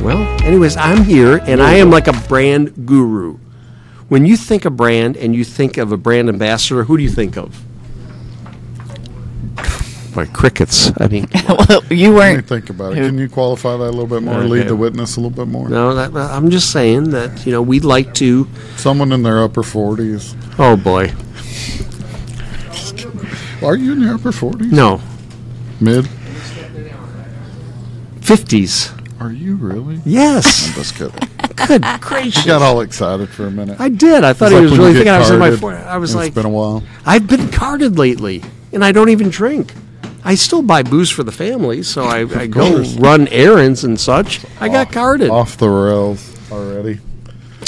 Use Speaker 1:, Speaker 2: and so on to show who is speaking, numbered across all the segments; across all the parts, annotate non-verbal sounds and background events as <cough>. Speaker 1: Well, anyways, I'm here and I am like a brand guru. When you think of brand and you think of a brand ambassador, who do you think of? My crickets. I mean,
Speaker 2: <laughs> well, you
Speaker 3: Let me
Speaker 2: weren't.
Speaker 3: think about it.
Speaker 2: Who-
Speaker 3: Can you qualify that a little bit more?
Speaker 1: Okay.
Speaker 3: Lead the witness a little bit more.
Speaker 1: no, that, I'm just saying that, you know, we'd like to.
Speaker 3: Someone in their upper forties.
Speaker 1: Oh, boy.
Speaker 3: Are you in your upper forties?
Speaker 1: No,
Speaker 3: Mid.
Speaker 1: 50s.
Speaker 3: Are you really?
Speaker 1: Yes.
Speaker 3: Just kidding.
Speaker 1: <laughs> Good gracious.
Speaker 3: Got all excited for a minute.
Speaker 1: I did. I thought
Speaker 3: It's
Speaker 1: he
Speaker 3: like
Speaker 1: was
Speaker 3: when you get
Speaker 1: really thinking I was in my
Speaker 3: carded,
Speaker 1: 40s. I was
Speaker 3: and
Speaker 1: like,
Speaker 3: it's been a while.
Speaker 1: I've been carded lately, and I don't even drink. I still buy booze for the family, so I, I go
Speaker 3: course.
Speaker 1: run errands and such. I got carded.
Speaker 3: Off the rails already.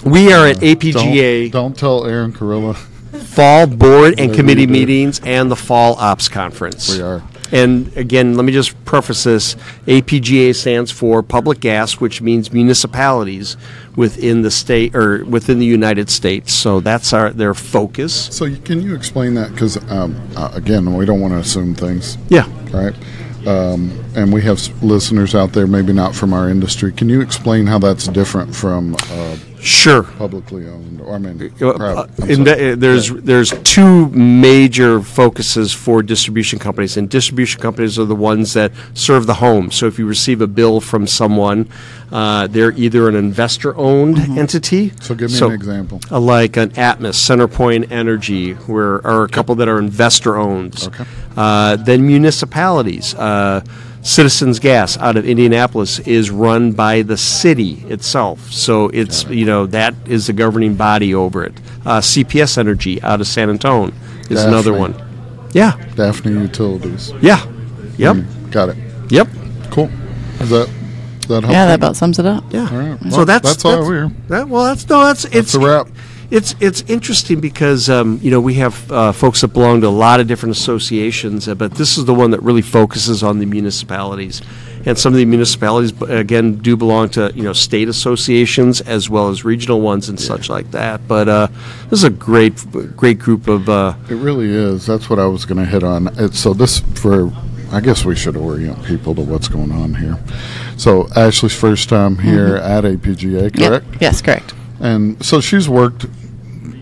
Speaker 1: We are at
Speaker 3: Don't,
Speaker 1: APGA
Speaker 3: don't tell Aaron Carilla.
Speaker 1: Fall Board and
Speaker 3: we
Speaker 1: Committee
Speaker 3: do.
Speaker 1: meetings and the Fall Ops Conference.
Speaker 3: We are.
Speaker 1: And again, let me just preface this. APGA stands for Public Gas, which means municipalities within the state or within the United States. So that's our their focus.
Speaker 3: So you- can you explain that? Because um, uh, again, we don't want to assume things.
Speaker 1: Yeah.
Speaker 3: All right. Um, and we have s- listeners out there, maybe not from our industry. Can you explain how that's different from uh,
Speaker 1: Sure.
Speaker 3: publicly owned? Or, I mean,
Speaker 1: Uh,
Speaker 3: private. I'm
Speaker 1: in
Speaker 3: sorry.
Speaker 1: the- uh, there's there's two major focuses for distribution companies, and distribution companies are the ones that serve the home. So if you receive a bill from someone, uh, they're either an investor-owned
Speaker 3: Mm-hmm.
Speaker 1: Mm-hmm. entity.
Speaker 3: So give me an example.
Speaker 1: uh, like an Atmos, Centerpoint Energy, where are a couple that are investor-owned.
Speaker 3: Okay.
Speaker 1: Uh, then municipalities. Uh, Citizens Gas out of Indianapolis is run by the city itself, so it's you know that is the governing body over it. Uh, CPS Energy out of San Antone is another
Speaker 3: Daphne.
Speaker 1: one. Yeah,
Speaker 3: Daphne Utilities.
Speaker 1: yeah, yep,
Speaker 3: Mm, Got it.
Speaker 1: yep,
Speaker 3: Cool. Is that is that helpful?
Speaker 2: Yeah, that about sums it up.
Speaker 1: yeah.
Speaker 3: All right.
Speaker 1: so
Speaker 3: Well,
Speaker 1: that's
Speaker 3: that's all we're-
Speaker 1: that- well, that's no, that's it's
Speaker 3: a wrap.
Speaker 1: It's it's interesting because um, you know we have uh, folks that belong to a lot of different associations, uh, but this is the one that really focuses on the municipalities, and some of the municipalities b- again do belong to you know state associations as well as regional ones and such like that. But uh, this is a great great group of uh,
Speaker 3: It really is. That's what I was going to hit on. It's, so this for, I guess we should orient people to what's going on here. So Ashley's first time here at APGA,
Speaker 2: Yeah.
Speaker 3: correct?
Speaker 2: Mm-hmm. Yes, correct.
Speaker 3: And so she's worked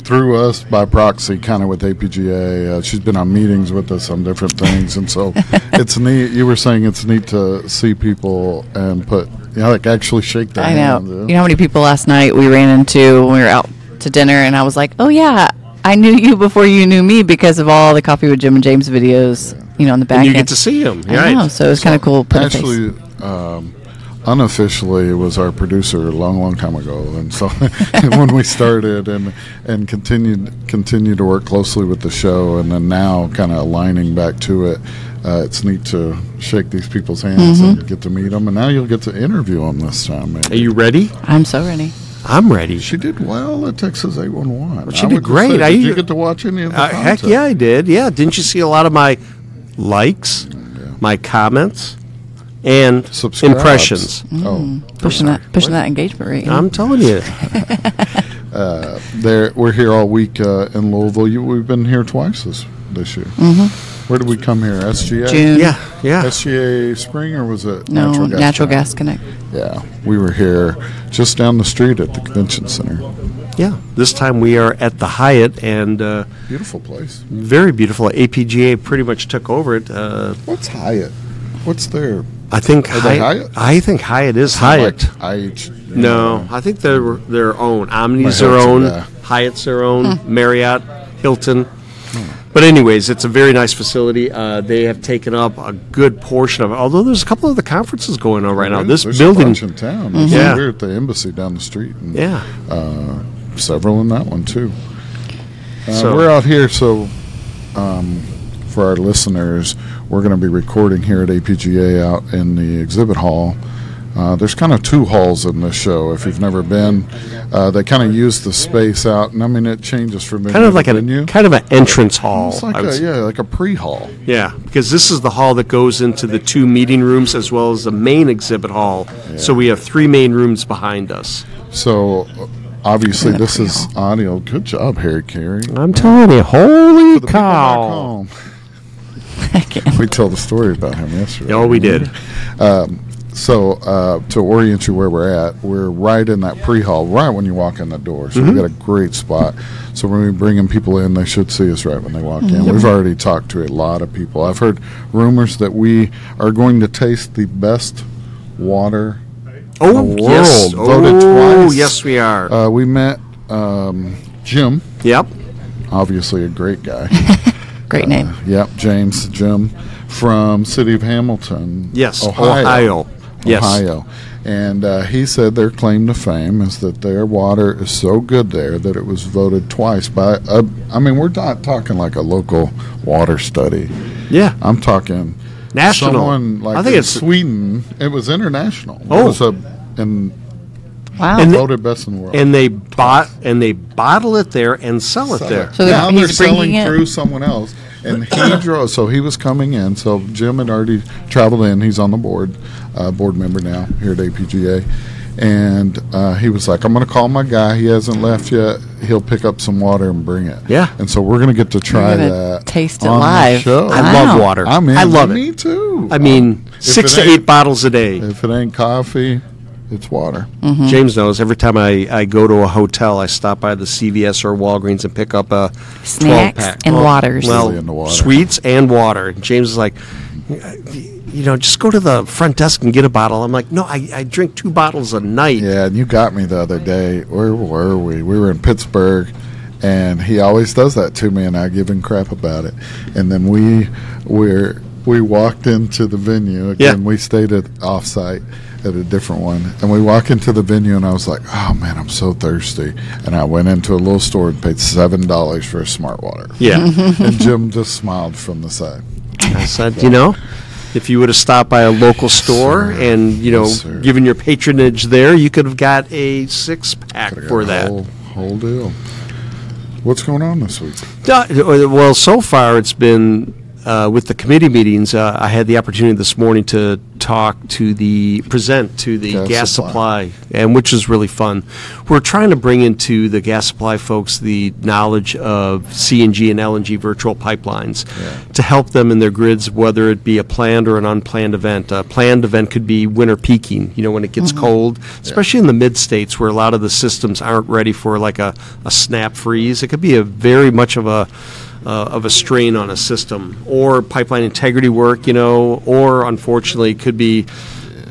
Speaker 3: through us by proxy, kind of with APGA. Uh, she's been on meetings with us on different things, and
Speaker 2: <laughs>
Speaker 3: so it's neat. You were saying it's neat to see people and put, you know, like actually shake their
Speaker 2: I know.
Speaker 3: hand.
Speaker 2: You know how many people last night we ran into when we were out to dinner, and I was like, "Oh yeah, I knew you before you knew me because of all the Coffee with Jim and James videos, you know, on the back."
Speaker 1: and you
Speaker 2: end.
Speaker 1: get to see them.
Speaker 2: I know, so it was kind of cool. Put a face.
Speaker 3: Actually, um, unofficially, was our producer a long, long time ago, and so <laughs> when we started and and continued continued to work closely with the show, and then now kind of aligning back to it. Uh, it's neat to shake these people's hands
Speaker 2: Mm-hmm.
Speaker 3: and get to meet them, and now you'll get to interview them this time. maybe.
Speaker 1: Are you ready?
Speaker 2: I'm so ready.
Speaker 1: I'm ready.
Speaker 3: She did well at Texas A11.
Speaker 1: she
Speaker 3: I would
Speaker 1: did
Speaker 3: just
Speaker 1: great.
Speaker 3: Say,
Speaker 1: I
Speaker 3: did you
Speaker 1: usu-
Speaker 3: get to watch any of the
Speaker 1: Uh, heck
Speaker 3: content?
Speaker 1: yeah, I did. Yeah, didn't you see a lot of my likes, my comments, and
Speaker 3: Subscribes.
Speaker 1: impressions?
Speaker 3: Oh,
Speaker 2: Mm. Pushing that, pushing that engagement rate.
Speaker 1: I'm telling you,
Speaker 3: Uh, There, we're here all week uh, in Louisville. You, we've been here twice this this year. Mm-hmm. Where did we come here? SGA,
Speaker 2: June.
Speaker 1: yeah, yeah.
Speaker 3: SGA Spring, or was it
Speaker 2: No, natural gas,
Speaker 3: Plant?
Speaker 2: connect.
Speaker 3: Yeah, we were here just down the street at the convention center.
Speaker 1: Yeah, this time we are at the Hyatt, and uh,
Speaker 3: Beautiful place.
Speaker 1: very beautiful. APGA pretty much took over it. Uh,
Speaker 3: What's Hyatt? What's their
Speaker 1: I think
Speaker 3: Are they Hyatt?
Speaker 1: I think Hyatt is Hyatt.
Speaker 3: Like, IH?
Speaker 1: no, I think they're their own. Omni's
Speaker 3: My
Speaker 1: their
Speaker 3: heart's in
Speaker 1: own.
Speaker 3: there.
Speaker 1: Hyatt's their own. Marriott, Hilton. But anyways, it's a very nice facility. Uh, they have taken up a good portion of it. Although there's a couple of the conferences going on right now. This
Speaker 3: There's a
Speaker 1: building,
Speaker 3: bunch in town.
Speaker 1: Yeah.
Speaker 3: we're at the embassy down the street. And uh,
Speaker 1: yeah.
Speaker 3: several in that one too. Uh,
Speaker 1: So-
Speaker 3: we're out here, so um, for our listeners, we're going to be recording here at APGA out in the exhibit hall Uh, there's kind of two halls in this show. If you've never been, uh, they kind of use the space out, and I mean it changes from
Speaker 1: Kind of like
Speaker 3: a
Speaker 1: a
Speaker 3: venue.
Speaker 1: kind of an entrance hall.
Speaker 3: it's like
Speaker 1: I would
Speaker 3: a,
Speaker 1: say.
Speaker 3: yeah, like a pre-hall.
Speaker 1: Yeah, because this is the hall that goes into the two meeting rooms as well as the main exhibit hall. So we have three main rooms behind us.
Speaker 3: So obviously this is audio. Good job, Harry Carey.
Speaker 1: I'm telling you, holy
Speaker 3: The people back home.
Speaker 2: <laughs> I can't.
Speaker 3: We told the story about him yesterday. Um,
Speaker 1: Oh, we did.
Speaker 3: So uh, to orient you where we're at, we're right in that pre-hall, right when you walk in the door. So
Speaker 1: Mm-hmm.
Speaker 3: we've got a great spot. So when we bring in people in, they should see us right when they walk
Speaker 2: Mm-hmm.
Speaker 3: in. We've already talked to a lot of people. I've heard rumors that we are going to taste the best water.
Speaker 1: Oh,
Speaker 3: The
Speaker 1: yes.
Speaker 3: world voted
Speaker 1: Oh,
Speaker 3: twice.
Speaker 1: yes, we are.
Speaker 3: Uh, we met um, Jim,
Speaker 1: yep.
Speaker 3: obviously a great guy.
Speaker 2: <laughs>
Speaker 3: Uh,
Speaker 2: Great name.
Speaker 3: yep, James Jim from City of Hamilton,
Speaker 1: Yes.
Speaker 3: Ohio.
Speaker 1: Ohio. Yes.
Speaker 3: Ohio. And uh, he said their claim to fame is that their water is so good there that it was voted twice by. A, I mean, we're not talking like a local water study.
Speaker 1: Yeah.
Speaker 3: I'm talking
Speaker 1: National.
Speaker 3: Someone like
Speaker 1: I think
Speaker 3: in
Speaker 1: it's-
Speaker 3: Sweden. It was international.
Speaker 1: Oh.
Speaker 3: it was a, and
Speaker 2: Wow.
Speaker 1: And the-
Speaker 3: voted best in the world.
Speaker 1: And they bought and they bottle it there and sell it
Speaker 3: Sell
Speaker 1: there.
Speaker 3: it.
Speaker 2: So
Speaker 3: now
Speaker 2: he's
Speaker 3: they're selling
Speaker 2: bringing it-
Speaker 3: through someone else, and
Speaker 1: <coughs>
Speaker 3: he drove. So he was coming in. So Jim had already traveled in. He's on the board, uh, board member now here at APGA, and uh, he was like, "I'm going to call my guy. He hasn't left yet. He'll pick up some water and bring it."
Speaker 1: Yeah.
Speaker 3: And so we're going to get to try
Speaker 2: gonna
Speaker 3: that.
Speaker 2: taste it
Speaker 3: on the
Speaker 2: live.
Speaker 3: show.
Speaker 1: I
Speaker 2: Wow.
Speaker 1: love water.
Speaker 3: I'm in.
Speaker 1: I love
Speaker 3: Me
Speaker 1: it.
Speaker 3: too.
Speaker 1: I mean,
Speaker 3: If
Speaker 1: six
Speaker 3: it
Speaker 1: to
Speaker 3: ain't-
Speaker 1: eight bottles a day.
Speaker 3: If it ain't coffee, it's water.
Speaker 2: Mm-hmm.
Speaker 1: James knows every time I, I go to a hotel, I stop by the CVS or Walgreens and pick up a 12
Speaker 2: Snacks
Speaker 1: pack. Oh,
Speaker 2: and waters.
Speaker 1: Well,
Speaker 3: Really into water.
Speaker 1: sweets and water. James is like, you know, just go to the front desk and get a bottle. I'm like, no, I, I drink two bottles a night.
Speaker 3: Yeah, and you got me the other day. Where were we? We were in Pittsburgh, and he always does that to me, and I give him crap about it. And then we were we walked into the venue again.
Speaker 1: Yeah.
Speaker 3: We stayed at offsite at a different one, and we walk into the venue, and I was like, "Oh man, I'm so thirsty." And I went into a little store and paid seven dollars for a smart water.
Speaker 1: Yeah.
Speaker 3: and Jim just smiled from the side.
Speaker 1: I said, you know, if you would have stopped by a local store
Speaker 3: sir.
Speaker 1: and, you know,
Speaker 3: Yes, sir.
Speaker 1: given your patronage there, you could have got a six pack for
Speaker 3: The
Speaker 1: that.
Speaker 3: whole, whole deal. What's going on this week?
Speaker 1: Uh, Well, so far it's been uh, with the committee meetings. Uh, I had the opportunity this morning to talk to the present to the
Speaker 3: Gas
Speaker 1: gas,
Speaker 3: supply.
Speaker 1: supply. and which is really fun. We're trying to bring into the gas supply folks the knowledge of CNG and LNG virtual pipelines to help them in their grids, whether it be a planned or an unplanned event. A planned event could be winter peaking. You know, when it gets cold, especially in the mid states where a lot of the systems aren't ready for like a, a snap freeze. It could be a very much of a uh, of a strain on a system, or pipeline integrity work, you know, or unfortunately, it could be,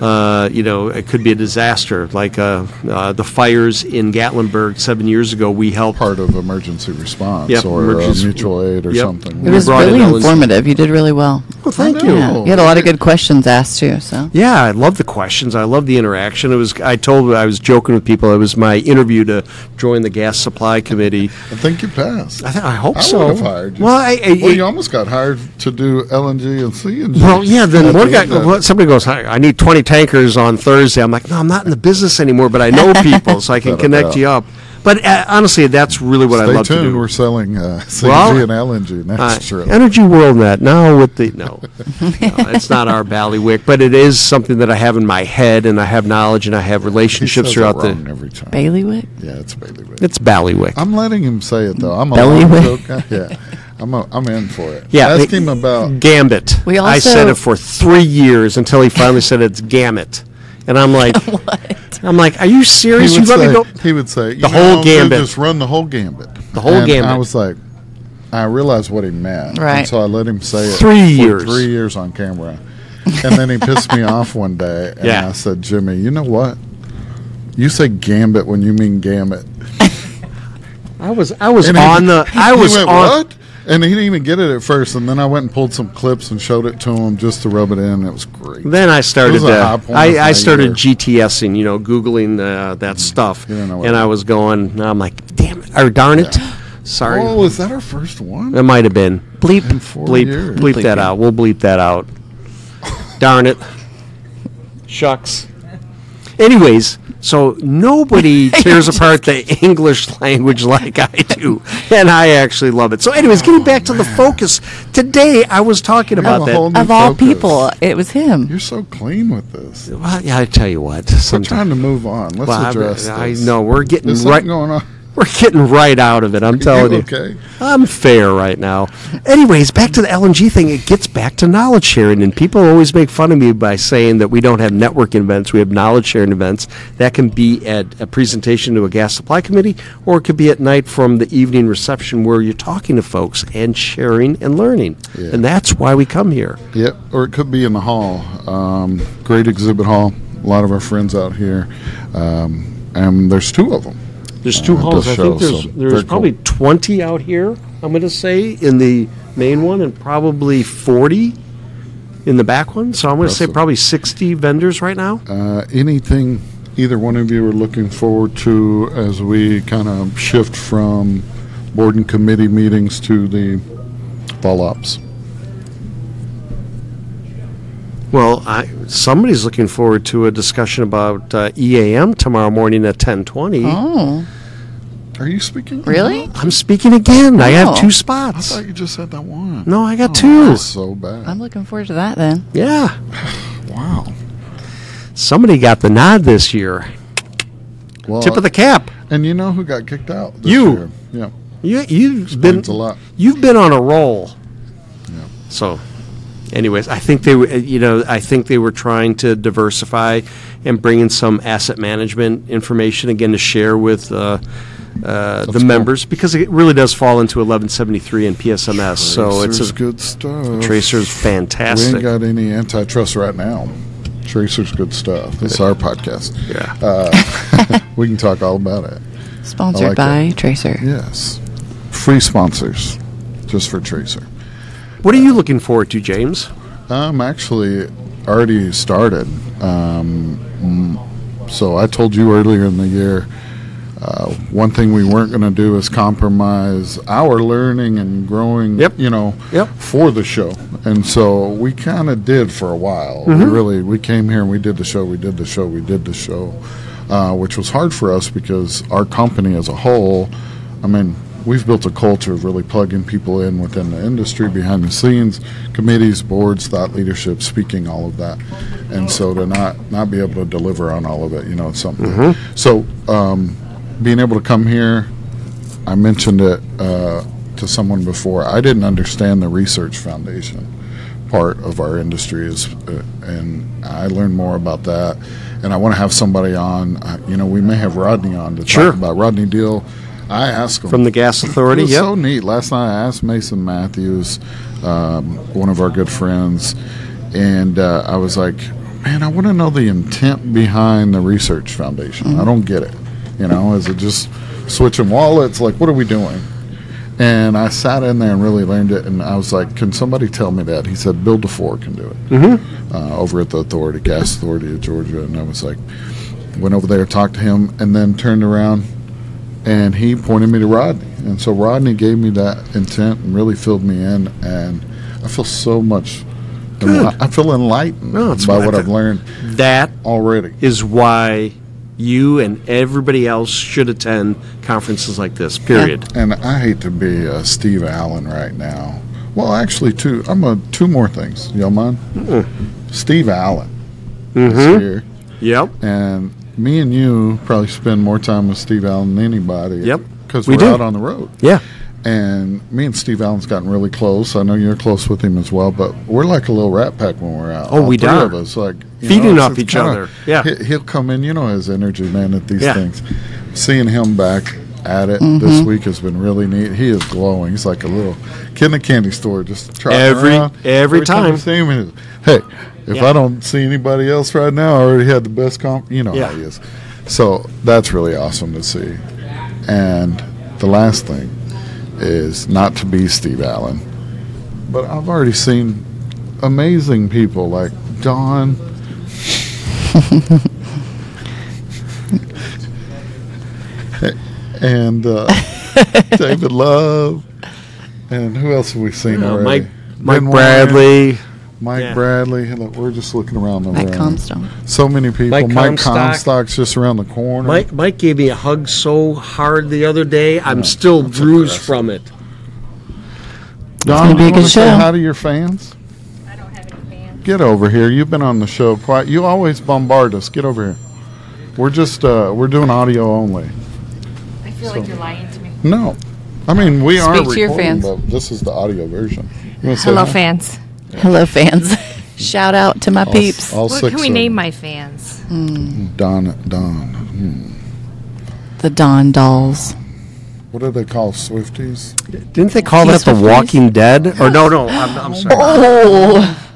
Speaker 1: uh, you know, it could be a disaster like uh, uh, the fires in Gatlinburg seven years ago. We helped.
Speaker 3: part of emergency response
Speaker 1: Yep,
Speaker 3: or
Speaker 1: emergency-
Speaker 3: uh, mutual aid or
Speaker 1: yep.
Speaker 3: something.
Speaker 1: We
Speaker 2: it was
Speaker 1: brought in
Speaker 2: really
Speaker 1: Ellen's-
Speaker 2: informative. You did really well.
Speaker 1: Well, thank
Speaker 3: I know.
Speaker 1: you.
Speaker 2: Yeah, you had a lot of good questions asked too. So
Speaker 1: Yeah, I love the questions. I love the interaction. It was. I told. I was joking with people. It was my interview to join the gas supply committee.
Speaker 3: I think you passed.
Speaker 1: I, th- I hope
Speaker 3: I
Speaker 1: so.
Speaker 3: would have hired you.
Speaker 1: Well, I, I,
Speaker 3: well, you almost got hired to do LNG and CNG.
Speaker 1: Well, yeah. Then
Speaker 3: at
Speaker 1: one
Speaker 3: the
Speaker 1: guy,
Speaker 3: end of-
Speaker 1: well, somebody goes, "Hi, "I need twenty tankers on Thursday." I'm like, "No, I'm not in the business anymore, but I know people, so I
Speaker 3: <laughs>
Speaker 1: can
Speaker 3: That'll
Speaker 1: connect
Speaker 3: go.
Speaker 1: you up." But uh, honestly, that's really what
Speaker 3: Stay
Speaker 1: I love
Speaker 3: tuned.
Speaker 1: to do.
Speaker 3: We're selling uh, <laughs> CNG
Speaker 1: Well,
Speaker 3: and LNG next
Speaker 1: Uh,
Speaker 3: trip.
Speaker 1: Energy World Net. No, with the <laughs> no, No, it's not our ballywick, but it is something that I have in my head, and I have knowledge, and I have
Speaker 3: He
Speaker 1: relationships
Speaker 3: says it
Speaker 1: throughout
Speaker 3: wrong
Speaker 1: the.
Speaker 3: every time.
Speaker 2: Bailiwick.
Speaker 3: yeah, it's Bailey. Wick.
Speaker 1: It's ballywick.
Speaker 3: I'm letting him say it though. I'm a
Speaker 2: Belly
Speaker 3: long
Speaker 2: Wick.
Speaker 3: joke guy. Yeah, I'm a, I'm in for it.
Speaker 1: <laughs> Yeah,
Speaker 3: ask
Speaker 1: they-
Speaker 3: him about
Speaker 1: Gambit.
Speaker 2: We
Speaker 1: I
Speaker 2: also-
Speaker 1: said it for three years until he finally said it's gamut, and
Speaker 2: <laughs>
Speaker 1: I'm like, I'm like, are you
Speaker 3: he
Speaker 1: serious? You
Speaker 3: would,
Speaker 1: let
Speaker 3: say,
Speaker 1: me go.
Speaker 3: he would say, you
Speaker 1: The whole
Speaker 3: know, dude,
Speaker 1: gambit.
Speaker 3: Just run the whole gambit.
Speaker 1: The whole
Speaker 3: And I
Speaker 1: gambit.
Speaker 3: was like, I realized what he meant.
Speaker 2: Right.
Speaker 3: And so I let him say it.
Speaker 1: Three
Speaker 3: for
Speaker 1: years.
Speaker 3: Three years on camera. And then he pissed me off one day. And
Speaker 1: Yeah.
Speaker 3: I said, Jimmy, you know what? You say gambit when you mean gamut.
Speaker 1: I was I was
Speaker 3: And he-
Speaker 1: on the
Speaker 3: <laughs>
Speaker 1: I
Speaker 3: he
Speaker 1: was
Speaker 3: went,
Speaker 1: on
Speaker 3: what? And he didn't even get it at first. And then I went and pulled some clips and showed it to him just to rub it in. It was great.
Speaker 1: then I
Speaker 3: It
Speaker 1: started
Speaker 3: was a high
Speaker 1: uh,
Speaker 3: point of
Speaker 1: I,
Speaker 3: my
Speaker 1: I started
Speaker 3: year. Mm.
Speaker 1: GTSing, you know, googling uh, that stuff.
Speaker 3: You don't know what
Speaker 1: and
Speaker 3: it
Speaker 1: I
Speaker 3: is.
Speaker 1: was going I'm like, damn it or darn it. Sorry.
Speaker 3: oh, is that our first one?
Speaker 1: It might have been. Bleep
Speaker 3: In four
Speaker 1: bleep
Speaker 3: years.
Speaker 1: bleep
Speaker 2: Bleep
Speaker 1: that
Speaker 2: it.
Speaker 1: out. We'll bleep that out. darn it. Shucks. Anyways, so nobody tears apart the English language like I do, and I actually love it. So, anyways, getting back to the focus today, I was talking
Speaker 3: have
Speaker 1: about
Speaker 3: a
Speaker 1: that.
Speaker 3: whole new
Speaker 2: Of all
Speaker 3: focus.
Speaker 2: people, it was him.
Speaker 3: You're so clean with this.
Speaker 1: well, yeah, I tell you what,
Speaker 3: We're trying
Speaker 1: sometimes
Speaker 3: to move on. Let's
Speaker 1: Well, I-
Speaker 3: address
Speaker 1: I,
Speaker 3: this.
Speaker 1: know we're getting
Speaker 3: There's
Speaker 1: right.
Speaker 3: something going on.
Speaker 1: We're getting right out of it. I'm telling you.
Speaker 3: okay?
Speaker 1: I'm fair right now. Anyways, back to the LNG thing. It gets back to knowledge sharing, and people always make fun of me by saying that we don't have networking events. We have knowledge sharing events. That can be at a presentation to a gas supply committee, or it could be at night from the evening reception where you're talking to folks and sharing and learning.
Speaker 3: Yeah.
Speaker 1: And that's why we come here.
Speaker 3: Yep, or it could be in the hall. Um, great exhibit hall. A lot of our friends out here, um, and there's two of them.
Speaker 1: There's
Speaker 3: Uh,
Speaker 1: two
Speaker 3: it
Speaker 1: halls.
Speaker 3: does
Speaker 1: I think
Speaker 3: show
Speaker 1: there's
Speaker 3: some. Very
Speaker 1: there's
Speaker 3: cool.
Speaker 1: probably 20 out here. I'm going to say in the main one, and probably 40 in the back one. So I'm going to say
Speaker 3: Impressive.
Speaker 1: probably 60 vendors right now.
Speaker 3: Uh, anything either one of you are looking forward to as we kind of shift from board and committee meetings to the fall ops?
Speaker 1: Well, I, somebody's looking forward to a discussion about uh, EAM tomorrow morning at 10:20.
Speaker 2: Oh,
Speaker 3: Are you speaking?
Speaker 2: really?
Speaker 1: <gasps> I'm speaking again. I have
Speaker 2: Oh.
Speaker 1: two
Speaker 3: I
Speaker 1: spots.
Speaker 3: thought you just said that one.
Speaker 1: no, I got
Speaker 3: Oh,
Speaker 1: two.
Speaker 3: that's so bad.
Speaker 2: I'm looking forward to that then.
Speaker 1: Yeah,
Speaker 3: wow.
Speaker 1: somebody got the nod this year.
Speaker 3: Well,
Speaker 1: Tip of the cap.
Speaker 3: and you know who got kicked out? This
Speaker 1: You.
Speaker 3: Year? Yeah.
Speaker 1: You, you've been
Speaker 3: Explains a lot.
Speaker 1: You've been on a roll.
Speaker 3: Yeah.
Speaker 1: So, anyways, I think they were, you know, I think they were trying to diversify and bring in some asset management information again to share with uh, uh, the
Speaker 3: cool.
Speaker 1: members because it really does fall into 1173 and PSMS. so it's
Speaker 3: Tracer's
Speaker 1: a,
Speaker 3: good stuff.
Speaker 1: Tracer's
Speaker 3: We ain't
Speaker 1: fantastic.
Speaker 3: got any antitrust right now. Tracer's good stuff. It's our podcast. Uh,
Speaker 1: yeah. <laughs>
Speaker 3: We can talk all about it.
Speaker 2: Sponsored
Speaker 3: like
Speaker 2: by Tracer.
Speaker 3: Yes. Free sponsors just for Tracer.
Speaker 1: what are you looking forward to, James?
Speaker 3: I'm actually already started. Um, mm, so I told you earlier in the year, uh, one thing we weren't going to do is compromise our learning and growing.
Speaker 1: Yep.
Speaker 3: You know.
Speaker 1: Yep.
Speaker 3: For the show, and so we kind of did for a while.
Speaker 1: Mm-hmm.
Speaker 3: We really, we came here and we did the show. We did the show. We did the show, uh, which was hard for us because our company as a whole, I mean. We've built a culture of really plugging people in within the industry, behind the scenes, committees, boards, thought leadership, speaking, all of that, and so to not not be able to deliver on all of it, you know, it's something.
Speaker 1: Mm-hmm.
Speaker 3: So um, being able to come here, I mentioned it uh, to someone before. I didn't understand the research foundation part of our industry is, uh, and I learned more about that. And I want to have somebody on. Uh, you know, we may have Rodney on to
Speaker 1: Sure.
Speaker 3: talk about Rodney Deal. I asked him
Speaker 1: From the Gas Authority?
Speaker 3: it was
Speaker 1: Yep.
Speaker 3: so neat. Last night I asked Mason Matthews, um, one of our good friends, and uh, I was like, "Man, I want to know the intent behind the research foundation.
Speaker 1: Mm-hmm.
Speaker 3: I don't get it. You know, is it just switching wallets? Like, what are we doing?" And I sat in there and really learned it. And I was like, "Can somebody tell me that?" He said, "Bill DeFore can do it
Speaker 1: Mm-hmm.
Speaker 3: uh, over at the Authority Gas Authority of Georgia." And I was like, went over there, talked to him, and then turned around and he pointed me to Rodney. And so Rodney gave me that intent and really filled me in. And I feel so much.
Speaker 1: Good.
Speaker 3: I feel enlightened
Speaker 1: No, it's
Speaker 3: by
Speaker 1: what I
Speaker 3: what I've
Speaker 1: thi-
Speaker 3: learned
Speaker 1: That
Speaker 3: already.
Speaker 1: is why you and everybody else should attend conferences like this, period.
Speaker 3: And I hate to be uh, Steve Allen right now. Well, actually, two. I'm a two more things. Y'all mind? Steve Allen is here,
Speaker 1: Mm-hmm. Yep.
Speaker 3: and me and you probably spend more time with Steve Allen than anybody.
Speaker 1: Yep.
Speaker 3: because
Speaker 1: We
Speaker 3: we're
Speaker 1: do.
Speaker 3: out on the road.
Speaker 1: Yeah.
Speaker 3: and me and Steve Allen's gotten really close. I know you're close with him as well, but we're like a little rat pack when we're out.
Speaker 1: Oh,
Speaker 3: All
Speaker 1: we
Speaker 3: three
Speaker 1: are.
Speaker 3: of us, like you
Speaker 1: Feeding
Speaker 3: it's-
Speaker 1: off
Speaker 3: it's
Speaker 1: each
Speaker 3: kinda-
Speaker 1: other. Yeah.
Speaker 3: he, he'll come in. You know his energy, man, at these
Speaker 1: Yeah.
Speaker 3: things. Seeing him back at it this week has been really neat. He is glowing. He's like a little kid in a candy store, just trotting
Speaker 1: Every-
Speaker 3: around.
Speaker 1: every
Speaker 3: you
Speaker 1: time.
Speaker 3: see him, he's, hey, if
Speaker 1: Yeah.
Speaker 3: I don't see anybody else right now, I already had the best comp. You know
Speaker 1: Yeah.
Speaker 3: how he is. So that's really awesome to see. And the last thing is not to be Steve Allen, but I've already seen amazing people like Don. <laughs> and
Speaker 1: <laughs>
Speaker 3: uh, David Love. And who else have we seen
Speaker 1: Yeah,
Speaker 3: already?
Speaker 1: Uh, Mike, Mike
Speaker 3: Ben Warren,
Speaker 1: Bradley,
Speaker 3: Mike
Speaker 1: Yeah.
Speaker 3: Bradley. Look, we're just looking around the
Speaker 2: Mike
Speaker 3: room.
Speaker 2: Comstone.
Speaker 3: So many people.
Speaker 1: Mike
Speaker 3: Mike,
Speaker 1: Comstock.
Speaker 3: Comstock's just around the corner.
Speaker 1: Mike, Mike gave me a hug so hard the other day, I'm still bruised
Speaker 3: impressive.
Speaker 1: from it.
Speaker 2: gonna
Speaker 3: Don,
Speaker 2: be
Speaker 3: you
Speaker 2: a good
Speaker 3: wanna say
Speaker 2: show.
Speaker 3: hi to your fans.
Speaker 4: I don't have any fans.
Speaker 3: Get over here. You've been on the show quite. You always bombard us. Get over here. We're just uh, we're doing audio only.
Speaker 4: I feel like you're lying to me.
Speaker 3: No, I mean we are
Speaker 2: Speak to
Speaker 3: recording,
Speaker 2: your fans.
Speaker 3: but this is the audio version. You wanna say
Speaker 4: Hello,
Speaker 3: hi?
Speaker 4: fans.
Speaker 2: Hello, <laughs> fans. Shout out to my
Speaker 3: All,
Speaker 2: peeps. Mm,
Speaker 3: all
Speaker 4: What
Speaker 3: six
Speaker 4: can we
Speaker 3: of
Speaker 4: name
Speaker 3: them.
Speaker 4: my fans?
Speaker 3: Don Don. Hmm.
Speaker 2: The Don Dolls.
Speaker 3: What do they call Swifties?
Speaker 1: Didn't they call
Speaker 2: Yes,
Speaker 1: that the
Speaker 2: please.
Speaker 1: Walking Dead? Or Oh, no, no, I'm, I'm sorry.
Speaker 2: Oh.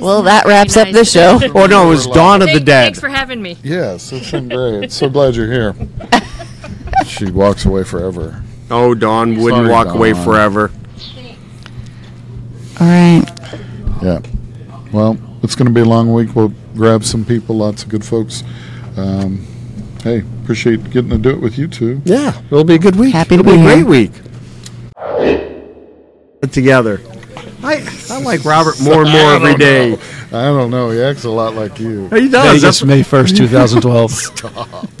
Speaker 2: Well, that wraps up this show. <laughs>
Speaker 1: Or Oh, no, it was Dawn of the
Speaker 4: Thank-
Speaker 1: Dead.
Speaker 4: Thanks for having me.
Speaker 3: Yes, it's been great. so glad you're
Speaker 4: <laughs>
Speaker 3: here. she walks away forever.
Speaker 1: Oh, Dawn wouldn't
Speaker 3: Sorry,
Speaker 1: walk away
Speaker 3: Dawn.
Speaker 1: forever.
Speaker 2: All right.
Speaker 3: Yeah. Well, it's going to be a long week. We'll grab some people, lots of good folks. Um, hey, appreciate getting to do it with you two.
Speaker 1: Yeah, it'll be a good week.
Speaker 2: Happy to
Speaker 1: it'll
Speaker 2: be
Speaker 1: a
Speaker 2: here.
Speaker 1: great week. Put Together. I, I like Robert more and more every day.
Speaker 3: I don't know. He acts a lot like you.
Speaker 1: He does.
Speaker 5: Vegas,
Speaker 1: That's-
Speaker 5: May
Speaker 1: <laughs>
Speaker 5: 1st, 2012.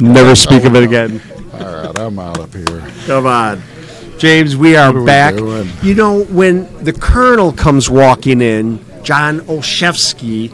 Speaker 3: <laughs>
Speaker 1: Never speak of it again.
Speaker 3: All right, I'm out of here.
Speaker 1: Come on. James, we are
Speaker 3: are we
Speaker 1: back.
Speaker 3: doing?
Speaker 1: You know, when the Colonel comes walking in, John Olszewski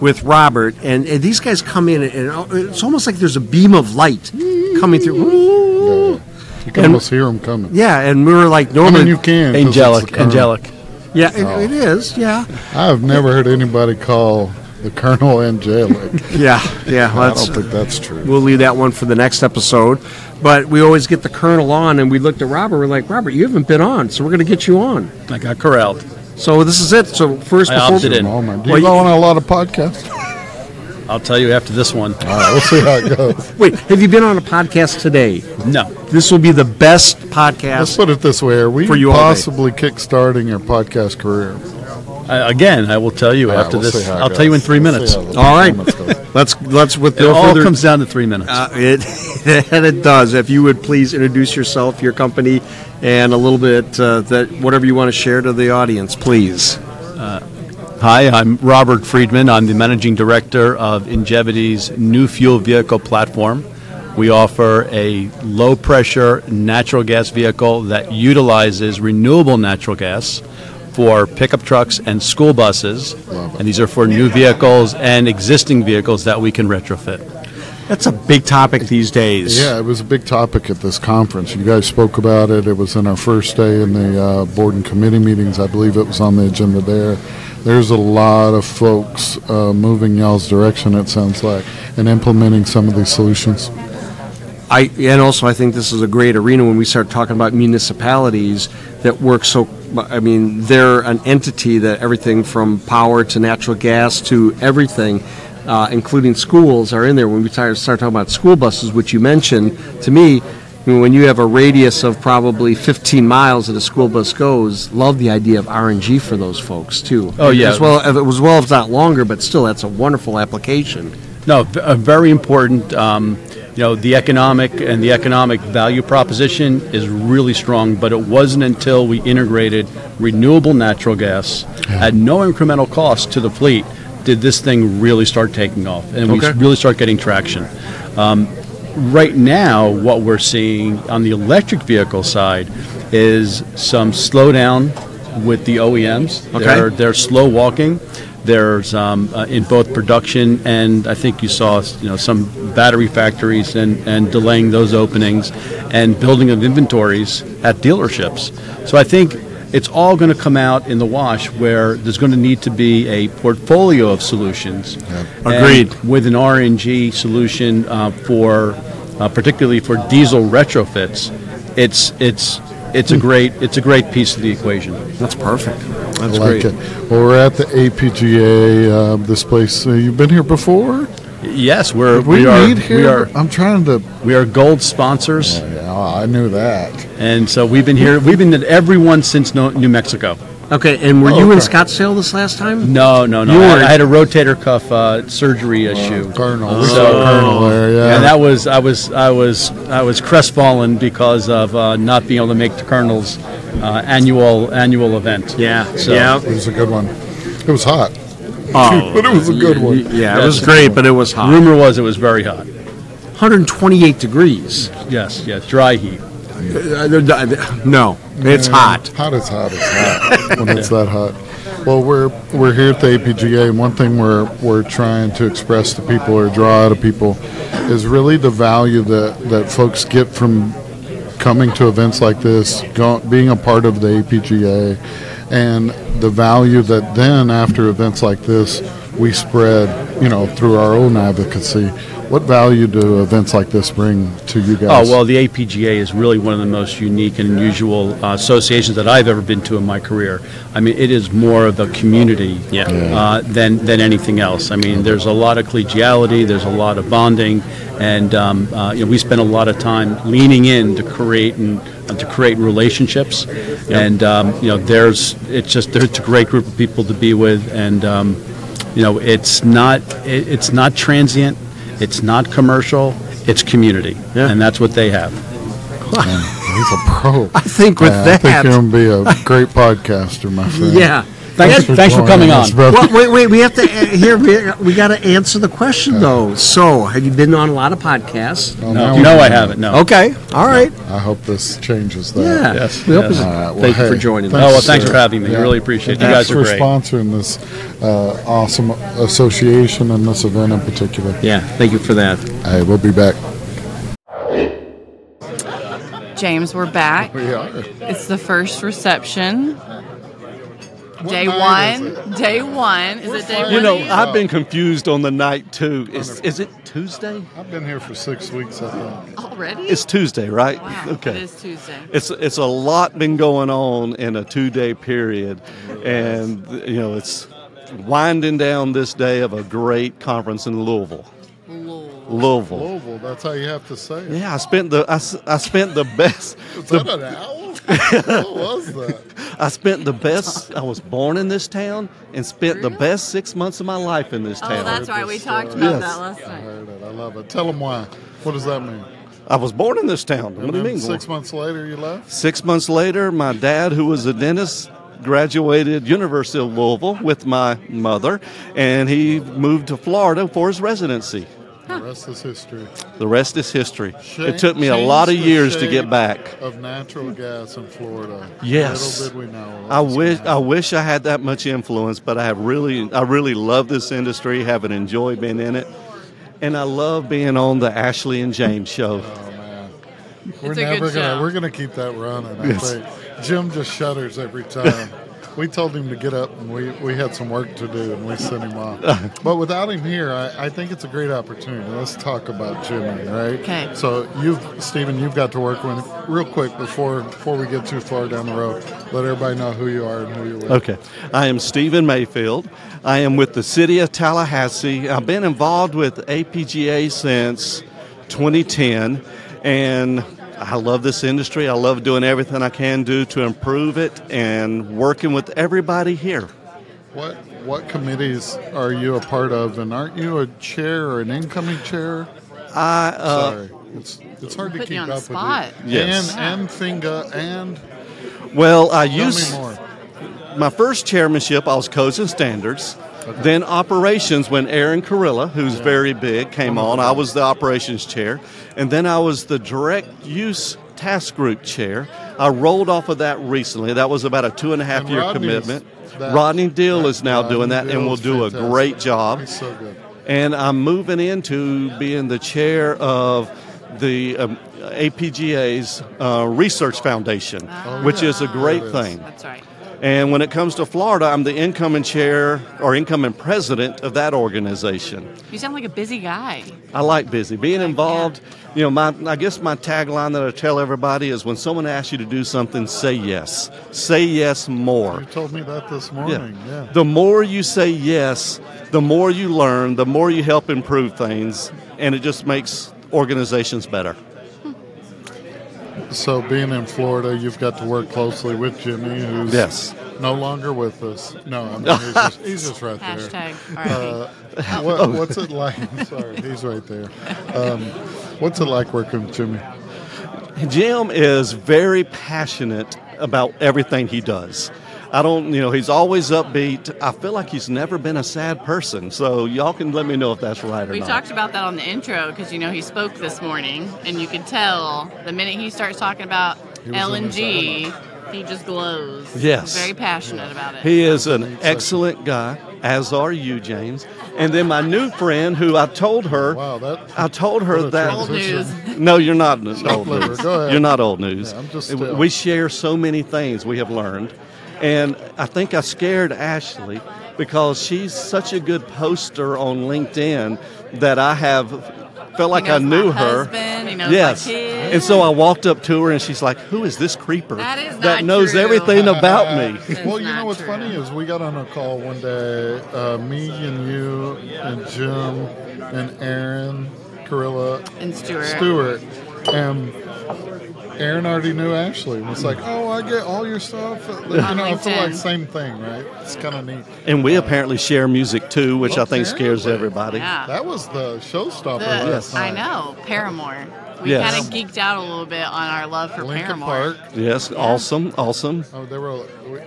Speaker 1: with Robert, and, and these guys come in, and uh, it's almost like there's a beam of light coming through.
Speaker 3: You can
Speaker 1: And-
Speaker 3: almost hear him coming.
Speaker 1: Yeah, and we were like,
Speaker 3: I
Speaker 1: normally.
Speaker 3: mean, you can. 'cause it's the
Speaker 5: angelic,
Speaker 3: Colonel.
Speaker 5: angelic.
Speaker 1: Yeah, it, it is. Yeah.
Speaker 3: I've never heard anybody call the Colonel angelic.
Speaker 1: <laughs> Yeah. Yeah.
Speaker 3: I
Speaker 1: that's-
Speaker 3: don't think that's true.
Speaker 1: uh, We'll leave that one for the next episode. But we always get the colonel on, and we looked at Robert. We're like, Robert, you haven't been on, so we're going to get you on.
Speaker 5: I got corralled.
Speaker 1: So this is it. So first,
Speaker 5: I
Speaker 1: before-
Speaker 5: opted in.
Speaker 3: Moment. Oh Do
Speaker 1: Well,
Speaker 3: you go
Speaker 1: you-
Speaker 3: on a lot of podcasts?
Speaker 1: <laughs>
Speaker 5: I'll tell you after this one.
Speaker 3: All right, we'll see how it goes.
Speaker 1: wait, have you been on a podcast today?
Speaker 5: No.
Speaker 1: This will be the
Speaker 3: Let's
Speaker 1: best podcast.
Speaker 3: put it this way: Are we
Speaker 1: For you all day.
Speaker 3: possibly kick-starting your podcast career?
Speaker 5: <laughs> I, again, I will tell you
Speaker 3: All right,
Speaker 5: after
Speaker 3: we'll see
Speaker 5: this.
Speaker 3: how it
Speaker 5: I'll tell you in
Speaker 3: goes.
Speaker 5: 3
Speaker 3: We'll
Speaker 5: minutes.
Speaker 3: see how the
Speaker 1: All right.
Speaker 3: performance goes.
Speaker 1: <laughs> Let's let's with
Speaker 5: It
Speaker 1: no
Speaker 5: all
Speaker 1: further.
Speaker 5: comes down to three minutes.
Speaker 1: uh, it and it <laughs> does. If you would please introduce yourself, your company, and a little bit uh, that whatever you want to share to the audience, please.
Speaker 5: Uh, Hi, I'm Robert Friedman. I'm the managing director of Ingevity's new fuel vehicle platform. We offer a low pressure natural gas vehicle that utilizes renewable natural gas for pickup trucks and school buses. And these are for new vehicles and existing vehicles that we can retrofit.
Speaker 1: That's a big topic these days.
Speaker 3: Yeah, it was a big topic at this conference. You guys spoke about it. It was in our first day in the uh, board and committee meetings. I believe it was on the agenda there. There's a lot of folks uh, moving y'all's direction. It sounds like and implementing some of these solutions.
Speaker 1: I, and also, I think this is a great arena when we start talking about municipalities that work so. I mean, they're an entity that everything from power to natural gas to everything, uh, including schools, are in there. When we tar- start talking about school buses, which you mentioned, to me, I mean, when you have a radius of probably 15 miles that a school bus goes, love the idea of RNG for those folks too.
Speaker 5: Oh, yeah.
Speaker 1: as well as well as not longer, but still, that's a wonderful application.
Speaker 5: No, v- uh, very important. Um, you know, the economic and the economic value proposition is really strong, but it wasn't until we integrated renewable natural gas at no incremental cost to the fleet did this thing really start taking off and we
Speaker 1: Okay.
Speaker 5: s- really start getting traction. Um, right now, what we're seeing on the electric vehicle side is some slowdown with the OEMs.
Speaker 1: Okay.
Speaker 5: They're, they're slow walking. There's um, uh, in both production and I think you saw you know some battery factories and, and delaying those openings and building of inventories at dealerships. So I think it's all going to come out in the wash where there's going to need to be a portfolio of solutions. And
Speaker 1: Agreed.
Speaker 5: With an RNG solution uh, for uh, particularly for diesel retrofits, it's it's it's a great it's a great piece of the equation.
Speaker 1: Hmm. That's perfect.
Speaker 3: I
Speaker 1: That's
Speaker 3: like
Speaker 1: great.
Speaker 3: it. Well, we're at the APGA. Uh, this place. Uh, you've been here before.
Speaker 5: Yes, we're
Speaker 3: We,
Speaker 5: we, are
Speaker 3: meet here.
Speaker 5: we are
Speaker 3: I'm trying to.
Speaker 5: we are gold sponsors,
Speaker 3: Oh, Yeah, I knew that.
Speaker 5: and so we've been here. We've been at every one since no, New Mexico.
Speaker 1: Okay, and were
Speaker 3: Oh,
Speaker 1: you in
Speaker 3: okay.
Speaker 1: Scottsdale this last time?
Speaker 5: No, no, no.
Speaker 1: You
Speaker 5: I,
Speaker 1: were-
Speaker 5: I had a rotator cuff uh, surgery issue,
Speaker 3: Colonel. We
Speaker 5: So-
Speaker 3: saw Colonel there. Yeah.
Speaker 5: and that was I was I was I was crestfallen because of uh, not being able to make the Colonel's uh, annual annual event.
Speaker 1: Yeah,
Speaker 5: So-
Speaker 1: yeah. Oh.
Speaker 3: It was a good one. It was hot. <laughs> but it was a good one.
Speaker 1: Yeah, it
Speaker 4: That's
Speaker 1: was
Speaker 4: the
Speaker 1: great,
Speaker 4: one.
Speaker 1: but it was hot.
Speaker 4: Rumor was it was very hot.
Speaker 1: 128 degrees.
Speaker 4: Yes, yes, dry heat.
Speaker 1: Uh, they're di- they- No, it's hot.
Speaker 3: Hot is hot is
Speaker 5: <laughs>
Speaker 3: hot when it's that hot. Well, we're we're here at the APGA, and one thing we're we're trying to express to people or draw out of people is really the value that that folks get from coming to events like this, go, being a part of the APGA, and the value that then after events like this we spread, you know, through our own advocacy. What value do events like this bring to you guys?
Speaker 4: Oh, well, the APGA is really one of the most unique and unusual uh, associations that I've ever been to in my career. I mean, it is more of a community uh, than, than anything else. I mean, there's a lot of collegiality, there's a lot of bonding, and, um, uh, you know, we spend a lot of time leaning in to create and uh, to create relationships, and um, you know, there's it's just there's a great group of people to be with, and um, you know, it's not it, it's not transient, it's not commercial, it's community,
Speaker 1: Yeah.
Speaker 4: and that's what they have.
Speaker 3: he's a pro.
Speaker 1: I think with
Speaker 3: Yeah, Uh, I
Speaker 1: that.
Speaker 3: think you're gonna be a great podcaster, my friend.
Speaker 1: Yeah.
Speaker 4: Thanks, thanks for
Speaker 3: joining
Speaker 4: coming
Speaker 3: us,
Speaker 4: on.
Speaker 3: brother.
Speaker 1: Well, wait, wait, we have to, uh, here, we, we got to answer the question, though. So, have you been on a lot of podcasts?
Speaker 3: Well, now
Speaker 4: No,
Speaker 3: we
Speaker 4: no, I
Speaker 3: know.
Speaker 4: haven't. No.
Speaker 1: Okay, all right,
Speaker 3: I hope this changes
Speaker 1: yeah.
Speaker 3: that.
Speaker 4: Yes,
Speaker 1: We hope
Speaker 4: yes.
Speaker 1: it's-
Speaker 3: All right, well,
Speaker 1: Thank you for
Speaker 3: hey,
Speaker 1: joining
Speaker 4: Oh,
Speaker 1: us.
Speaker 4: well, thanks
Speaker 3: sir.
Speaker 4: for having me. Really appreciate it. You
Speaker 3: Thanks
Speaker 4: guys are
Speaker 3: for
Speaker 4: great.
Speaker 3: sponsoring this uh, awesome association and this event in particular.
Speaker 1: Yeah, thank you for that.
Speaker 3: Hey, we'll be back.
Speaker 2: James, we're back.
Speaker 3: We are.
Speaker 2: It's the first reception. Day
Speaker 3: night is
Speaker 2: one. Day one. Is it day one?
Speaker 6: You know,
Speaker 2: yet?
Speaker 6: I've been confused on the night too. Is is it Tuesday?
Speaker 3: I've been here for six weeks. I think.
Speaker 2: already.
Speaker 6: It's Tuesday, right?
Speaker 2: wow, It
Speaker 6: Okay.
Speaker 2: is Tuesday.
Speaker 6: It's it's a lot been going on in a two day period, and you know it's winding down this day of a great conference in Louisville.
Speaker 2: Lord.
Speaker 6: Louisville.
Speaker 3: Louisville. That's how you have to say it.
Speaker 6: Yeah, I spent the I, s- I spent the best
Speaker 3: <laughs> Was
Speaker 6: the
Speaker 3: that an owl? what was that?
Speaker 6: <laughs> I spent the best. I was born in this town and spent the best six months of my life in this
Speaker 2: Oh,
Speaker 6: town.
Speaker 2: that's right. We talked about
Speaker 6: Yes.
Speaker 2: that last
Speaker 3: I
Speaker 2: night.
Speaker 3: heard it. I love it. Tell them why. What does that mean?
Speaker 6: I was born in this town. What
Speaker 3: And
Speaker 6: do you
Speaker 3: then
Speaker 6: mean?
Speaker 3: six months later, you left.
Speaker 6: Six months later, my dad, who was a dentist, graduated University of Louisville with my mother, and he moved to Florida for his residency.
Speaker 3: The rest is history.
Speaker 6: The rest is history.
Speaker 3: Shame-
Speaker 6: it took me a
Speaker 3: change
Speaker 6: lot of
Speaker 3: the
Speaker 6: years to
Speaker 3: shape
Speaker 6: get back.
Speaker 3: Of natural gas in Florida.
Speaker 6: Yes.
Speaker 3: Little did we know.
Speaker 6: I wish I wish I had that much influence, but I have really I really love this industry, haven't enjoyed being in it. And I love being on the Ashley and James show.
Speaker 3: Uh-huh. We're
Speaker 2: It's a
Speaker 3: never
Speaker 2: good
Speaker 3: gonna.
Speaker 2: show.
Speaker 3: We're gonna keep that running. I think. Jim just shudders
Speaker 6: <laughs>
Speaker 3: every time. we told him to get up, and we, we had some work to do, and we sent
Speaker 6: <laughs>
Speaker 3: him off. but without him here, I, I think it's a great opportunity. Let's talk about Jimmy, right?
Speaker 2: 'Kay.
Speaker 3: So you've Stephen, you've got to work with him. real quick before before we get too far down the road. Let everybody know who you are and who you're with.
Speaker 6: Okay. I am Stephen Mayfield. I am with the City of Tallahassee. I've been involved with APGA since 2010, and I love this industry. I love doing everything I can do to improve it and working with everybody here.
Speaker 3: What what committees are you a part of, and aren't you a chair or an incoming chair?
Speaker 6: I, uh,
Speaker 3: Sorry, it's, it's hard to
Speaker 2: Putting
Speaker 3: keep
Speaker 2: you on the
Speaker 3: up
Speaker 2: spot.
Speaker 3: with. you.
Speaker 6: Yes.
Speaker 3: and and Finga and
Speaker 6: well, I
Speaker 3: tell
Speaker 6: used
Speaker 3: me more.
Speaker 6: my first chairmanship, I was codes and standards. Then operations, when Aaron Carilla, who's very big, came
Speaker 3: Uh-huh.
Speaker 6: on, I was the operations chair. And then I was the direct use task group chair. I rolled off of that recently. That was about a two and a half
Speaker 3: And
Speaker 6: year
Speaker 3: Rodney's
Speaker 6: commitment.
Speaker 3: that-
Speaker 6: Rodney Deal is now
Speaker 3: Rodney
Speaker 6: doing that and
Speaker 3: Deal
Speaker 6: will
Speaker 3: is
Speaker 6: do a
Speaker 3: fantastic.
Speaker 6: great job.
Speaker 3: He's so good.
Speaker 6: And I'm moving into being the chair of the um, APGA's uh, Research Foundation, which is a great thing.
Speaker 2: Ah. That's right.
Speaker 6: And when it comes to Florida, I'm the incoming chair or incoming president of that organization.
Speaker 2: You sound like a busy guy.
Speaker 6: I like busy. Being involved, you know, my, I guess my tagline that I tell everybody is when someone asks you to do something, say yes. Say yes more.
Speaker 3: You told me that this
Speaker 6: Yeah.
Speaker 3: morning. Yeah.
Speaker 6: The more you say yes, the more you learn, the more you help improve things, and it just makes organizations better.
Speaker 3: So being in Florida, you've got to work closely with Jimmy, who's
Speaker 6: Yes.
Speaker 3: no longer with us.
Speaker 6: <laughs>
Speaker 3: No, I mean,
Speaker 2: <laughs>
Speaker 3: he's, just, he's just right there.
Speaker 2: Hashtag.
Speaker 3: Uh, what, what's it like? <laughs> I'm sorry, he's right there. Um, what's it like working with Jimmy?
Speaker 6: Jim is very passionate about everything he does. I don't, you know, he's always upbeat. I feel like he's never been a sad person. So y'all can let me know if that's right or
Speaker 7: We
Speaker 6: not.
Speaker 7: talked about that on the intro because you know he spoke this morning, and you could tell the minute he starts talking about
Speaker 3: was on his
Speaker 7: LNG, he just glows.
Speaker 6: Yes.
Speaker 7: very passionate about it.
Speaker 6: He is an excellent guy, as are you, James. And then my new friend, who I told her,
Speaker 3: Wow, that-
Speaker 6: I told her
Speaker 3: what a
Speaker 6: that.
Speaker 7: Old
Speaker 3: transition.
Speaker 7: news.
Speaker 6: No, you're not n- old
Speaker 3: Flipper,
Speaker 6: news.
Speaker 3: go ahead.
Speaker 6: You're not old news.
Speaker 3: Yeah, I'm just,
Speaker 6: W-
Speaker 3: uh,
Speaker 6: we share so many things we have learned. And I think I scared Ashley because she's such a good poster on LinkedIn that I have felt like
Speaker 7: He knows
Speaker 6: I knew
Speaker 7: my
Speaker 6: her.
Speaker 7: husband, he knows my
Speaker 6: yes.
Speaker 7: kids.
Speaker 6: And so I walked up to her and she's like, Who is this creeper
Speaker 7: That is not
Speaker 6: knows
Speaker 7: true."
Speaker 6: everything about me?
Speaker 7: That's
Speaker 3: well, you know
Speaker 7: not
Speaker 3: what's
Speaker 7: true.
Speaker 3: funny is we got on a call one day, uh, me and you and Jim and Aaron, Carilla,
Speaker 7: And Stuart.
Speaker 3: Stewart, and Aaron already knew Ashley. It's like,
Speaker 7: <laughs>
Speaker 3: oh, I get all your stuff. You know, I feel like
Speaker 7: LinkedIn.
Speaker 3: same thing, right? It's kind of neat.
Speaker 6: And we apparently share music too, which I think scares
Speaker 3: Apparently.
Speaker 6: everybody.
Speaker 7: Yeah.
Speaker 3: That was the showstopper
Speaker 7: The-
Speaker 3: last
Speaker 7: I
Speaker 3: night.
Speaker 7: know Paramore. We
Speaker 6: Yes.
Speaker 7: kind of geeked out a little bit on our love for
Speaker 3: Lincoln
Speaker 7: Paramore.
Speaker 3: Park.
Speaker 6: Yes, awesome, awesome.
Speaker 3: Oh, they were. We, we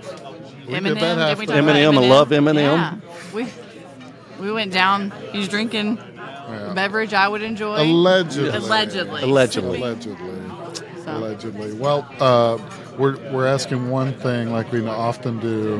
Speaker 7: Eminem,
Speaker 3: did that
Speaker 7: didn't
Speaker 3: half
Speaker 7: we
Speaker 3: the
Speaker 7: talk about
Speaker 6: Eminem, I love Eminem.
Speaker 7: Yeah. We we went down. He's drinking a beverage I would enjoy.
Speaker 3: Allegedly.
Speaker 7: Allegedly.
Speaker 6: Allegedly.
Speaker 3: Allegedly.
Speaker 7: So.
Speaker 3: Allegedly. Well, uh, we're, we're asking one thing like we often do.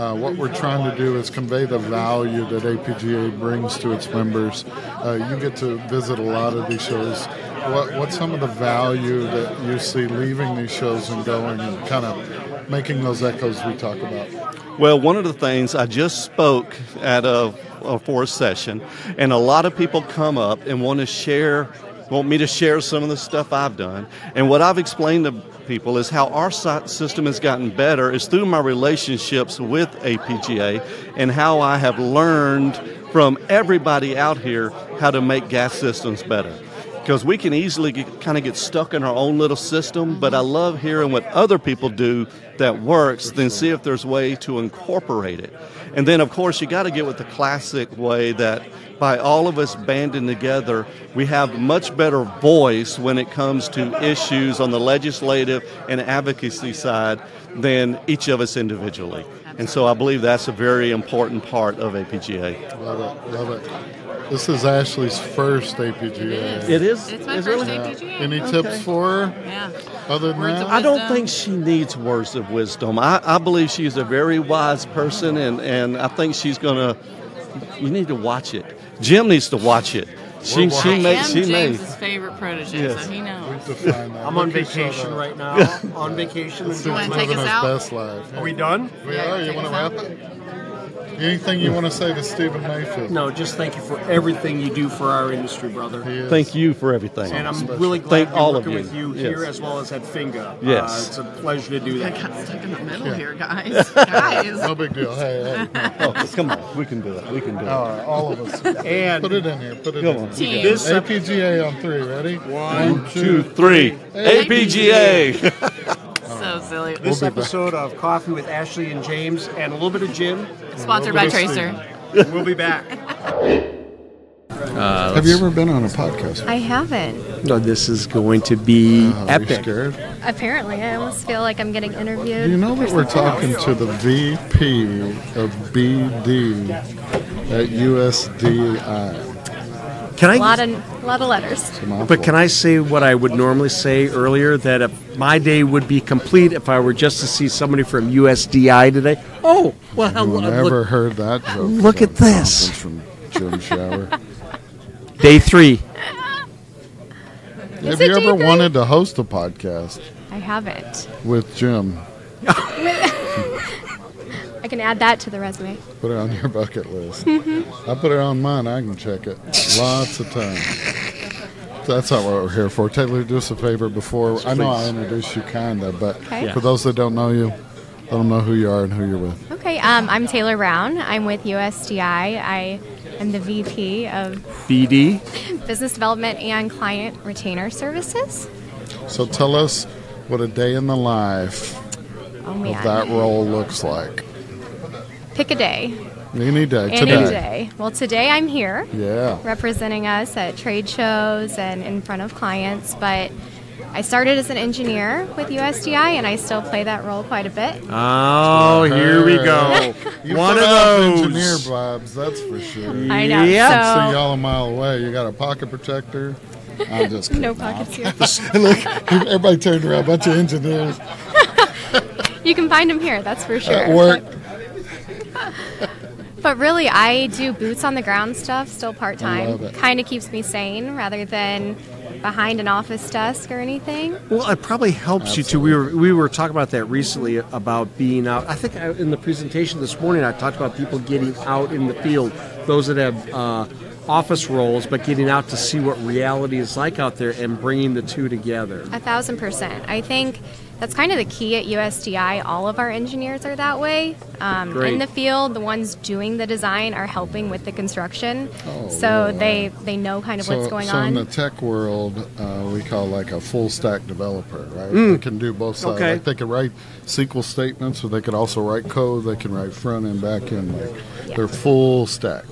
Speaker 3: Uh, what we're trying to do is convey the value that APGA brings to its members. Uh, you get to visit a lot of these shows. What, what's some of the value that you see leaving these shows and going and kind of making those echoes we talk about?
Speaker 6: Well, one of the things I just spoke at a, a forest session, and a lot of people come up and want to share, want me to share some of the stuff I've done. And what I've explained to people is how our si- system has gotten better is through my relationships with APGA and how I have learned from everybody out here how to make gas systems better. because we can easily get, kind of get stuck in our own little system. But I love hearing what other people do that works, then see if there's a way to incorporate it. And then, of course, you got to get with the classic way that by all of us banding together, we have much better voice when it comes to issues on the legislative and advocacy side than each of us individually. And so I believe that's a very important part of APGA.
Speaker 3: Love it. Love it. This is Ashley's first APGA.
Speaker 6: It is.
Speaker 7: It's my
Speaker 6: it's
Speaker 7: first
Speaker 6: really-
Speaker 7: APGA.
Speaker 3: Any
Speaker 7: Okay.
Speaker 3: tips for her?
Speaker 7: Yeah.
Speaker 3: Other than
Speaker 7: Words of
Speaker 3: that?
Speaker 6: I don't
Speaker 7: wisdom.
Speaker 6: think she needs words of wisdom. I, I believe she's a very wise person, and, and I think she's going to. You need to watch it. Jim needs to watch it. She,
Speaker 3: We're
Speaker 6: she
Speaker 7: I
Speaker 6: may.
Speaker 7: am
Speaker 6: She may.
Speaker 7: James's favorite protege,
Speaker 6: Yes.
Speaker 7: so he knows.
Speaker 3: I'm
Speaker 8: I'm on vacation right
Speaker 1: <laughs>
Speaker 8: now.
Speaker 3: <laughs>
Speaker 8: on vacation.
Speaker 3: This is
Speaker 7: wanna
Speaker 8: enjoying
Speaker 7: take
Speaker 8: my-
Speaker 3: living
Speaker 7: us
Speaker 3: his
Speaker 7: out?
Speaker 3: best life.
Speaker 8: Are we done?
Speaker 3: We are. You
Speaker 7: take
Speaker 3: want to
Speaker 7: us
Speaker 3: wrap
Speaker 7: out.
Speaker 3: it? Anything you want to say to Stephen Mayfield?
Speaker 8: No, just thank you for everything you do for our industry, brother.
Speaker 3: He is.
Speaker 6: Thank you for everything.
Speaker 8: And I'm really glad
Speaker 6: Thank
Speaker 8: to be
Speaker 6: all of
Speaker 8: working
Speaker 6: you.
Speaker 8: with you here
Speaker 6: Yes.
Speaker 8: as well as at Finga.
Speaker 6: Yes.
Speaker 8: Uh, it's a pleasure to do
Speaker 7: I
Speaker 8: that.
Speaker 7: got stuck in the middle here,
Speaker 6: <laughs>
Speaker 3: <laughs>
Speaker 7: guys. guys.
Speaker 3: No big deal. Hey, hey.
Speaker 6: Oh, come on, we can do it. We can do it.
Speaker 3: All right, all of
Speaker 7: <laughs>
Speaker 3: us.
Speaker 8: And
Speaker 3: Put it in here. Put it
Speaker 6: Go
Speaker 3: in.
Speaker 6: on.
Speaker 3: here.
Speaker 7: Team.
Speaker 8: this
Speaker 3: APGA on three. Ready? One,
Speaker 6: Two, three. APGA.
Speaker 7: so silly.
Speaker 8: this episode of Coffee with Ashley and James and a little bit of Jim.
Speaker 7: Sponsored by Tracer.
Speaker 8: We'll be back.
Speaker 3: Have you ever been on a podcast?
Speaker 9: I haven't.
Speaker 1: No, this is going to be
Speaker 3: Are Oh, you
Speaker 1: epic.
Speaker 3: scared?
Speaker 9: Apparently, I almost feel like I'm getting interviewed.
Speaker 3: You know that we're talking to the VP of BD at USDI.
Speaker 1: Can
Speaker 9: a lot
Speaker 1: I?
Speaker 9: of lot of letters.
Speaker 1: But can I say what I would normally say earlier? That if my day would be complete if I were just to see somebody from USDI today. Oh, well, hello.
Speaker 3: I've never heard that joke.
Speaker 1: Look at
Speaker 3: about a
Speaker 1: this.
Speaker 3: conference From Jim Shower.
Speaker 1: look, day three.
Speaker 3: Have
Speaker 9: it
Speaker 3: you ever
Speaker 9: Jay Gray?
Speaker 3: wanted to host a podcast
Speaker 9: I
Speaker 3: <laughs>
Speaker 9: haven't.
Speaker 3: with Jim?
Speaker 9: I can add that to the resume.
Speaker 3: Put it on your <laughs> bucket list.
Speaker 9: Mm-hmm.
Speaker 3: I put it on mine. I can check it lots of times. That's not what we're here for. Taylor, do us a favor before. I know I introduced you kinda, but
Speaker 9: Okay. Yeah.
Speaker 3: for those that don't know you, let them know who you are and who you're with.
Speaker 9: Okay, um, I'm Taylor Brown. I'm with USDI. I am the VP of
Speaker 1: BD.
Speaker 9: Business Development and Client Retainer Services.
Speaker 3: So tell us what a day in the life
Speaker 9: Oh
Speaker 3: of
Speaker 9: man,
Speaker 3: that role looks like.
Speaker 9: pick a day,
Speaker 3: Any day
Speaker 9: any
Speaker 3: Uh, today.
Speaker 9: day. Well, today I'm here
Speaker 3: Yeah.
Speaker 9: representing us at trade shows and in front of clients, but I started as an engineer with USDI, and I still play that role quite a bit.
Speaker 1: Oh, here we go.
Speaker 3: <laughs> You
Speaker 1: One
Speaker 3: put
Speaker 1: of
Speaker 3: out
Speaker 1: those.
Speaker 3: engineer blobs, that's for sure.
Speaker 9: I know.
Speaker 1: Yeah.
Speaker 3: See
Speaker 9: So,
Speaker 3: y'all a mile away. You got a pocket protector. I'm
Speaker 9: <laughs>
Speaker 3: just kidding. <laughs>
Speaker 9: no pockets here.
Speaker 3: Look, everybody turned around. bunch of engineers
Speaker 9: You can find them here, that's for sure.
Speaker 3: at work.
Speaker 9: But really, I do boots on the ground stuff still part
Speaker 3: I love
Speaker 9: time.
Speaker 3: it.
Speaker 9: Kind of keeps me sane rather than behind an office desk or anything.
Speaker 1: Well, it probably helps you too. We were we were talking about that recently about being out. I think I, in the presentation this morning I talked about people getting out in the field, those that have uh, office roles, but getting out to see what reality is like out there and bringing the two together.
Speaker 9: A thousand percent. I think that's kind of the key at USDI. All of our engineers are that way. Um,
Speaker 1: Great.
Speaker 9: in the field, the ones doing the design are helping with the construction,
Speaker 3: Oh,
Speaker 9: so
Speaker 3: wow.
Speaker 9: they they know kind of
Speaker 3: So,
Speaker 9: what's going
Speaker 3: so
Speaker 9: on.
Speaker 3: in the tech world, uh, we call like a full stack developer, right? They can do both sides.
Speaker 1: Okay.
Speaker 3: Like they can write SQL statements, or they could also write code. They can write front end, back end. Like
Speaker 9: Yeah.
Speaker 3: they're full stack.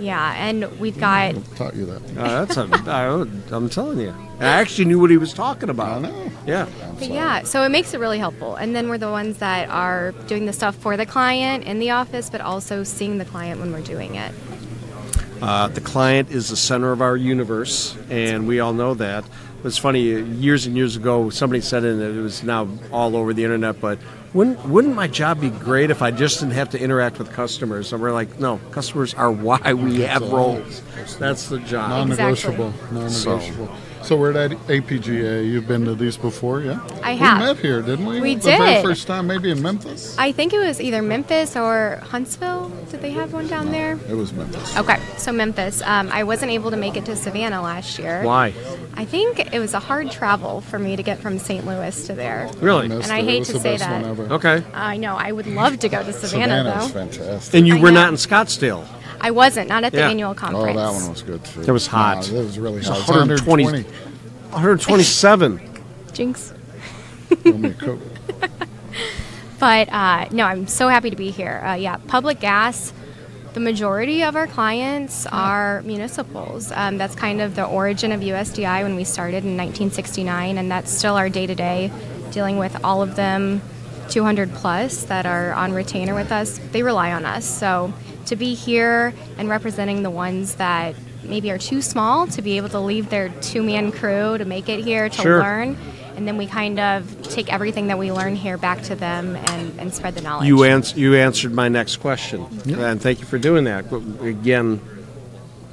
Speaker 9: yeah, and we've got
Speaker 3: Taught you that.
Speaker 1: Uh, that's a, I, I'm telling you. And I actually knew what he was talking about.
Speaker 3: I know.
Speaker 1: Yeah.
Speaker 9: But yeah, so it makes it really helpful. And then we're the ones that are doing the stuff for the client in the office, but also seeing the client when we're doing it.
Speaker 1: Uh, the client is the center of our universe, and we all know that. It's funny. Years and years ago, somebody said, and it was now all over the internet. But wouldn't wouldn't my job be great if I just didn't have to interact with customers? And we're like, no, customers are why we have roles. That's the job.
Speaker 3: Non-negotiable. Non-negotiable. So. we're at APGA. You've been to these before, yeah?
Speaker 9: I have.
Speaker 3: We met here, didn't we?
Speaker 9: We
Speaker 3: the very
Speaker 9: did.
Speaker 3: first time, maybe in Memphis.
Speaker 9: I think it was either Memphis or Huntsville. Did they have one down there?
Speaker 3: It was Memphis.
Speaker 9: Okay, so Memphis. Um, I wasn't able to make it to Savannah last year.
Speaker 1: Why?
Speaker 9: I think it was a hard travel for me to get from St. Louis to there.
Speaker 1: Really?
Speaker 9: And I
Speaker 3: It
Speaker 9: hate
Speaker 3: was
Speaker 9: to
Speaker 3: the
Speaker 9: say
Speaker 3: best
Speaker 9: that.
Speaker 3: one ever.
Speaker 1: Okay.
Speaker 9: I know. I would love to go to Savannah,
Speaker 3: Savannah's
Speaker 9: though.
Speaker 3: fantastic.
Speaker 1: And you
Speaker 9: I
Speaker 1: were
Speaker 9: know.
Speaker 1: not in Scottsdale.
Speaker 9: I wasn't. Not at the
Speaker 1: Yeah.
Speaker 9: annual
Speaker 3: Oh,
Speaker 9: conference.
Speaker 3: that one was good too.
Speaker 1: That was hot.
Speaker 3: Wow, that was really
Speaker 1: It's
Speaker 3: hot. It was
Speaker 1: 120.
Speaker 3: 120.
Speaker 9: <laughs>
Speaker 1: 127.
Speaker 9: Jinx.
Speaker 3: Throw me a Coke.
Speaker 9: <laughs> But uh, no, I'm so happy to be here. Uh, yeah, public gas. The majority of our clients are municipals. Um, that's kind of the origin of USDI when we started in 1969, and that's still our day to day dealing with all of them, 200 plus that are on retainer with us. They rely on us. So to be here and representing the ones that maybe are too small to be able to leave their two man crew to make it here to
Speaker 1: Sure.
Speaker 9: learn. And then we kind of take everything that we learn here back to them and, and spread the knowledge.
Speaker 1: You ans- you answered my next question, and thank you for doing that. But Again,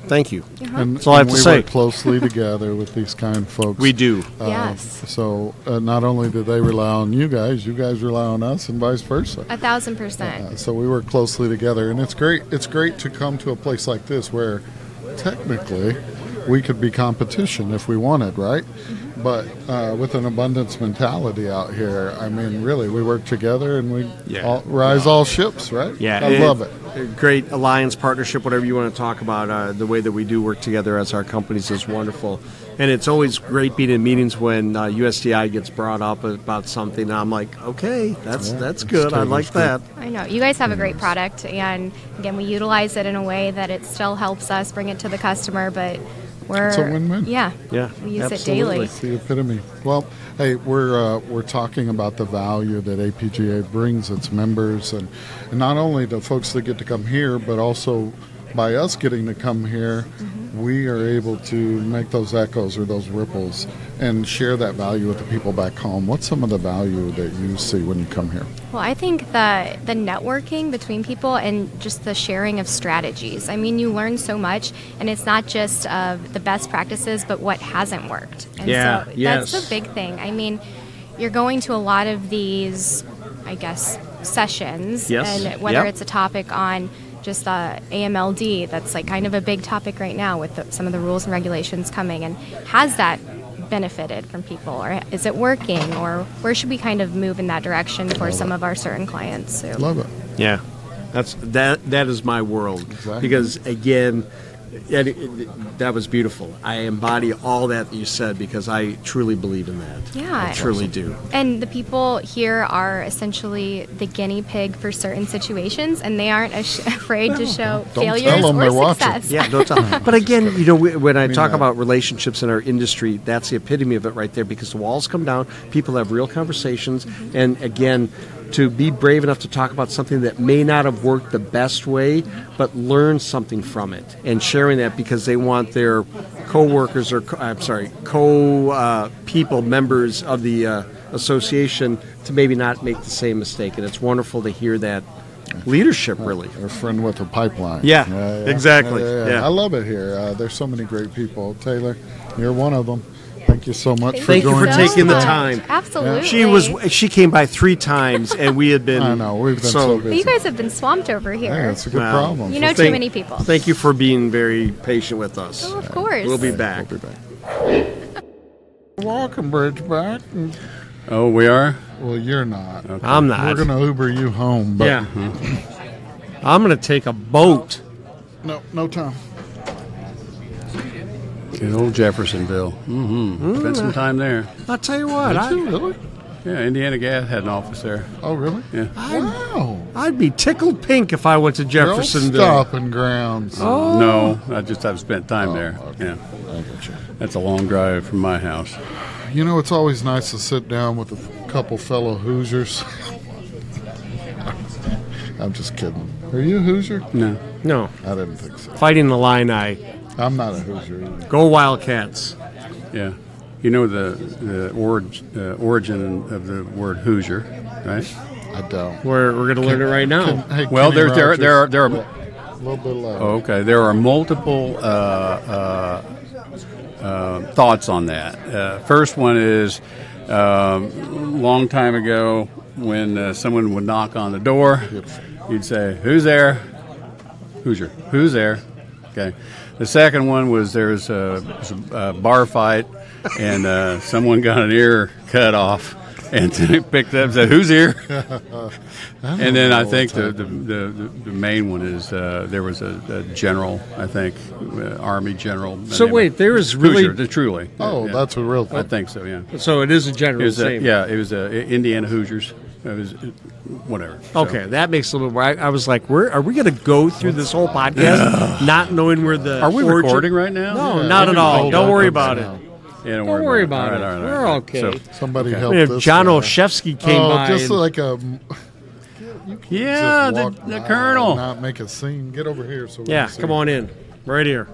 Speaker 1: thank you.
Speaker 9: Uh-huh.
Speaker 3: And,
Speaker 1: That's all
Speaker 3: Uh-huh.
Speaker 1: I
Speaker 3: and
Speaker 1: have to
Speaker 3: we
Speaker 1: say.
Speaker 3: work closely together with these kind folks. Uh,
Speaker 1: We do.
Speaker 9: yes.
Speaker 3: So uh, not only do they rely on you guys, you guys rely on us, and vice versa.
Speaker 9: A thousand percent.
Speaker 3: Uh, so we work closely together, and it's great. It's great to come to a place like this where, technically, we could be competition if we wanted, right? But uh, with an abundance mentality out here, I mean, really, we work together and we
Speaker 1: Yeah.
Speaker 3: all, rise all ships, right?
Speaker 1: Yeah,
Speaker 3: I love it.
Speaker 1: a Great alliance, partnership, whatever you want to talk about. Uh, the way that we do work together as our companies is wonderful, and it's always great being in meetings when uh, USDI gets brought up about something. And I'm like, okay, that's that's good. I
Speaker 3: totally
Speaker 1: like
Speaker 3: good.
Speaker 1: that.
Speaker 9: I know. You guys have a great product, and again, we utilize it in a way that it still helps us bring it to the customer, but we're.
Speaker 3: It's a win-win.
Speaker 9: Yeah.
Speaker 1: Yeah,
Speaker 9: We use it daily.
Speaker 3: It's the epitome. Well, hey, we're uh, we're talking about the value that APGA brings its members, and, and not only the folks that get to come here, but also by us getting to come here,
Speaker 9: Mm-hmm.
Speaker 3: we are able to make those echoes or those ripples and share that value with the people back home. What's some of the value that you see when you come here?
Speaker 9: Well, I think the the networking between people and just the sharing of strategies. I mean, you learn so much, and it's not just of the best practices, but what hasn't worked. And
Speaker 1: Yeah,
Speaker 9: so
Speaker 1: yes.
Speaker 9: That's the big thing. I mean, you're going to a lot of these, I guess, sessions,
Speaker 1: Yes.
Speaker 9: and whether
Speaker 1: Yep.
Speaker 9: it's a topic on just the AMLD, that's like kind of a big topic right now with the, some of the rules and regulations coming, and has that benefited from people, or is it working, or where should we kind of move in that direction for some of our certain clients? who-
Speaker 3: Love it.
Speaker 1: Yeah, that's that. That is my world
Speaker 3: Exactly.
Speaker 1: because again, Yeah, it- it- that was beautiful. I embody all that you said because I truly believe in that.
Speaker 9: Yeah.
Speaker 1: I truly do.
Speaker 9: And the people here are essentially the guinea pig for certain situations, and they aren't ash- <laughs> afraid to show
Speaker 3: tell
Speaker 9: failures
Speaker 3: them they're
Speaker 9: or
Speaker 3: watching.
Speaker 9: success.
Speaker 1: Yeah, no, it's
Speaker 9: <laughs>
Speaker 1: not. but again, you know, we- when I talk
Speaker 3: that.
Speaker 1: about relationships in our industry, that's the epitome of it right there because the walls come down, people have real conversations, and again, to be brave enough to talk about something that may not have worked the best way, but learn something from it and sharing that because they want their coworkers or co- I'm sorry, co uh, people members of the uh, association to maybe not make the same mistake, and it's wonderful to hear that leadership really.
Speaker 3: Our friend with the pipeline.
Speaker 1: Yeah, exactly. Yeah.
Speaker 3: I love it here. Uh, there's so many great people. Taylor, you're one of them. Thank you so much for
Speaker 1: Thank you
Speaker 3: joining
Speaker 1: for
Speaker 3: us
Speaker 1: taking the
Speaker 3: today.
Speaker 1: time.
Speaker 9: Absolutely.
Speaker 1: She was. She came by three times, and we had
Speaker 3: <laughs>
Speaker 1: been.
Speaker 3: I know we've been so,
Speaker 9: But
Speaker 3: busy.
Speaker 9: you guys have been swamped over here.
Speaker 3: yeah, it's a good
Speaker 1: Wow.
Speaker 3: problem.
Speaker 9: You know too
Speaker 1: Thank-
Speaker 9: many people.
Speaker 1: Thank you for being very patient with us.
Speaker 9: Oh, of course.
Speaker 1: We'll be back.
Speaker 3: We'll be back. Welcome, Bridgeback.
Speaker 4: Oh, we are?
Speaker 3: Well, you're not.
Speaker 1: I'm not.
Speaker 3: We're gonna Uber you home, but
Speaker 1: yeah. I'm gonna take a boat.
Speaker 3: no, no time.
Speaker 4: In old Jeffersonville. Mm-hmm. Spent some time there.
Speaker 1: I'll tell you what.
Speaker 3: Did you
Speaker 1: I,
Speaker 3: really?
Speaker 4: Yeah, Indiana Gas had an office there.
Speaker 3: Oh, really?
Speaker 4: Yeah.
Speaker 3: Wow.
Speaker 1: I'd be tickled pink if I went to
Speaker 3: Girl
Speaker 1: Jeffersonville. Oh,
Speaker 3: stopping grounds.
Speaker 4: Uh, No, I just I've spent time there.
Speaker 3: Oh. okay.
Speaker 4: Yeah,
Speaker 3: I got you.
Speaker 4: that's a long drive from my house.
Speaker 3: You know, it's always nice to sit down with a couple fellow Hoosiers. <laughs> I'm just kidding. Are you a Hoosier?
Speaker 4: No,
Speaker 1: No,
Speaker 3: I didn't think so.
Speaker 1: fighting the line. I
Speaker 3: I'm not a Hoosier. Either.
Speaker 1: go Wildcats.
Speaker 4: yeah, you know the the orig, uh, origin of the word Hoosier, right?
Speaker 3: I don't.
Speaker 1: We're we're gonna learn it right now.
Speaker 3: Hey,
Speaker 4: Well,
Speaker 3: Kenny
Speaker 4: there there there are,
Speaker 3: Rogers,
Speaker 4: there are
Speaker 3: a little bit loud.
Speaker 1: Oh.
Speaker 4: Oh, Okay, there are multiple uh, uh, uh, thoughts on that. Uh, first one is um, long time ago when uh, someone would knock on the door, you'd say, "Who's there? Who's your? Who's there?" Okay. The second one was there's a, was a bar fight and uh, someone got an ear cut off and <laughs> picked up and said, "Who's here?" And then I think the, the, the, the main one is uh, there was a, a general, I think, uh, Army general.
Speaker 1: So wait, there is really-
Speaker 4: Hoosier, the- truly.
Speaker 3: Oh,
Speaker 4: Yeah.
Speaker 3: that's a real
Speaker 4: I
Speaker 3: thing.
Speaker 4: think so. Yeah.
Speaker 1: So it is a
Speaker 4: It
Speaker 1: general
Speaker 4: was a,
Speaker 1: same.
Speaker 4: yeah, it was uh, Indiana Hoosiers. It was uh, whatever. So-
Speaker 1: Okay, that makes a little more. I, I was like, "Where are we going to go through this whole podcast not knowing where the
Speaker 4: Are we
Speaker 1: origin-
Speaker 4: recording right now?
Speaker 1: No,
Speaker 4: Yeah.
Speaker 1: not
Speaker 4: We've
Speaker 1: at
Speaker 4: been
Speaker 1: all.
Speaker 4: told
Speaker 1: Don't
Speaker 4: that.
Speaker 1: worry
Speaker 4: Okay.
Speaker 1: about
Speaker 3: No.
Speaker 1: it.
Speaker 4: Yeah, don't,
Speaker 1: Don't worry about
Speaker 4: All
Speaker 1: it.
Speaker 4: right, all right,
Speaker 1: We're
Speaker 4: all right.
Speaker 1: okay.
Speaker 4: So,
Speaker 3: Somebody
Speaker 1: I
Speaker 3: help
Speaker 1: mean, if
Speaker 3: this
Speaker 1: John
Speaker 3: guy.
Speaker 1: Olszewski came
Speaker 3: Oh,
Speaker 1: by,
Speaker 3: just
Speaker 1: and-
Speaker 3: like a.
Speaker 4: yeah,
Speaker 3: just
Speaker 4: the,
Speaker 3: walk by
Speaker 4: the
Speaker 3: and
Speaker 4: colonel.
Speaker 3: Not make a scene. Get over here. So we
Speaker 1: yeah,
Speaker 3: can see.
Speaker 1: come on in, right here.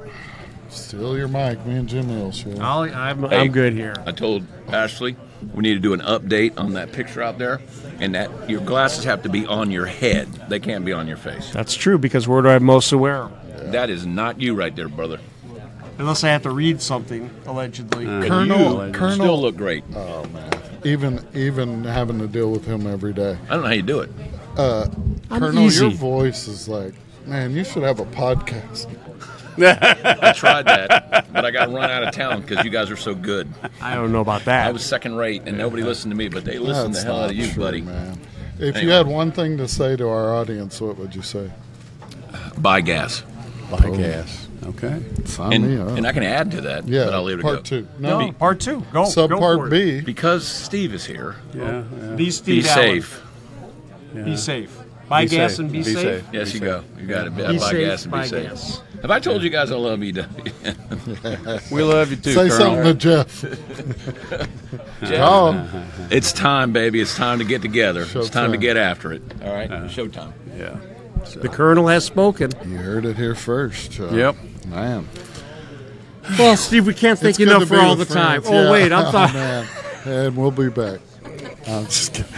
Speaker 3: Steal your mic. Me and Jimmy will share.
Speaker 1: I'll, I'm,
Speaker 10: Hey.
Speaker 1: I'm good here.
Speaker 10: I told Ashley we need to do an update on that picture out there, and that your glasses have to be on your head. They can't be on your face.
Speaker 1: That's true because where do I most wear 'em?
Speaker 10: That is not you right there, brother.
Speaker 1: Unless I have to read something allegedly.
Speaker 4: Uh,
Speaker 3: Colonel,
Speaker 4: you
Speaker 10: Still
Speaker 3: Colonel,
Speaker 10: look great.
Speaker 4: Oh,
Speaker 3: even even having to deal with him every day. Uh,
Speaker 10: I don't know how you do it.
Speaker 3: Colonel,
Speaker 1: easy.
Speaker 3: your voice is like, man, you should have a podcast.
Speaker 10: I tried that, but I got run out of town because you guys are so good.
Speaker 1: I don't know about
Speaker 10: I
Speaker 1: that.
Speaker 10: was second rate, and nobody listened to me, but they listened
Speaker 3: That's
Speaker 10: the hell out
Speaker 3: not
Speaker 10: of you,
Speaker 3: true,
Speaker 10: buddy.
Speaker 3: Man. If you
Speaker 10: Anyway.
Speaker 3: had one thing to say to our audience, what would you say?
Speaker 10: Buy gas.
Speaker 4: Like gas. Okay.
Speaker 3: Sign
Speaker 10: And,
Speaker 3: me up.
Speaker 10: and I can add to that,
Speaker 3: yeah,
Speaker 10: but I'll leave it
Speaker 3: part
Speaker 10: to go.
Speaker 3: two. No,
Speaker 1: no, part two. Go. go for
Speaker 3: subpart
Speaker 1: it.
Speaker 3: B.
Speaker 10: Because Steve is here,
Speaker 4: Yeah. yeah,
Speaker 1: Be
Speaker 10: be
Speaker 1: Steve Allen.
Speaker 10: safe.
Speaker 1: Be safe. Buy
Speaker 4: Be
Speaker 1: gas
Speaker 4: safe.
Speaker 1: and be,
Speaker 4: Be
Speaker 1: safe.
Speaker 4: safe.
Speaker 10: Yes,
Speaker 4: Be
Speaker 10: you
Speaker 4: safe.
Speaker 10: go. You got it.
Speaker 1: Be
Speaker 10: Buy
Speaker 1: safe.
Speaker 10: gas and be
Speaker 1: buy
Speaker 10: safe.
Speaker 1: gas.
Speaker 10: Have I told you guys I love you? <laughs>
Speaker 4: We love you too,
Speaker 3: Say
Speaker 4: Colonel.
Speaker 3: something to Jeff. John.
Speaker 10: It's time, baby. It's time to get together. It's time to
Speaker 3: Showtime.
Speaker 10: get after it. All right? Showtime.
Speaker 4: Yeah.
Speaker 1: The colonel has spoken.
Speaker 3: You heard it here first. Uh,
Speaker 4: Yep.
Speaker 1: <laughs>
Speaker 3: Man.
Speaker 1: Well, Steve, we can't thank
Speaker 3: It's
Speaker 1: you
Speaker 3: good
Speaker 1: enough
Speaker 3: to be
Speaker 1: for all the
Speaker 3: with
Speaker 1: time.
Speaker 3: friends.
Speaker 1: Oh
Speaker 3: Yeah. <laughs>
Speaker 1: wait, I'm
Speaker 3: Oh,
Speaker 1: sorry.
Speaker 3: man. And we'll be back. I'm just kidding.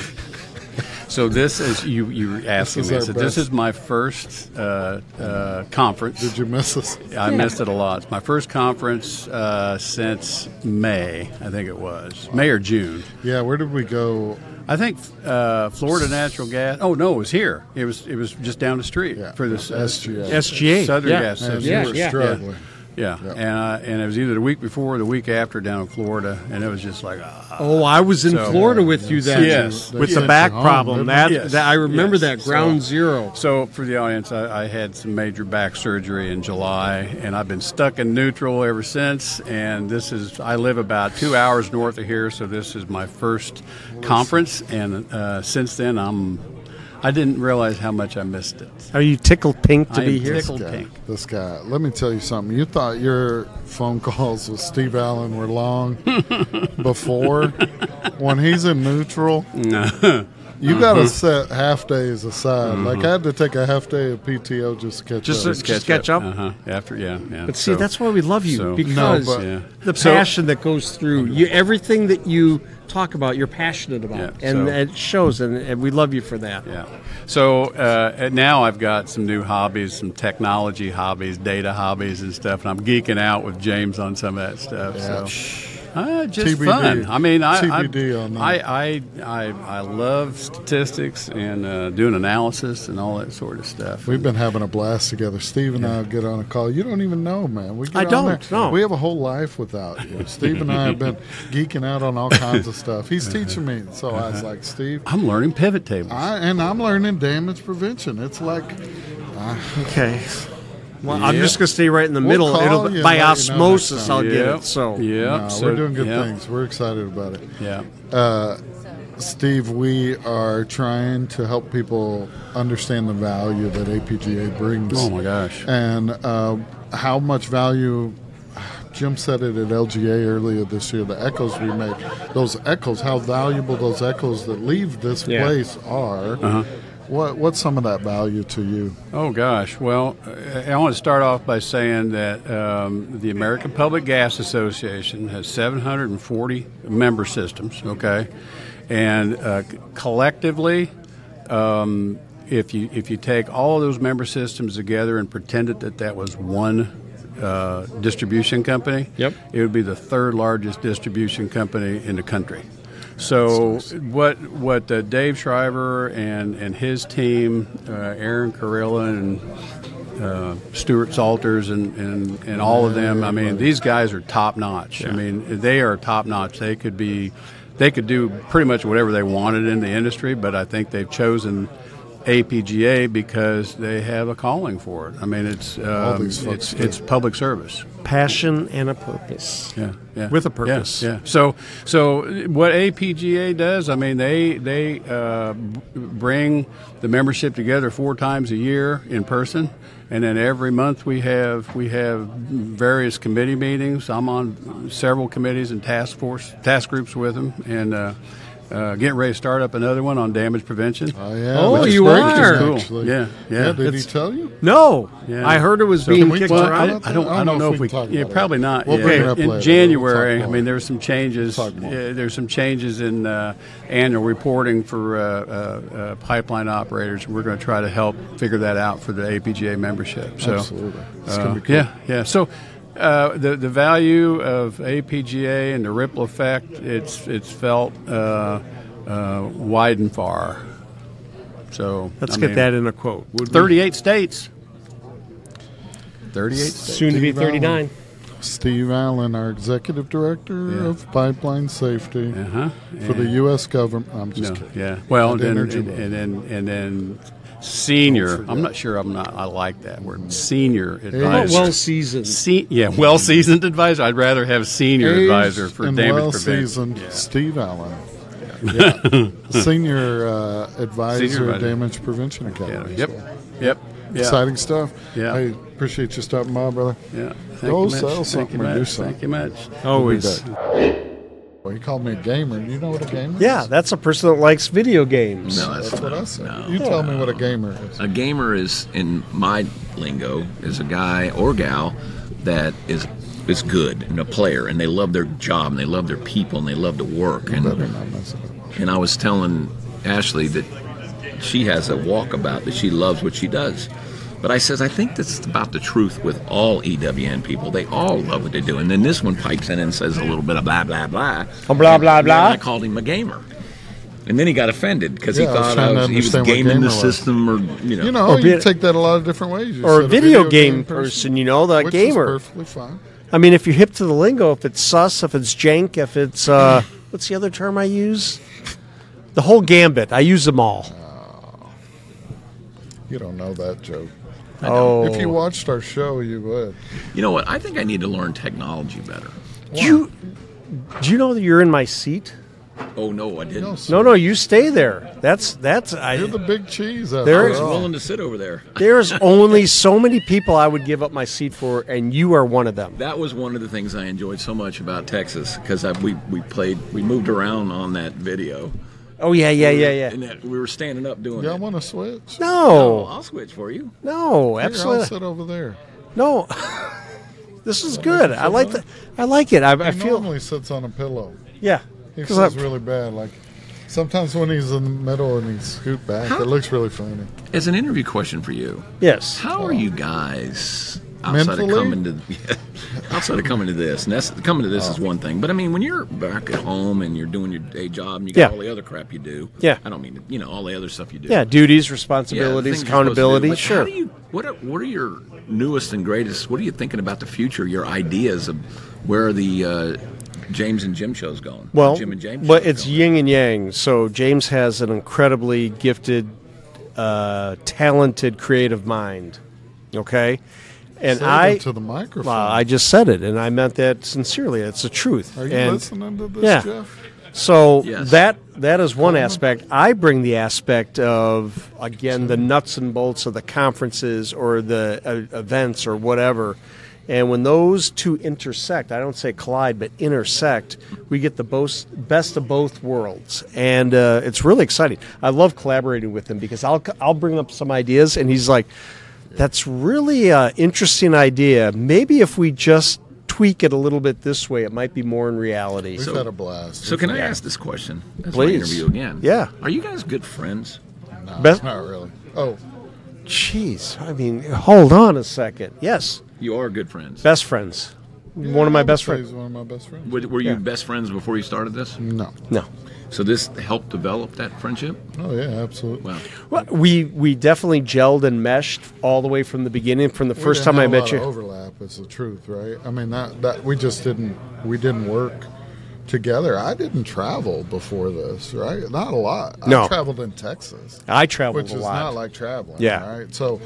Speaker 4: So this is you. You asking
Speaker 3: is
Speaker 4: me.
Speaker 3: our
Speaker 4: So this
Speaker 3: best.
Speaker 4: is my first uh, uh, conference.
Speaker 3: Did you miss us?
Speaker 4: I missed it a lot. It's my first conference uh, since May, I think it was May or June.
Speaker 3: Yeah, where did we go?
Speaker 4: I think uh, Florida Natural Gas. Oh no, it was here. It was it was just down the street
Speaker 3: Yeah,
Speaker 4: for this uh,
Speaker 3: SGA.
Speaker 1: SGA.
Speaker 4: Southern
Speaker 1: yeah.
Speaker 4: Gas.
Speaker 3: Man,
Speaker 4: Association.
Speaker 1: Yeah,
Speaker 3: you were
Speaker 1: yeah.
Speaker 3: struggling.
Speaker 4: Yeah, and uh, and it was either the week before or the week after down in Florida, and it was just like, ah.
Speaker 5: Oh, I was in
Speaker 4: So-
Speaker 5: Florida with you then.
Speaker 4: Yes.
Speaker 5: with
Speaker 4: Yes.
Speaker 5: the back
Speaker 3: Oh,
Speaker 5: problem. That,
Speaker 4: Yes.
Speaker 5: that I remember
Speaker 4: Yes.
Speaker 5: that ground
Speaker 4: So-
Speaker 5: zero.
Speaker 4: So for the audience, I, I had some major back surgery in July, and I've been stuck in neutral ever since. And this is I live about two hours north of here, so this is my first conference, and uh, since then I'm I didn't realize how much I missed
Speaker 5: <laughs>
Speaker 4: it.
Speaker 1: Are you tickled pink to
Speaker 4: I
Speaker 1: be
Speaker 4: am
Speaker 1: here?
Speaker 4: tickled
Speaker 3: guy,
Speaker 4: pink.
Speaker 3: this guy. Let me tell you something. You thought your phone calls with Steve Allen were long before. When he's in neutral, you got
Speaker 4: Uh-huh. Mm-hmm.
Speaker 3: to set half days aside. Like I had to take a half day of PTO just to catch
Speaker 1: Just
Speaker 3: up.
Speaker 1: to- Just catch up.
Speaker 4: Uh-huh. After yeah, yeah.
Speaker 5: But see,
Speaker 4: So-
Speaker 5: that's why we love you
Speaker 4: so-
Speaker 5: because
Speaker 3: No, but-
Speaker 4: Yeah.
Speaker 5: the
Speaker 4: So-
Speaker 5: passion that goes through you, everything that you talk about, you're passionate about,
Speaker 4: Yeah,
Speaker 5: and
Speaker 4: so-
Speaker 5: it shows, and, and we love you for that.
Speaker 4: Yeah. So uh, and now I've got some new hobbies, some technology hobbies, data hobbies, and stuff, and I'm geeking out with James on some of that stuff. So. Uh, just
Speaker 3: TBD.
Speaker 4: fun. I mean, I,
Speaker 3: TBD
Speaker 4: I,
Speaker 3: on that.
Speaker 4: I, I, I, I love statistics and uh, doing analysis and all that sort of stuff.
Speaker 3: We've been having a blast together. Steve and I get on a call. You don't even know, man. We get
Speaker 5: I
Speaker 3: on
Speaker 5: don't,
Speaker 3: there.
Speaker 5: no.
Speaker 3: We have a whole life without you. Steve and I have been geeking out on all kinds of stuff. He's teaching me, so I was like, Steve,
Speaker 4: I'm learning pivot tables.
Speaker 3: I, and I'm learning damage prevention. It's like uh,
Speaker 1: Okay. Well, I'm just gonna stay right in the
Speaker 3: We'll
Speaker 1: middle.
Speaker 3: call
Speaker 1: It'll
Speaker 3: you and let
Speaker 1: by
Speaker 3: you know next
Speaker 1: osmosis.
Speaker 3: time.
Speaker 1: I'll get
Speaker 4: Yep.
Speaker 1: it. So
Speaker 4: Yep.
Speaker 3: uh,
Speaker 4: So-
Speaker 3: we're doing good
Speaker 4: yeah.
Speaker 3: things. We're excited about it. Uh,
Speaker 4: Yeah.
Speaker 3: Steve, we are trying to help people understand the value that APGA brings.
Speaker 4: Oh my gosh.
Speaker 3: And uh, how much value. Jim said it at LGA earlier this year. The echoes we make, those echoes, how valuable those echoes that leave this
Speaker 5: Yeah.
Speaker 3: place are.
Speaker 4: Uh-huh.
Speaker 3: What what's some of that value to you?
Speaker 4: Oh gosh. Well, I I want to start off by saying that um, the American Public Gas Association has 740 member systems. Okay, and uh, c- collectively, um, if you if you take all of those member systems together and pretended that that was one. Uh, distribution company.
Speaker 5: Yep.
Speaker 4: It would be the third largest distribution company in the country. So what what uh, Dave Shriver and and his team, uh, Aaron Carilla and uh, Stuart Salters and, and, and all of them. I mean, these guys are top notch. I mean, they are top notch. They could be, they could do pretty much whatever they wanted in the industry, but I think they've chosen APGA because they have a calling for it. I mean, it's um,
Speaker 3: these folks
Speaker 4: it's,
Speaker 3: do.
Speaker 4: it's public service.
Speaker 1: passion and a purpose.
Speaker 4: Yeah, yeah.
Speaker 1: With a
Speaker 4: Yeah,
Speaker 1: purpose.
Speaker 4: Yeah, So, so what APGA does, I mean, they they uh, b- bring the membership together four times a year in person, and then every month we have we have various committee meetings. I'm on several committees and task force task groups with them, and. Uh, uh, getting ready to start up another one on damage prevention.
Speaker 3: Oh, yeah,
Speaker 5: Oh,
Speaker 3: which is
Speaker 5: you
Speaker 3: great,
Speaker 5: are.
Speaker 4: Cool.
Speaker 3: actually.
Speaker 4: Yeah, yeah.
Speaker 3: Did
Speaker 4: It's-
Speaker 3: he tell you?
Speaker 1: No,
Speaker 4: Yeah.
Speaker 1: I heard it was
Speaker 4: So-
Speaker 1: being
Speaker 4: Can we
Speaker 1: kicked
Speaker 4: talk
Speaker 1: around.
Speaker 4: about that? I don't, I don't know if we.
Speaker 3: can talk
Speaker 4: yeah,
Speaker 3: about it.
Speaker 4: probably not.
Speaker 3: We'll
Speaker 4: yeah.
Speaker 3: bring it up
Speaker 4: in
Speaker 3: later. We'll
Speaker 4: January,
Speaker 3: talk
Speaker 4: I
Speaker 3: more.
Speaker 4: mean, there were some changes.
Speaker 3: Talk more.
Speaker 4: uh, there's some changes in uh, annual reporting for uh, uh, uh, pipeline operators. We're going to try to help figure that out for the APGA membership. So,
Speaker 3: Absolutely. It's
Speaker 4: uh,
Speaker 3: gonna be cool.
Speaker 4: Yeah, yeah. So. Uh, the the value of APGA and the ripple effect it's it's felt uh, uh, wide and far. So
Speaker 1: Let's
Speaker 4: I
Speaker 1: get
Speaker 4: mean,
Speaker 1: that in a quote. would we?
Speaker 4: 38 states. 38 states.
Speaker 5: Soon to be
Speaker 3: Steve Allen.
Speaker 5: 39.
Speaker 3: Steve Allen, our executive director
Speaker 4: Yeah.
Speaker 3: of pipeline safety
Speaker 4: Uh-huh.
Speaker 3: for the U.S. government. I'm just
Speaker 4: No,
Speaker 3: kidding.
Speaker 4: yeah. Well,
Speaker 3: And
Speaker 4: and then,
Speaker 3: energy
Speaker 4: and,
Speaker 3: law.
Speaker 4: and then and then senior. I'm not sure. I'm not. I like that word. Senior advisor.
Speaker 5: well seasoned.
Speaker 4: Se- yeah, well seasoned advisor. I'd rather have senior
Speaker 3: Aged
Speaker 4: advisor for
Speaker 3: and
Speaker 4: damage
Speaker 3: well
Speaker 4: prevention.
Speaker 3: seasoned
Speaker 4: Yeah.
Speaker 3: Steve Allen.
Speaker 4: <laughs>
Speaker 3: Yeah. Senior uh, advisor,
Speaker 4: Senior advisor.
Speaker 3: damage prevention
Speaker 4: Yeah,
Speaker 3: academy.
Speaker 4: Yep.
Speaker 3: So,
Speaker 4: Yep. Yeah.
Speaker 3: Exciting stuff.
Speaker 4: Yeah.
Speaker 3: I appreciate you stopping by, brother.
Speaker 4: Yeah. Thank
Speaker 3: Go
Speaker 4: you much.
Speaker 3: sell
Speaker 4: Thank you
Speaker 3: something or
Speaker 4: much.
Speaker 3: do something.
Speaker 4: Thank you much.
Speaker 1: Always.
Speaker 3: Well, you called me a gamer. You know what a gamer
Speaker 1: Yeah,
Speaker 3: is?
Speaker 1: that's a person that likes video games.
Speaker 10: No, that's,
Speaker 3: That's
Speaker 10: not-
Speaker 3: what I said.
Speaker 10: no.
Speaker 3: you tell me what a gamer is.
Speaker 10: A gamer is, in my lingo, is a guy or gal that is is good and a player, and they love their job, and they love their people, and they love to work.
Speaker 3: Better
Speaker 10: And
Speaker 3: not mess it up.
Speaker 10: and I was telling Ashley that she has a walkabout that she loves what she does. But I says I think that's about the truth with all EWN people. They all love what they do, and then this one pipes in and says a little bit of blah blah blah.
Speaker 1: Oh, blah,
Speaker 10: And
Speaker 1: blah,
Speaker 10: then
Speaker 1: blah.
Speaker 10: I called him a gamer. And then he got offended because
Speaker 3: Yeah, I
Speaker 10: he
Speaker 3: was
Speaker 10: thought
Speaker 3: trying
Speaker 10: I
Speaker 3: to
Speaker 10: was, he was
Speaker 3: understand what
Speaker 10: gaming
Speaker 3: gamer
Speaker 10: the
Speaker 3: was.
Speaker 10: system or, you know.
Speaker 3: You know,
Speaker 1: Or
Speaker 3: you
Speaker 1: be
Speaker 3: can
Speaker 1: it-
Speaker 3: take that a lot of different ways. You
Speaker 1: or a
Speaker 3: said
Speaker 1: video, game, person, you know, the
Speaker 3: which is
Speaker 1: gamer.
Speaker 3: perfectly fine.
Speaker 1: I mean, if you're hip to the lingo, if it's sus, if it's jank, if it's
Speaker 4: <laughs>
Speaker 1: uh, what's the other term I use? The whole gambit. I use them all.
Speaker 3: You don't know that joke.
Speaker 1: Oh,
Speaker 3: If you watched our show, you would.
Speaker 10: You know what? I think I need to learn technology better.
Speaker 1: do you do you know that you're in my seat?
Speaker 10: Oh, no, I didn't.
Speaker 3: No, sir.
Speaker 1: No, no, you stay there. That's that's
Speaker 3: You're the
Speaker 1: I.
Speaker 3: big cheese.
Speaker 1: There
Speaker 10: I
Speaker 3: There
Speaker 10: was
Speaker 1: is-
Speaker 10: willing to sit over there.
Speaker 1: There's only so many people I would give up my seat for, and you are one of them.
Speaker 10: That was one of the things I enjoyed so much about Texas because we, we played, we moved around on that video.
Speaker 1: Oh yeah, yeah, yeah,
Speaker 10: And
Speaker 1: yeah.
Speaker 10: that we were standing up doing
Speaker 3: Y'all
Speaker 10: it.
Speaker 3: want to switch?
Speaker 10: Oh,
Speaker 1: No,
Speaker 10: I'll switch for you.
Speaker 1: no,
Speaker 3: Here, I'll
Speaker 1: absolutely
Speaker 3: sit over there.
Speaker 1: no. <laughs> This is good. I like that. I like it. I, I
Speaker 3: he
Speaker 1: feel
Speaker 3: normally sits on a pillow.
Speaker 1: yeah.
Speaker 3: He
Speaker 1: 'Cause I-
Speaker 3: feels really bad. Like sometimes when he's in the middle and he scoot back, it looks really funny.
Speaker 10: As an interview question for you,
Speaker 1: Yes.
Speaker 10: How are you guys outside
Speaker 3: Mentally?
Speaker 10: of coming to <laughs> outside of coming to this? And that's coming to
Speaker 1: Oh.
Speaker 10: this is one thing, but I mean, when you're back at home and you're doing your day job and you got
Speaker 1: Yeah.
Speaker 10: all the other crap you do,
Speaker 1: Yeah.
Speaker 10: I don't mean you know all the other stuff you do,
Speaker 1: Yeah, duties,
Speaker 10: Yeah, the
Speaker 1: responsibilities,
Speaker 10: things you're supposed to do.
Speaker 1: accountability.
Speaker 10: But
Speaker 1: sure.
Speaker 10: How do you what are, what are your newest and greatest? What are you thinking about the future? Your ideas of where are the uh, James and Jim shows going?
Speaker 1: well,
Speaker 10: Jim and James,
Speaker 1: but
Speaker 10: shows
Speaker 1: it's
Speaker 10: going?
Speaker 1: yin and yang. So James has an incredibly gifted, uh, talented, creative mind. Okay, and
Speaker 3: Say
Speaker 1: I
Speaker 3: that to the microphone.
Speaker 1: well, I just said it, and I meant that sincerely. It's the truth.
Speaker 3: Are you
Speaker 1: and
Speaker 3: listening to this,
Speaker 1: yeah.
Speaker 3: Jeff?
Speaker 1: So
Speaker 10: Yes.
Speaker 1: that that is one aspect. I bring the aspect of again the nuts and bolts of the conferences or the uh, events or whatever. And when those two intersect, I don't say collide, but intersect, we get the both, best of both worlds, and uh, it's really exciting. I love collaborating with him because I'll I'll bring up some ideas, and he's like, "That's really an interesting idea. Maybe if we just tweak it a little bit this way, it might be more in reality."
Speaker 3: We've had a blast.
Speaker 10: So can I ask this question? That's my
Speaker 1: Please.
Speaker 10: interview again.
Speaker 1: Yeah.
Speaker 10: Are you guys good friends?
Speaker 3: No,
Speaker 1: Best-
Speaker 3: not really. Oh,
Speaker 1: Jeez, I mean, hold on a second. Yes,
Speaker 10: You are good friends.
Speaker 1: best friends.
Speaker 3: yeah,
Speaker 1: one of
Speaker 3: I
Speaker 1: my
Speaker 3: would
Speaker 1: best
Speaker 3: say
Speaker 1: friends.
Speaker 3: He's one of my best friends.
Speaker 10: Were were you
Speaker 1: Yeah.
Speaker 10: best friends before you started this?
Speaker 3: No.
Speaker 1: No,
Speaker 10: So this helped develop that friendship.
Speaker 3: Oh yeah, absolutely.
Speaker 10: Wow.
Speaker 1: well, we we definitely gelled and meshed all the way from the beginning, from the
Speaker 3: We
Speaker 1: first
Speaker 3: didn't
Speaker 1: time
Speaker 3: have
Speaker 1: I
Speaker 3: a
Speaker 1: met
Speaker 3: lot
Speaker 1: you.
Speaker 3: of overlap is the truth, right? I mean that that we just didn't we didn't work together. I didn't travel before this, right? Not a lot.
Speaker 1: No.
Speaker 3: I traveled in Texas,
Speaker 1: I traveled
Speaker 3: which
Speaker 1: a
Speaker 3: is
Speaker 1: lot.
Speaker 3: not like traveling.
Speaker 1: Yeah.
Speaker 3: Right. So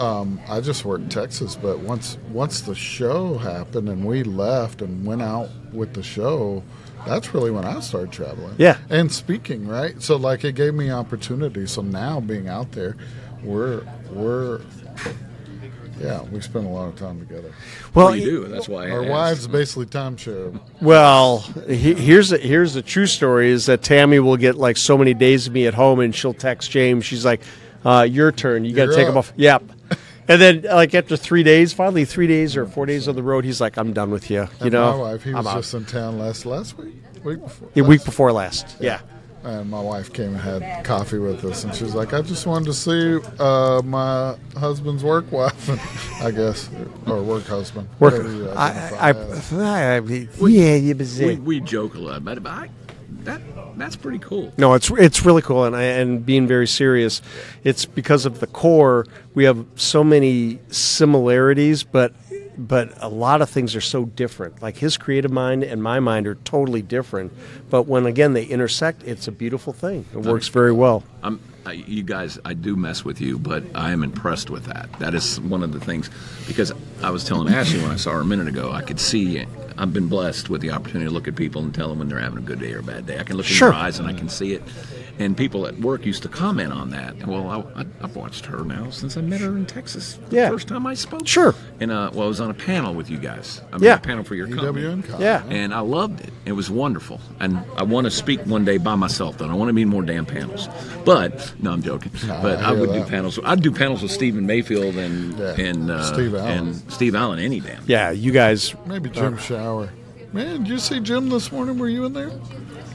Speaker 3: um, I just worked Texas, but once once the show happened and we left and went out with the show. That's really when I started traveling.
Speaker 1: Yeah.
Speaker 3: And speaking, right? So like it gave me opportunity. So now being out there, we're we're yeah, we spend a lot of time together.
Speaker 1: well,
Speaker 10: you do. That's why I
Speaker 3: Our
Speaker 10: asked.
Speaker 3: wives basically timeshare.
Speaker 1: Well, he, here's a, here's the true story: is that Tammy will get like so many days of me at home, and she'll text James. She's like, uh, "Your turn. You got to
Speaker 3: You're
Speaker 1: take
Speaker 3: up."
Speaker 1: him off." Yep. And then, like after three days, finally three days or four days on the road, he's like, "I'm done with you." You
Speaker 3: And
Speaker 1: know,
Speaker 3: my wife, he
Speaker 1: I'm
Speaker 3: was
Speaker 1: out.
Speaker 3: just in town last last week, week before.
Speaker 1: Yeah,
Speaker 3: last-
Speaker 1: week before last. yeah.
Speaker 3: And my wife came and had coffee with us, and she's like, "I just wanted to see uh, my husband's work wife, <laughs> I guess, or work husband.
Speaker 1: Work.
Speaker 3: whatever you
Speaker 1: I,
Speaker 3: identify
Speaker 1: I,
Speaker 3: as.
Speaker 1: I, I, yeah, you're busy.
Speaker 10: We, we joke a lot about it, but I, that that's pretty cool.
Speaker 1: no, it's it's really cool, and I, and being very serious, it's because of the core. We have so many similarities, but but a lot of things are so different. Like his creative mind and my mind are totally different, but when again they intersect, it's a beautiful thing. It works very well.
Speaker 10: I'm, I, you guys, I do mess with you, but I am impressed with that. That is one of the things because I was telling Ashley when I saw her a minute ago, I could see. I've been blessed with the opportunity to look at people and tell them when they're having a good day or a bad day. I can look
Speaker 1: Sure.
Speaker 10: in their eyes and I can see it. And people at work used to comment on that. Well, I, I, I've watched her now since I met her in Texas. the
Speaker 1: Yeah.
Speaker 10: first time I spoke.
Speaker 1: Sure.
Speaker 10: And uh, well, I was on a panel with you guys. I mean,
Speaker 1: Yeah.
Speaker 10: a panel for your company
Speaker 3: EWN con.
Speaker 1: Yeah.
Speaker 10: and I loved it. It was wonderful, and I want to speak one day by myself. Though I want to be in more damn panels, but no, I'm joking. but I,
Speaker 3: I hear
Speaker 10: would
Speaker 3: that.
Speaker 10: do panels. I'd do panels with Stephen Mayfield and
Speaker 3: Yeah.
Speaker 10: and uh,
Speaker 3: Steve Allen.
Speaker 10: and Steve Allen any damn.
Speaker 1: Yeah, you guys.
Speaker 3: Maybe Jim Shower. Man, did you see Jim this morning? Were you in there?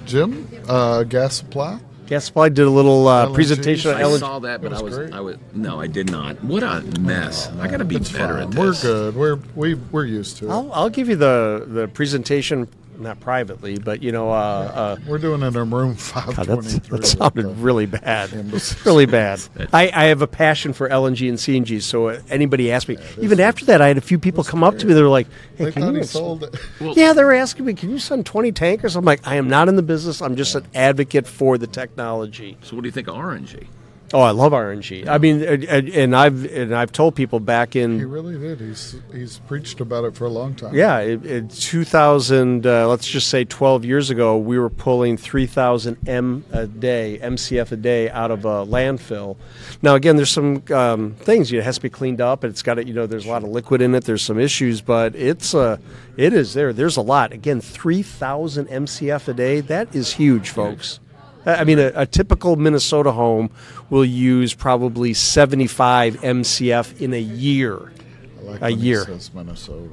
Speaker 3: Jim, uh, gas supply.
Speaker 1: Gaspar did a little uh,
Speaker 3: LNG.
Speaker 1: presentation on
Speaker 10: I
Speaker 1: Ellen.
Speaker 10: saw that, but
Speaker 3: was
Speaker 10: I was
Speaker 3: great.
Speaker 10: I was no, I did not. What a mess! I got to be
Speaker 3: It's
Speaker 10: better
Speaker 3: fine.
Speaker 10: at
Speaker 3: We're
Speaker 10: this.
Speaker 3: good. We're we, we're used to it.
Speaker 1: I'll, I'll give you the the presentation not privately, but you know, uh, uh,
Speaker 3: We're doing it in room <laughs>
Speaker 1: God,
Speaker 3: five
Speaker 1: that's,
Speaker 3: twenty-three.
Speaker 1: that sounded really bad.
Speaker 3: Embassies.
Speaker 1: <laughs>
Speaker 10: <laughs>
Speaker 1: really bad. I, I have a passion for LNG and CNG, so anybody asked me, even after that, I had a few people come up to me. They were like, hey,
Speaker 3: They
Speaker 1: can
Speaker 3: thought
Speaker 1: you
Speaker 3: he
Speaker 1: ins-
Speaker 3: sold it. <laughs>
Speaker 1: yeah, they were asking me, can you send 20 tankers? I'm like, I am not in the business. I'm just an advocate for the technology.
Speaker 10: So what do you think of RNG?
Speaker 1: Oh, I love RNG. I mean, and, and- and I've and I've told people back
Speaker 3: He
Speaker 1: in
Speaker 3: really did. He's he's preached about it for a long time.
Speaker 1: yeah, in in 2000, uh, let's just say 12 years ago, we were pulling 3,000 m a day, MCF a day out of a landfill. Now again, there's some um, things you know, it has to be cleaned up, and it's got to you know there's a lot of liquid in it. There's some issues, but it's uh, it is there. There's a lot. Again, 3,000 MCF a day. That is huge, folks. I I mean, a, a typical Minnesota home will use probably 75 MCF in a year.
Speaker 3: I like
Speaker 1: A
Speaker 3: when he
Speaker 1: year.
Speaker 3: says Minnesota.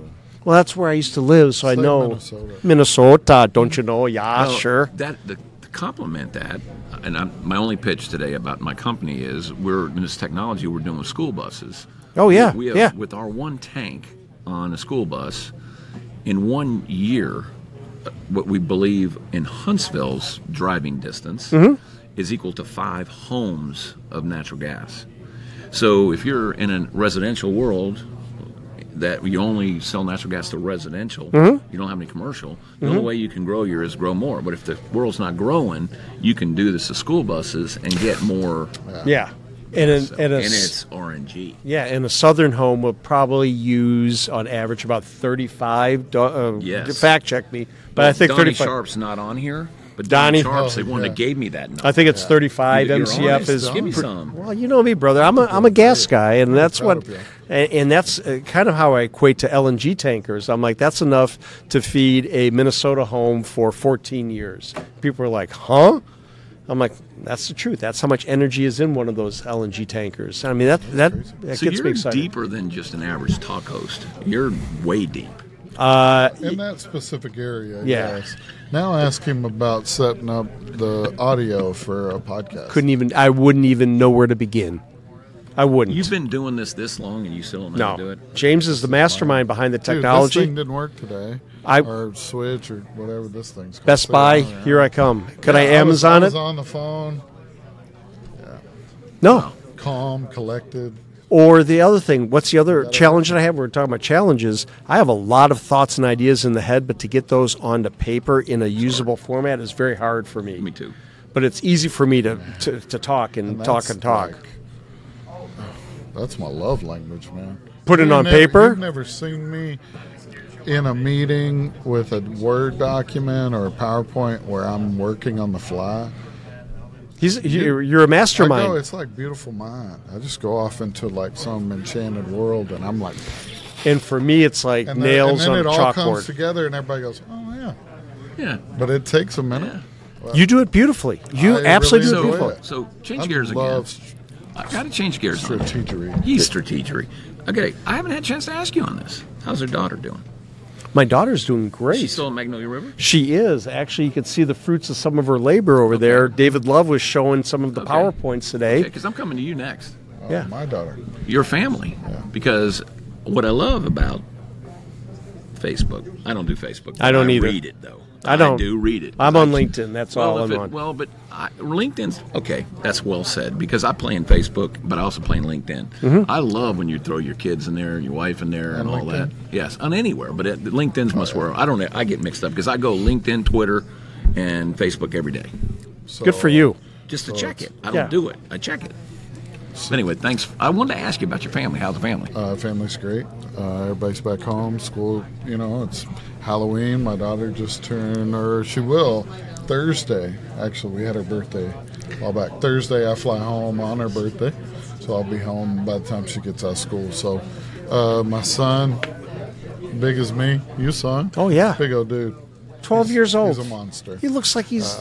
Speaker 1: Well, that's where I used to live, so I
Speaker 3: Say
Speaker 1: know
Speaker 3: Minnesota.
Speaker 1: Minnesota, Don't you know? Yeah,
Speaker 10: Well,
Speaker 1: sure.
Speaker 10: That the, to compliment that, and I'm, my only pitch today about my company is we're in this technology we're doing with school buses.
Speaker 1: Oh, yeah,
Speaker 10: we, we have,
Speaker 1: yeah.
Speaker 10: With our one tank on a school bus, in one year, uh, what we believe in Huntsville's driving distance
Speaker 1: Mm-hmm.
Speaker 10: is equal to five homes of natural gas. So if you're in a residential world, that you only sell natural gas to residential.
Speaker 1: Mm-hmm.
Speaker 10: You don't have any commercial. The only way you can grow your is grow more. But if the world's not growing, you can do this to school buses and get more. uh,
Speaker 1: Yeah, and in,
Speaker 10: So-
Speaker 1: and a,
Speaker 10: and
Speaker 1: s-
Speaker 10: it's RNG.
Speaker 1: yeah, and a southern home will probably use on average about thirty-five. do- Uh,
Speaker 10: Yes.
Speaker 1: fact check me, but I think
Speaker 10: Donnie
Speaker 1: thirty-five.
Speaker 10: Sharp's not on here, but
Speaker 1: Donnie-
Speaker 10: Donnie, Sharp's
Speaker 3: Oh,
Speaker 10: the one
Speaker 3: yeah.
Speaker 10: that gave me that. Number.
Speaker 1: I think it's thirty-five.
Speaker 10: You're
Speaker 1: MCF
Speaker 10: honest,
Speaker 1: is
Speaker 10: Give me
Speaker 1: pre-
Speaker 10: some.
Speaker 1: Well, you know me, brother. I'm a I'm a gas guy, and that's
Speaker 3: proud
Speaker 1: what,
Speaker 3: of you.
Speaker 1: and, and that's uh, kind of how I equate to LNG tankers. I'm like, that's enough to feed a Minnesota home for 14 years. People are like, huh? I'm like, that's the truth. That's how much energy is in one of those LNG tankers. I mean, that that, that
Speaker 10: so
Speaker 1: gets me
Speaker 10: you're
Speaker 1: excited.
Speaker 10: deeper than just an average talk host. You're way deep.
Speaker 1: Uh,
Speaker 3: in that specific area.
Speaker 1: Yeah.
Speaker 3: Yes. Now ask him about setting up the audio for a podcast.
Speaker 1: Couldn't even. I wouldn't even know where to begin. I wouldn't.
Speaker 10: You've been doing this this long, and you still don't know
Speaker 1: no.
Speaker 10: how to do it.
Speaker 1: James is the mastermind behind the
Speaker 3: Dude,
Speaker 1: technology.
Speaker 3: this thing didn't work today.
Speaker 1: I-
Speaker 3: or switch or whatever this thing's called.
Speaker 1: Best
Speaker 3: Sit
Speaker 1: Buy,
Speaker 3: down there.
Speaker 1: here I come. Could
Speaker 3: Yeah,
Speaker 1: I
Speaker 3: was-
Speaker 1: Amazon
Speaker 3: I was
Speaker 1: it?
Speaker 3: on the phone,
Speaker 1: No.
Speaker 3: calm, collected.
Speaker 1: Or the other thing, what's the other challenge that I have? We're talking about challenges. I have a lot of thoughts and ideas in the head, but to get those onto paper in a usable format is very hard for me.
Speaker 10: Me too.
Speaker 1: But it's easy for me to, to, to talk and,
Speaker 3: And
Speaker 1: talk
Speaker 3: that's
Speaker 1: and talk.
Speaker 3: like- That's my love language, man.
Speaker 1: Put it
Speaker 3: You've
Speaker 1: on
Speaker 3: never-
Speaker 1: paper?
Speaker 3: You've never seen me in a meeting with a Word document or a PowerPoint where I'm working on the fly.
Speaker 1: He's you're, you're a
Speaker 3: I go,
Speaker 1: mastermind.
Speaker 3: it's like beautiful mind. I just go off into like some enchanted world, and I'm like,
Speaker 1: And for me, it's like
Speaker 3: and then-
Speaker 1: nails
Speaker 3: and then it
Speaker 1: on a
Speaker 3: all comes
Speaker 1: chalkboard.
Speaker 3: together, and everybody goes, oh yeah.
Speaker 10: Yeah.
Speaker 3: But it takes a minute.
Speaker 1: You do it beautifully. You
Speaker 3: I
Speaker 1: absolutely
Speaker 3: really
Speaker 1: do it
Speaker 3: enjoy
Speaker 1: beautifully.
Speaker 3: it.
Speaker 10: So
Speaker 3: I
Speaker 10: change gears
Speaker 3: love
Speaker 10: again. I gotta change gears. on that.
Speaker 3: strategery.
Speaker 10: He's strategery. Okay, I haven't had a chance to ask you on this. How's her daughter doing?
Speaker 1: My daughter's doing great.
Speaker 10: She's still in Magnolia River.
Speaker 1: She is. Actually, you can see the fruits of some of her labor over there. David Love was showing some of the
Speaker 10: Okay.
Speaker 1: PowerPoints today.
Speaker 10: Okay, because I'm coming to you next.
Speaker 3: Oh,
Speaker 1: Yeah.
Speaker 3: my daughter.
Speaker 10: Your family. Because what I love about Facebook, I don't do Facebook.
Speaker 1: I don't either.
Speaker 10: Read it though.
Speaker 1: I don't.
Speaker 10: do read it.
Speaker 1: I'm on
Speaker 10: I-
Speaker 1: LinkedIn. That's
Speaker 10: well,
Speaker 1: all
Speaker 10: if
Speaker 1: I'm
Speaker 10: it-
Speaker 1: on.
Speaker 10: Well, but I, LinkedIn's okay. That's well said because I play in Facebook, but I also play in LinkedIn.
Speaker 1: Mm-hmm.
Speaker 10: I love when you throw your kids in there, your wife in there, and all that. Yes, on anywhere, but it, LinkedIn's must where I don't. I get mixed up because I go LinkedIn, Twitter, and Facebook every day
Speaker 3: So,
Speaker 1: Good for you.
Speaker 10: just to
Speaker 3: So
Speaker 10: check it. I don't
Speaker 1: yeah.
Speaker 10: do it. I check it. But anyway, thanks. I wanted to ask you about your family. How's the family?
Speaker 3: Uh, family's great. Uh, everybody's back home. School, you know, it's Halloween. My daughter just turned, or she will, Thursday. Actually, we had her birthday a while back. Thursday, I fly home on her birthday. So I'll be home by the time she gets out of school. So uh, my son, big as me, you son.
Speaker 1: Oh, yeah.
Speaker 3: Big old dude.
Speaker 1: 12
Speaker 3: He's-
Speaker 1: years old.
Speaker 3: He's a monster.
Speaker 1: He looks like he's a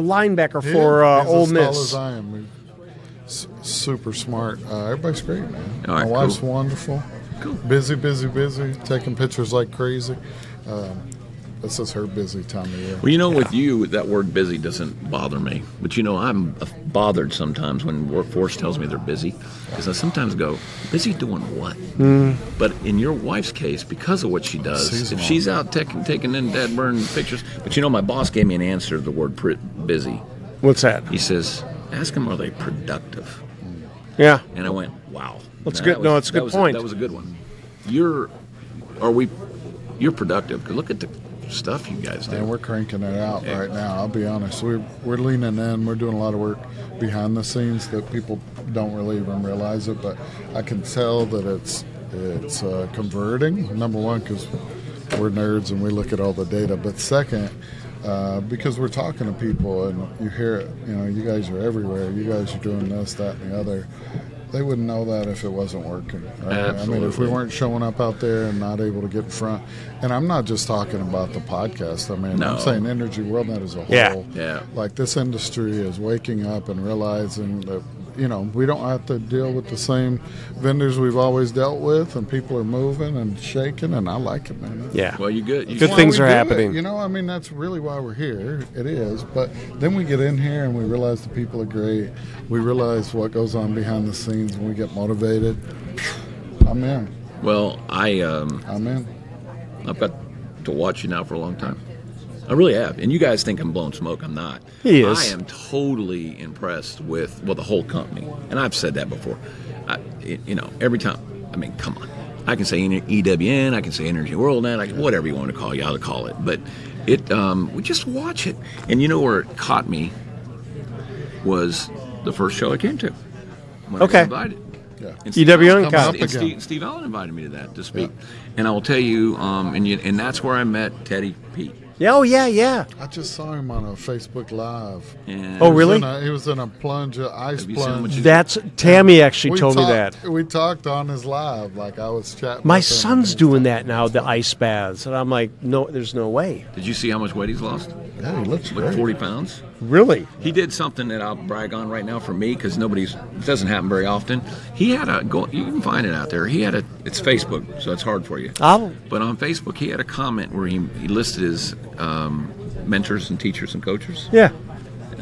Speaker 1: linebacker
Speaker 3: Uh, Yeah,
Speaker 1: for uh,
Speaker 3: he's
Speaker 1: Ole
Speaker 3: as tall
Speaker 1: Miss.
Speaker 3: as I am. S- super smart. Uh, everybody's great, man.
Speaker 10: All right,
Speaker 3: My wife's
Speaker 10: cool.
Speaker 3: wonderful.
Speaker 10: Cool.
Speaker 3: Busy, busy, busy. Taking pictures like crazy. Um, This is her busy time of year.
Speaker 10: Well, you know, with you, that word busy doesn't bother me. But you know, I'm bothered sometimes when workforce tells me they're busy because I sometimes go, busy doing what?
Speaker 3: Hmm.
Speaker 1: Mm.
Speaker 10: But in your wife's case, because of what she does,
Speaker 1: Seasonal.
Speaker 10: if she's out taking taking in dad burn pictures, but you know, my boss gave me an answer to the word pr- busy.
Speaker 1: What's that?
Speaker 10: He says, ask them, are they productive?
Speaker 1: Yeah.
Speaker 10: And I went, wow.
Speaker 1: That's
Speaker 10: Now,
Speaker 1: good-
Speaker 10: that
Speaker 1: no, it's a
Speaker 10: that
Speaker 1: good
Speaker 10: was
Speaker 1: point.
Speaker 10: that was a good one. You're, are we, you're productive. 'Cause look at the stuff you guys do.
Speaker 3: Man, we're cranking it out right now. I'll be honest. We're, we're leaning in. We're doing a lot of work behind the scenes that people don't really even realize it, but I can tell that it's it's uh, converting. Number one, because we're nerds and we look at all the data, but second, uh, because we're talking to people and you hear it. You know, you guys are everywhere. You guys are doing this, that, and the other. They wouldn't know that if it wasn't working. Right? I mean, if we
Speaker 10: Absolutely.
Speaker 3: weren't weren't showing up out there and not able to get in front. And I'm not just talking about the podcast. I mean,
Speaker 10: No.
Speaker 3: I'm saying Energy WorldNet as a whole.
Speaker 10: Yeah. Yeah.
Speaker 3: Like this industry is waking up and realizing that you know we don't have to deal with the same vendors we've always dealt with, and people are moving and shaking, and I like it, man.
Speaker 1: Yeah.
Speaker 10: Well, you good. You
Speaker 1: Good
Speaker 3: Why
Speaker 1: things
Speaker 3: we
Speaker 1: are
Speaker 3: do it,
Speaker 1: happening.
Speaker 3: You know, I mean, that's really why we're here. It is. But then we get in here and we realize the people are great. We realize what goes on behind the scenes, and we get motivated. I'm in.
Speaker 10: Well, I um,
Speaker 3: I'm in.
Speaker 10: I've got to watch you now for a long time. I really have, and you guys think I'm blowing smoke. I'm not.
Speaker 1: He is.
Speaker 10: I am totally impressed with well the whole company, and I've said that before. I, it, you know, every time. I mean, come on. I can say Ener- EWN. I can say Energy World. Net, I can, whatever you want to call you, I'll call it. But it, um, we just watch it, and you know where it caught me was the first show I came to. When
Speaker 1: Okay. E
Speaker 10: I got invited.
Speaker 3: Yeah.
Speaker 10: And
Speaker 4: E
Speaker 10: Steve
Speaker 1: EWN
Speaker 10: Allen-
Speaker 1: Cup.
Speaker 10: and Steve, Steve Allen invited me to that to speak, and I will tell you, um, and you, and that's where I met Teddy Pete.
Speaker 1: Yeah, oh yeah, yeah.
Speaker 3: I just saw him on a Facebook Live.
Speaker 10: And
Speaker 1: Oh, really?
Speaker 3: He was in a, he was in a plunge, a ice
Speaker 10: you seen him
Speaker 3: plunge.
Speaker 1: That's Tammy actually
Speaker 3: We
Speaker 1: told me that.
Speaker 3: talked- We talked on his live, like I was chatting.
Speaker 1: My
Speaker 3: with him.
Speaker 1: son's doing that now, the ice baths, and I'm like, no, there's no way.
Speaker 10: Did you see how much weight he's lost?
Speaker 3: Yeah, he looks
Speaker 10: like
Speaker 3: great.
Speaker 10: forty pounds.
Speaker 1: Really?
Speaker 10: He did something that I'll brag on right now for me because nobody's it doesn't happen very often. He had a go. You can find it out there. He had a. It's Facebook, so it's hard for you.
Speaker 1: Oh.
Speaker 10: But on Facebook, he had a comment where he, he listed his um, mentors and teachers and coaches.
Speaker 1: Yeah.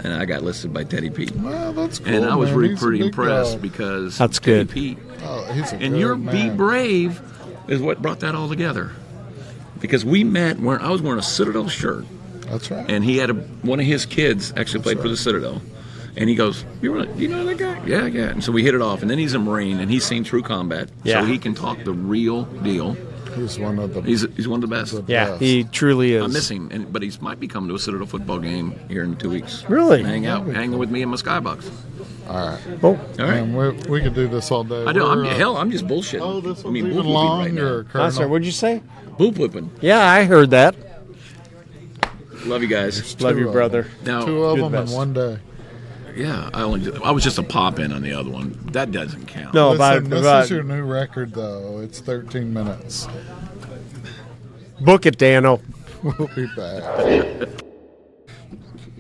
Speaker 10: And I got listed by Teddy Pete.
Speaker 3: Well, that's cool.
Speaker 10: and I was
Speaker 3: man.
Speaker 10: really
Speaker 3: He's a
Speaker 10: pretty
Speaker 3: big guy.
Speaker 10: impressed because
Speaker 1: That's
Speaker 10: Teddy
Speaker 1: good.
Speaker 10: Pete
Speaker 3: Oh, he's a
Speaker 10: and
Speaker 3: good
Speaker 10: your be
Speaker 3: man.
Speaker 10: brave is what brought that all together because we met where i was wearing a citadel shirt
Speaker 3: That's right.
Speaker 10: and he had a, one of his kids actually played for the citadel and he goes you really you know that guy yeah yeah and so we hit it off and then he's a marine and he's seen true combat
Speaker 1: Yeah.
Speaker 10: so he can talk the real deal
Speaker 3: He's one of the.
Speaker 10: he's, he's one of the best
Speaker 1: Yeah, he truly is.
Speaker 10: I miss him, and, but he might be coming to a Citadel football game here in two weeks.
Speaker 1: Really?
Speaker 10: Hang out, hanging with me in my skybox.
Speaker 3: All right.
Speaker 1: Oh,
Speaker 10: All right.
Speaker 3: Man, we, we could do this all day.
Speaker 10: I know. I'm,
Speaker 3: We're, uh,
Speaker 10: hell, I'm just bullshitting.
Speaker 3: Oh, this
Speaker 10: I
Speaker 3: one's
Speaker 10: mean,
Speaker 3: even
Speaker 10: boob-whipping right now.
Speaker 3: longer,
Speaker 1: I'm
Speaker 3: Colonel.
Speaker 1: sorry, what'd you say?
Speaker 10: Boob whipping.
Speaker 1: Yeah, I heard that.
Speaker 10: Love you guys.
Speaker 1: Love
Speaker 3: Two
Speaker 1: you,
Speaker 3: of
Speaker 1: brother.
Speaker 3: them.
Speaker 10: Now-
Speaker 3: two of
Speaker 1: You're
Speaker 3: them
Speaker 1: the
Speaker 3: in
Speaker 1: best.
Speaker 3: one day.
Speaker 10: Yeah, I only I was just a pop in on the other one. That doesn't count.
Speaker 1: No, about,
Speaker 3: Listen, this
Speaker 1: about
Speaker 3: is your new record, though. It's 13 minutes.
Speaker 1: book it, Dano.
Speaker 3: <laughs> We'll be back.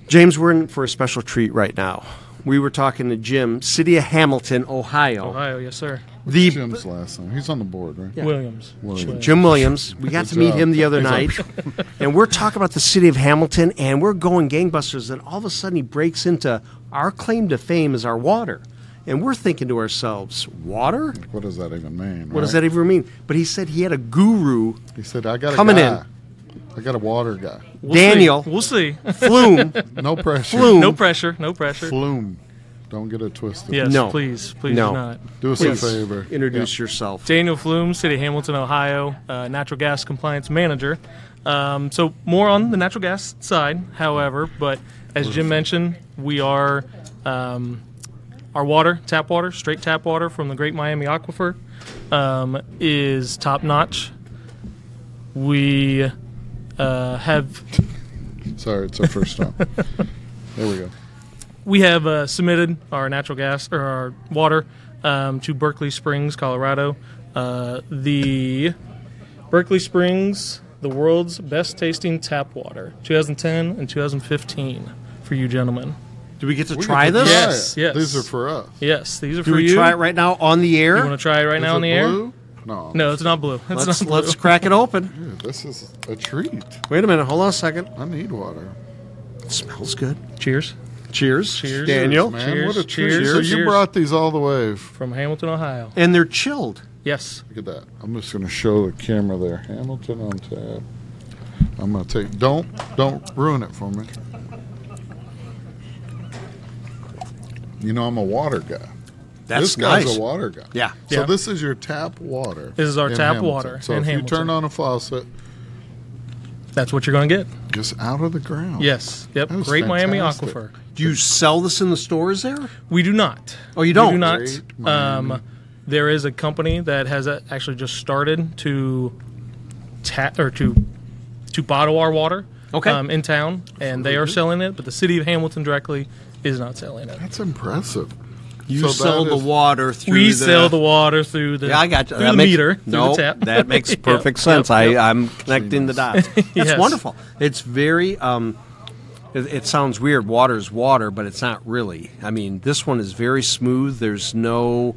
Speaker 1: James, we're in for a special treat right now. We were talking to Jim, city of Hamilton, Ohio.
Speaker 11: Ohio, yes, sir.
Speaker 1: The
Speaker 3: Jim's last name. He's on the board, right?
Speaker 11: Williams.
Speaker 3: Williams.
Speaker 1: Jim Williams. We got
Speaker 3: Good
Speaker 1: to meet
Speaker 3: job.
Speaker 1: him the other
Speaker 3: He's
Speaker 1: night,
Speaker 3: <laughs>
Speaker 1: and we're talking about the city of Hamilton, and we're going gangbusters. And all of a sudden, he breaks into our claim to fame is our water, and we're thinking to ourselves, water?
Speaker 3: What does that even mean?
Speaker 1: What does that even mean? But he said he had a guru,
Speaker 3: He said, "I got
Speaker 1: Coming
Speaker 3: a
Speaker 1: in.
Speaker 3: guy. I got a water guy.
Speaker 11: We'll
Speaker 1: Daniel.
Speaker 11: See. We'll see.
Speaker 1: <laughs> Flume.
Speaker 3: No pressure.
Speaker 1: Flume.
Speaker 11: No pressure. No pressure.
Speaker 3: Flume. Don't get it twisted.
Speaker 11: Yes,
Speaker 1: No.
Speaker 11: please. Please
Speaker 1: No.
Speaker 11: do not.
Speaker 3: Do us
Speaker 1: Please
Speaker 3: a favor.
Speaker 1: introduce yourself.
Speaker 11: Daniel Flume, City of Hamilton, Ohio, uh, Natural Gas Compliance Manager. Um, so more on the natural gas side, however, but as Jim mentioned, we are um, our water, tap water, straight tap water from the Great Miami Aquifer, um, is top notch. We uh, have
Speaker 3: Yeah. Sorry, it's our first
Speaker 1: <laughs>
Speaker 3: time. there we go.
Speaker 11: we have uh, submitted our natural gas or our water um, to Berkeley Springs, Colorado. Uh, the Berkeley Springs, the world's best tasting tap water, 2010 and 2015 for you gentlemen.
Speaker 1: Do we get to
Speaker 3: We get
Speaker 1: try
Speaker 3: to
Speaker 1: this?
Speaker 3: try
Speaker 11: Yes,
Speaker 3: it.
Speaker 11: yes.
Speaker 3: These are for us.
Speaker 11: Yes, these are
Speaker 1: Do
Speaker 11: for
Speaker 1: we
Speaker 11: you.
Speaker 1: try it right now on the
Speaker 11: You
Speaker 1: air?
Speaker 11: want to try it right
Speaker 3: Is
Speaker 11: now
Speaker 3: it
Speaker 11: on the air?
Speaker 3: blue? No.
Speaker 11: No, it's not blue. It's
Speaker 1: let's,
Speaker 11: not blue.
Speaker 1: Let's crack it open.
Speaker 3: Dude, this is a treat.
Speaker 1: Wait a minute. Hold on a second.
Speaker 3: I need water.
Speaker 1: It smells good.
Speaker 11: Cheers.
Speaker 1: Cheers.
Speaker 11: Cheers.
Speaker 1: Daniel.
Speaker 3: Man,
Speaker 11: Cheers,
Speaker 3: what a treat.
Speaker 11: cheers,
Speaker 3: So you
Speaker 11: cheers.
Speaker 3: brought these all the way.
Speaker 11: From Hamilton, Ohio.
Speaker 1: And they're chilled.
Speaker 11: Yes.
Speaker 3: Look at that. I'm just going to show the camera there. Hamilton on tap. I'm going to take. Don't don't ruin it for me. You know I'm a water guy.
Speaker 1: That's
Speaker 3: this guy's
Speaker 1: nice.
Speaker 3: a water guy.
Speaker 1: Yeah.
Speaker 3: So
Speaker 11: Yeah.
Speaker 3: this is your tap water.
Speaker 11: This is our
Speaker 3: in
Speaker 11: tap
Speaker 3: Hamilton.
Speaker 11: water
Speaker 3: So
Speaker 11: in
Speaker 3: if you
Speaker 11: Hamilton.
Speaker 3: turn on a faucet,
Speaker 11: That's what you're going to get.
Speaker 3: just out of the ground.
Speaker 11: Yes. Yep.
Speaker 3: That was
Speaker 11: Great Miami
Speaker 3: fantastic.
Speaker 11: Aquifer.
Speaker 1: Do you sell this in the stores there?
Speaker 11: We do not.
Speaker 1: Oh,
Speaker 11: We
Speaker 1: you
Speaker 11: do
Speaker 1: don't?
Speaker 11: not.
Speaker 3: Great Miami.
Speaker 11: Um, there is a company that has uh, actually just started to tap or to to bottle our water.
Speaker 1: Okay.
Speaker 11: Um, in town, and they are selling it, but the city of Hamilton directly is not selling it.
Speaker 3: That's impressive.
Speaker 1: You
Speaker 3: So
Speaker 1: sell
Speaker 3: that
Speaker 1: the
Speaker 3: is-
Speaker 1: water through
Speaker 11: we
Speaker 1: the,
Speaker 11: sell the water through the
Speaker 1: Yeah, I got you.
Speaker 11: through
Speaker 1: That
Speaker 11: the
Speaker 1: makes-
Speaker 11: meter through
Speaker 1: no,
Speaker 11: the tap. <laughs>
Speaker 1: that <laughs> makes
Speaker 11: Yep,
Speaker 1: perfect
Speaker 11: yep,
Speaker 1: sense. I,
Speaker 11: yep.
Speaker 1: I'm connecting the <laughs> dots. That's
Speaker 11: Yes.
Speaker 1: wonderful. It's very. Um, it, it sounds weird. Water is water, but it's not really. I mean, this one is very smooth. There's no,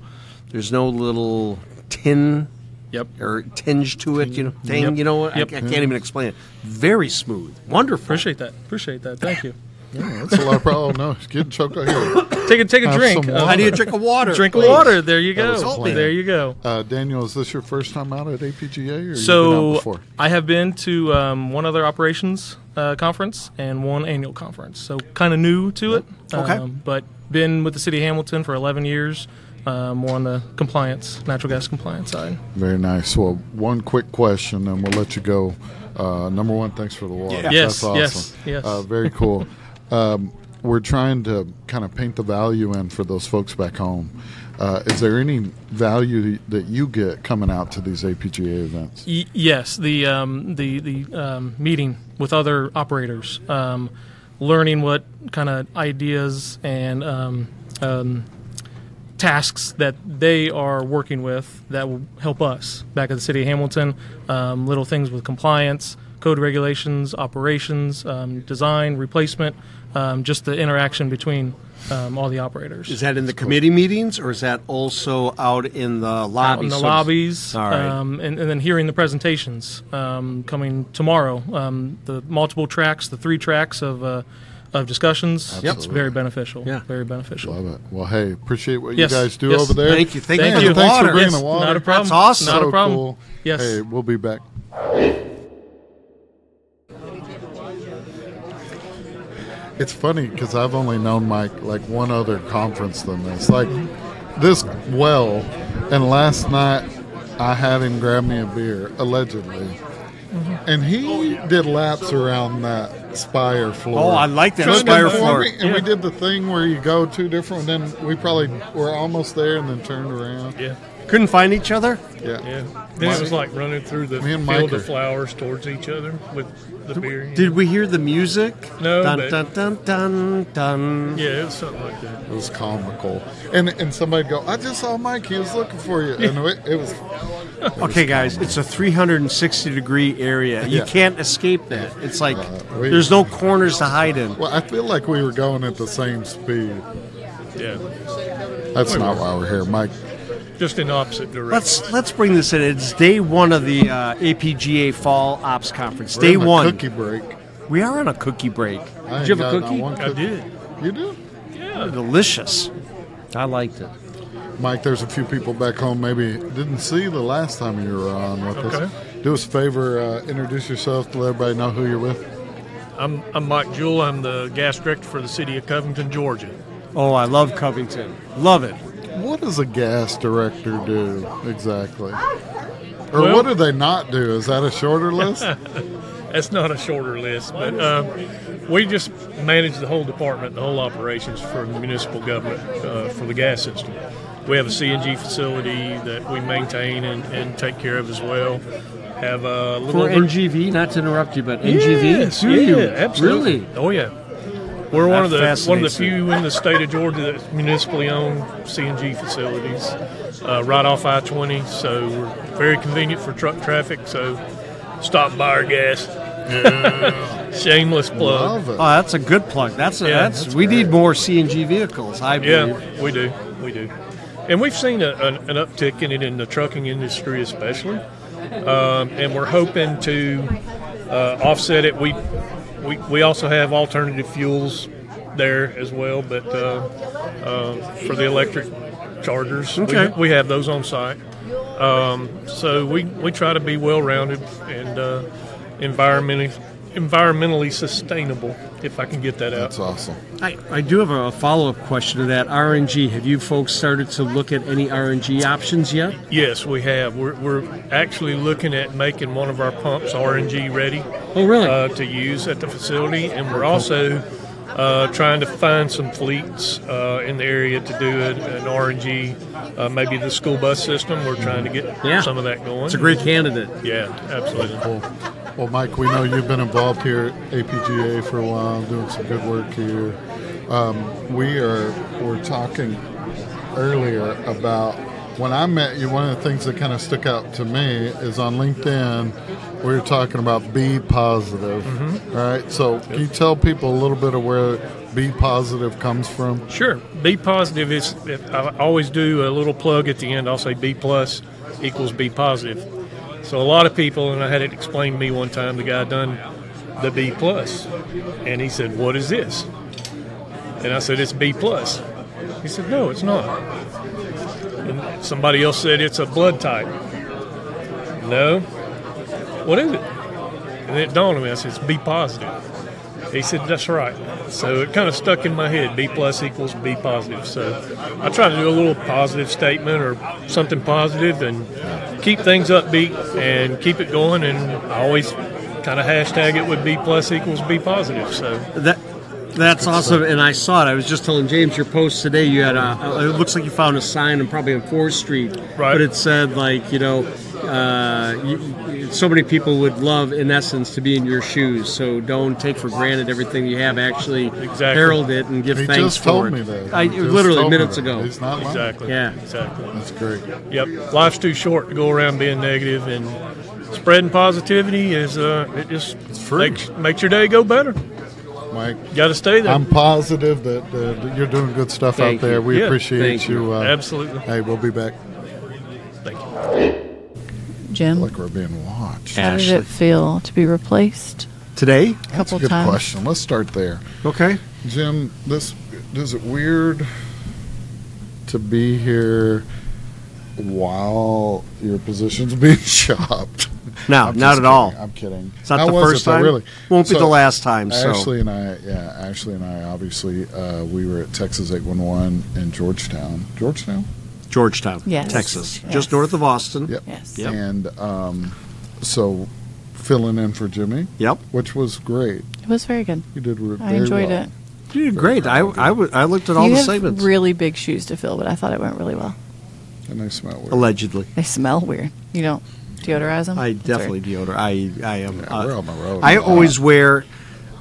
Speaker 1: there's no little tin
Speaker 11: Yep.
Speaker 1: or tinge to it. You know, thing.
Speaker 11: Yep.
Speaker 1: You know, what? I,
Speaker 11: Yep.
Speaker 1: I can't even explain it. Very smooth. Wonderful.
Speaker 11: Appreciate that. Appreciate that. Thank you.
Speaker 3: Yeah, that's a lot of problem. No, it's getting choked out here.
Speaker 11: Take a take a
Speaker 3: Have
Speaker 11: drink.
Speaker 3: some
Speaker 11: of-
Speaker 1: How do you drink a water?
Speaker 11: drink
Speaker 1: please?
Speaker 11: water. There you
Speaker 3: That was
Speaker 11: go.
Speaker 3: planned.
Speaker 11: There you go.
Speaker 3: Uh, Daniel, is this your first time out at APGA, or you been out
Speaker 11: So
Speaker 3: before?
Speaker 11: I have been to um, one other operations uh, conference and one annual conference. So kind of new to it.
Speaker 1: Okay.
Speaker 11: Um, but been with the city of Hamilton for 11 years. Uh, more on the compliance, natural gas compliance side.
Speaker 3: Very nice. Well, one quick question, and we'll let you go. Uh, number one, thanks for the water.
Speaker 11: Yes,
Speaker 3: That's awesome.
Speaker 11: yes, yes.
Speaker 3: Uh, very cool. um, we're trying to kind of paint the value in for those folks back home. Uh, is there any value that you get coming out to these APGA events?
Speaker 11: Y- yes, the um, the the um, meeting with other operators, um, learning what kind of ideas and um, um, tasks that they are working with that will help us back at the city of Hamilton. Um, little things with compliance, code regulations, operations, um, design, replacement, um, just the interaction between um, all the operators.
Speaker 1: Is that in the committee meetings, or is that also out in the lobby?
Speaker 11: out in the
Speaker 1: so to-
Speaker 11: lobbies,
Speaker 1: All right.
Speaker 11: um, and, and then hearing the presentations um, coming tomorrow. Um, the multiple tracks, the three tracks of uh, of discussions. It's
Speaker 3: Absolutely.
Speaker 11: very beneficial.
Speaker 1: Yeah.
Speaker 11: very beneficial.
Speaker 3: Love it. Well, hey, appreciate what
Speaker 11: Yes,
Speaker 3: you guys do
Speaker 11: yes.
Speaker 3: over there.
Speaker 1: Thank you. Thank,
Speaker 11: Thank
Speaker 1: you.
Speaker 11: you.
Speaker 1: for the
Speaker 3: Thanks
Speaker 1: water.
Speaker 3: for bringing
Speaker 11: Yes,
Speaker 3: the water.
Speaker 11: not a problem.
Speaker 1: That's awesome.
Speaker 11: Not a
Speaker 3: So
Speaker 11: problem.
Speaker 3: Cool.
Speaker 11: Yes.
Speaker 3: Hey, we'll be back. It's funny because I've only known Mike like one other conference than this, like this well. And last night I had him grab me a beer, allegedly, and he did laps around that spire floor.
Speaker 1: Oh, I like that
Speaker 3: Kinda
Speaker 1: spire
Speaker 3: for
Speaker 1: floor.
Speaker 3: me, And we did the thing where you go two different, and then we probably were almost there and then turned around.
Speaker 12: Yeah,
Speaker 1: Couldn't find each other.
Speaker 3: Yeah.
Speaker 12: yeah. Then it was like running through the
Speaker 3: Me and
Speaker 12: field
Speaker 3: Mike are-
Speaker 12: of flowers towards each other with the beer. you
Speaker 1: Did we hear the music?
Speaker 12: No,
Speaker 1: Dun
Speaker 12: but-
Speaker 1: dun dun dun dun.
Speaker 12: know. Yeah, it was something like that.
Speaker 3: It was comical. And and somebody'd go, I just saw Mike. He was looking for you. And it, it was,
Speaker 1: Okay, guys, it's a 360 degree area. You
Speaker 3: Yeah. Uh,
Speaker 1: can't escape that. It's like
Speaker 3: we-
Speaker 1: there's
Speaker 3: <laughs>
Speaker 1: no corners to hide in.
Speaker 3: well, I feel like we were going at the same speed.
Speaker 12: Yeah,
Speaker 3: That's not why we're here, Mike.
Speaker 12: just in opposite direction.
Speaker 1: Let's let's bring this in. It's day one of the uh, APGA Fall Ops Conference.
Speaker 3: We're
Speaker 1: Day
Speaker 3: in a
Speaker 1: one.
Speaker 3: Cookie break.
Speaker 1: We are on a cookie break.
Speaker 3: I
Speaker 1: Did you
Speaker 3: ain't
Speaker 1: have a
Speaker 3: got not
Speaker 1: cookie?
Speaker 3: one
Speaker 12: I did.
Speaker 3: You do?
Speaker 1: Delicious. I liked it.
Speaker 3: Mike, there's a few people back home maybe didn't see the last time you were on with us. Do us a favor, uh, introduce yourself to let everybody know who you're with.
Speaker 12: I'm I'm Mike Jewell. I'm the gas director for the city of Covington, Georgia.
Speaker 1: Oh, I love Covington. Love it.
Speaker 3: What does a gas director do exactly? Or
Speaker 12: Well-
Speaker 3: what do they not do? Is that a shorter list?
Speaker 12: <laughs> That's not a shorter list, but um, we just manage the whole department, the whole operations for the municipal government uh, for the gas system. We have a CNG facility that we maintain and, and take care of as well. Have a little
Speaker 1: For
Speaker 12: over-
Speaker 1: NGV, not to interrupt you, but
Speaker 12: Yes,
Speaker 1: NGV, do you
Speaker 12: yeah, absolutely.
Speaker 1: really?
Speaker 12: Oh yeah. We're
Speaker 1: That
Speaker 12: one of the one of the
Speaker 1: fascinates
Speaker 12: few in the state of Georgia that's municipally owned CNG facilities, uh, right off I twenty. So we're very convenient for truck traffic. So stop by our gas. <laughs> Shameless plug.
Speaker 3: Love it.
Speaker 1: Oh, that's a good plug. That's a,
Speaker 12: Yeah,
Speaker 1: that's, we need more CNG vehicles. I believe.
Speaker 12: Yeah, we do. We do. And we've seen a, an, an uptick in it in the trucking industry, especially. Um, and we're hoping to uh, offset it. We, we we also have alternative fuels there as well, but uh, uh, for the electric chargers,
Speaker 11: Okay.
Speaker 12: we, we have those on site. Um, so we, we try to be well rounded and uh, environmentally environmentally sustainable. If I can get that out, that's
Speaker 3: awesome.
Speaker 5: I, I do have a follow up question to that. RNG, have you folks started to look at any RNG options yet?
Speaker 12: Yes, we have. We're, we're actually looking at making one of our pumps RNG ready.
Speaker 5: Oh, really?
Speaker 12: Uh, to use at the facility, and we're also uh, trying to find some fleets uh, in the area to do an, an RNG. Uh, maybe the school bus system. We're trying to get
Speaker 5: Yeah.
Speaker 12: some of that going.
Speaker 5: It's a great candidate.
Speaker 12: Yeah, absolutely.
Speaker 3: Well, Mike, we know you've been involved here at APGA for a while, doing some good work here. Um, we are were talking earlier about when I met you. One of the things that kind of stuck out to me is on LinkedIn. We were talking about be positive,
Speaker 12: Mhm.
Speaker 3: right? So, can you tell people a little bit of where be positive comes from?
Speaker 12: Sure. B positive is. I always do a little plug at the end. I'll say B plus equals B positive. So a lot of people, and I had it explained to me one time. The guy done the B plus, and he said, "What is this?" And I said, "It's B plus." He said, "No, it's not." And somebody else said, "It's a blood type." No. What is it? And it dawned on me. I said, "It's B positive." He said, "That's right." So it kind of stuck in my head. B plus equals B positive. So I try to do a little positive statement or something positive and keep things upbeat and keep it going. And I always kind of hashtag it with B plus equals B positive. So
Speaker 5: That that's awesome, and I saw it. I was just telling James your post today. You had a. It looks like you found a sign, and probably on Fourth Street, right? But it said like you know, uh, you, you- so many people would love, in essence, to be in your shoes. So don't take for granted everything you have. Actually, herald it and give
Speaker 3: He
Speaker 5: thanks
Speaker 3: just
Speaker 5: for
Speaker 3: told
Speaker 5: it.
Speaker 3: me that.
Speaker 5: I,
Speaker 3: He just
Speaker 5: literally
Speaker 3: told me
Speaker 5: minutes
Speaker 3: that.
Speaker 5: ago.
Speaker 3: He's not lying.
Speaker 12: exactly,
Speaker 5: Yeah.
Speaker 12: exactly.
Speaker 3: That's great.
Speaker 12: Yep, life's too short to go around being negative and spreading positivity is uh, it just makes makes your day go better.
Speaker 3: Mike,
Speaker 12: got to stay there.
Speaker 3: I'm positive that, uh, that you're doing good stuff
Speaker 12: Thank
Speaker 3: out there.
Speaker 12: you.
Speaker 3: We
Speaker 12: Yeah.
Speaker 3: appreciate
Speaker 12: Thank
Speaker 3: you.
Speaker 12: you.
Speaker 3: Uh,
Speaker 12: Absolutely.
Speaker 3: Hey, we'll be back.
Speaker 12: Thank you.
Speaker 2: Jim,
Speaker 3: Like we're being watched.
Speaker 2: how did it feel to be replaced?
Speaker 3: Today? That's
Speaker 2: Couple
Speaker 3: a good
Speaker 2: times.
Speaker 3: question. Let's start there.
Speaker 1: Okay.
Speaker 3: Jim, this is it weird to be here while your position's <laughs> being shopped?
Speaker 1: No,
Speaker 3: I'm
Speaker 1: not
Speaker 3: just
Speaker 1: at all.
Speaker 3: kidding. I'm kidding.
Speaker 1: It's not
Speaker 3: How
Speaker 1: the
Speaker 3: was
Speaker 1: first
Speaker 3: it, though,
Speaker 1: time.
Speaker 3: Really,
Speaker 1: Won't be the last time, so.
Speaker 3: Ashley and I, yeah, Ashley and I, obviously, uh, we were at Texas 811 in Georgetown. Georgetown.
Speaker 1: Georgetown,
Speaker 3: Yes.
Speaker 1: Texas,
Speaker 3: Yes.
Speaker 1: just north of Austin.
Speaker 3: Yep.
Speaker 2: Yes.
Speaker 3: And um, so filling in for Jimmy.
Speaker 1: Yep.
Speaker 3: Which was great.
Speaker 2: It was very good.
Speaker 3: You did. Re-
Speaker 2: I
Speaker 3: very
Speaker 2: enjoyed
Speaker 3: well.
Speaker 2: it.
Speaker 1: You did great. I, I, w- I looked at all
Speaker 2: you
Speaker 1: the
Speaker 2: have
Speaker 1: segments.
Speaker 2: really big shoes to fill, but I thought it went really well.
Speaker 3: And they smell weird.
Speaker 1: Allegedly.
Speaker 2: They smell weird. You don't deodorize them.
Speaker 1: I definitely deodor. I I am. uh,
Speaker 3: we're on the road.
Speaker 1: I always wear.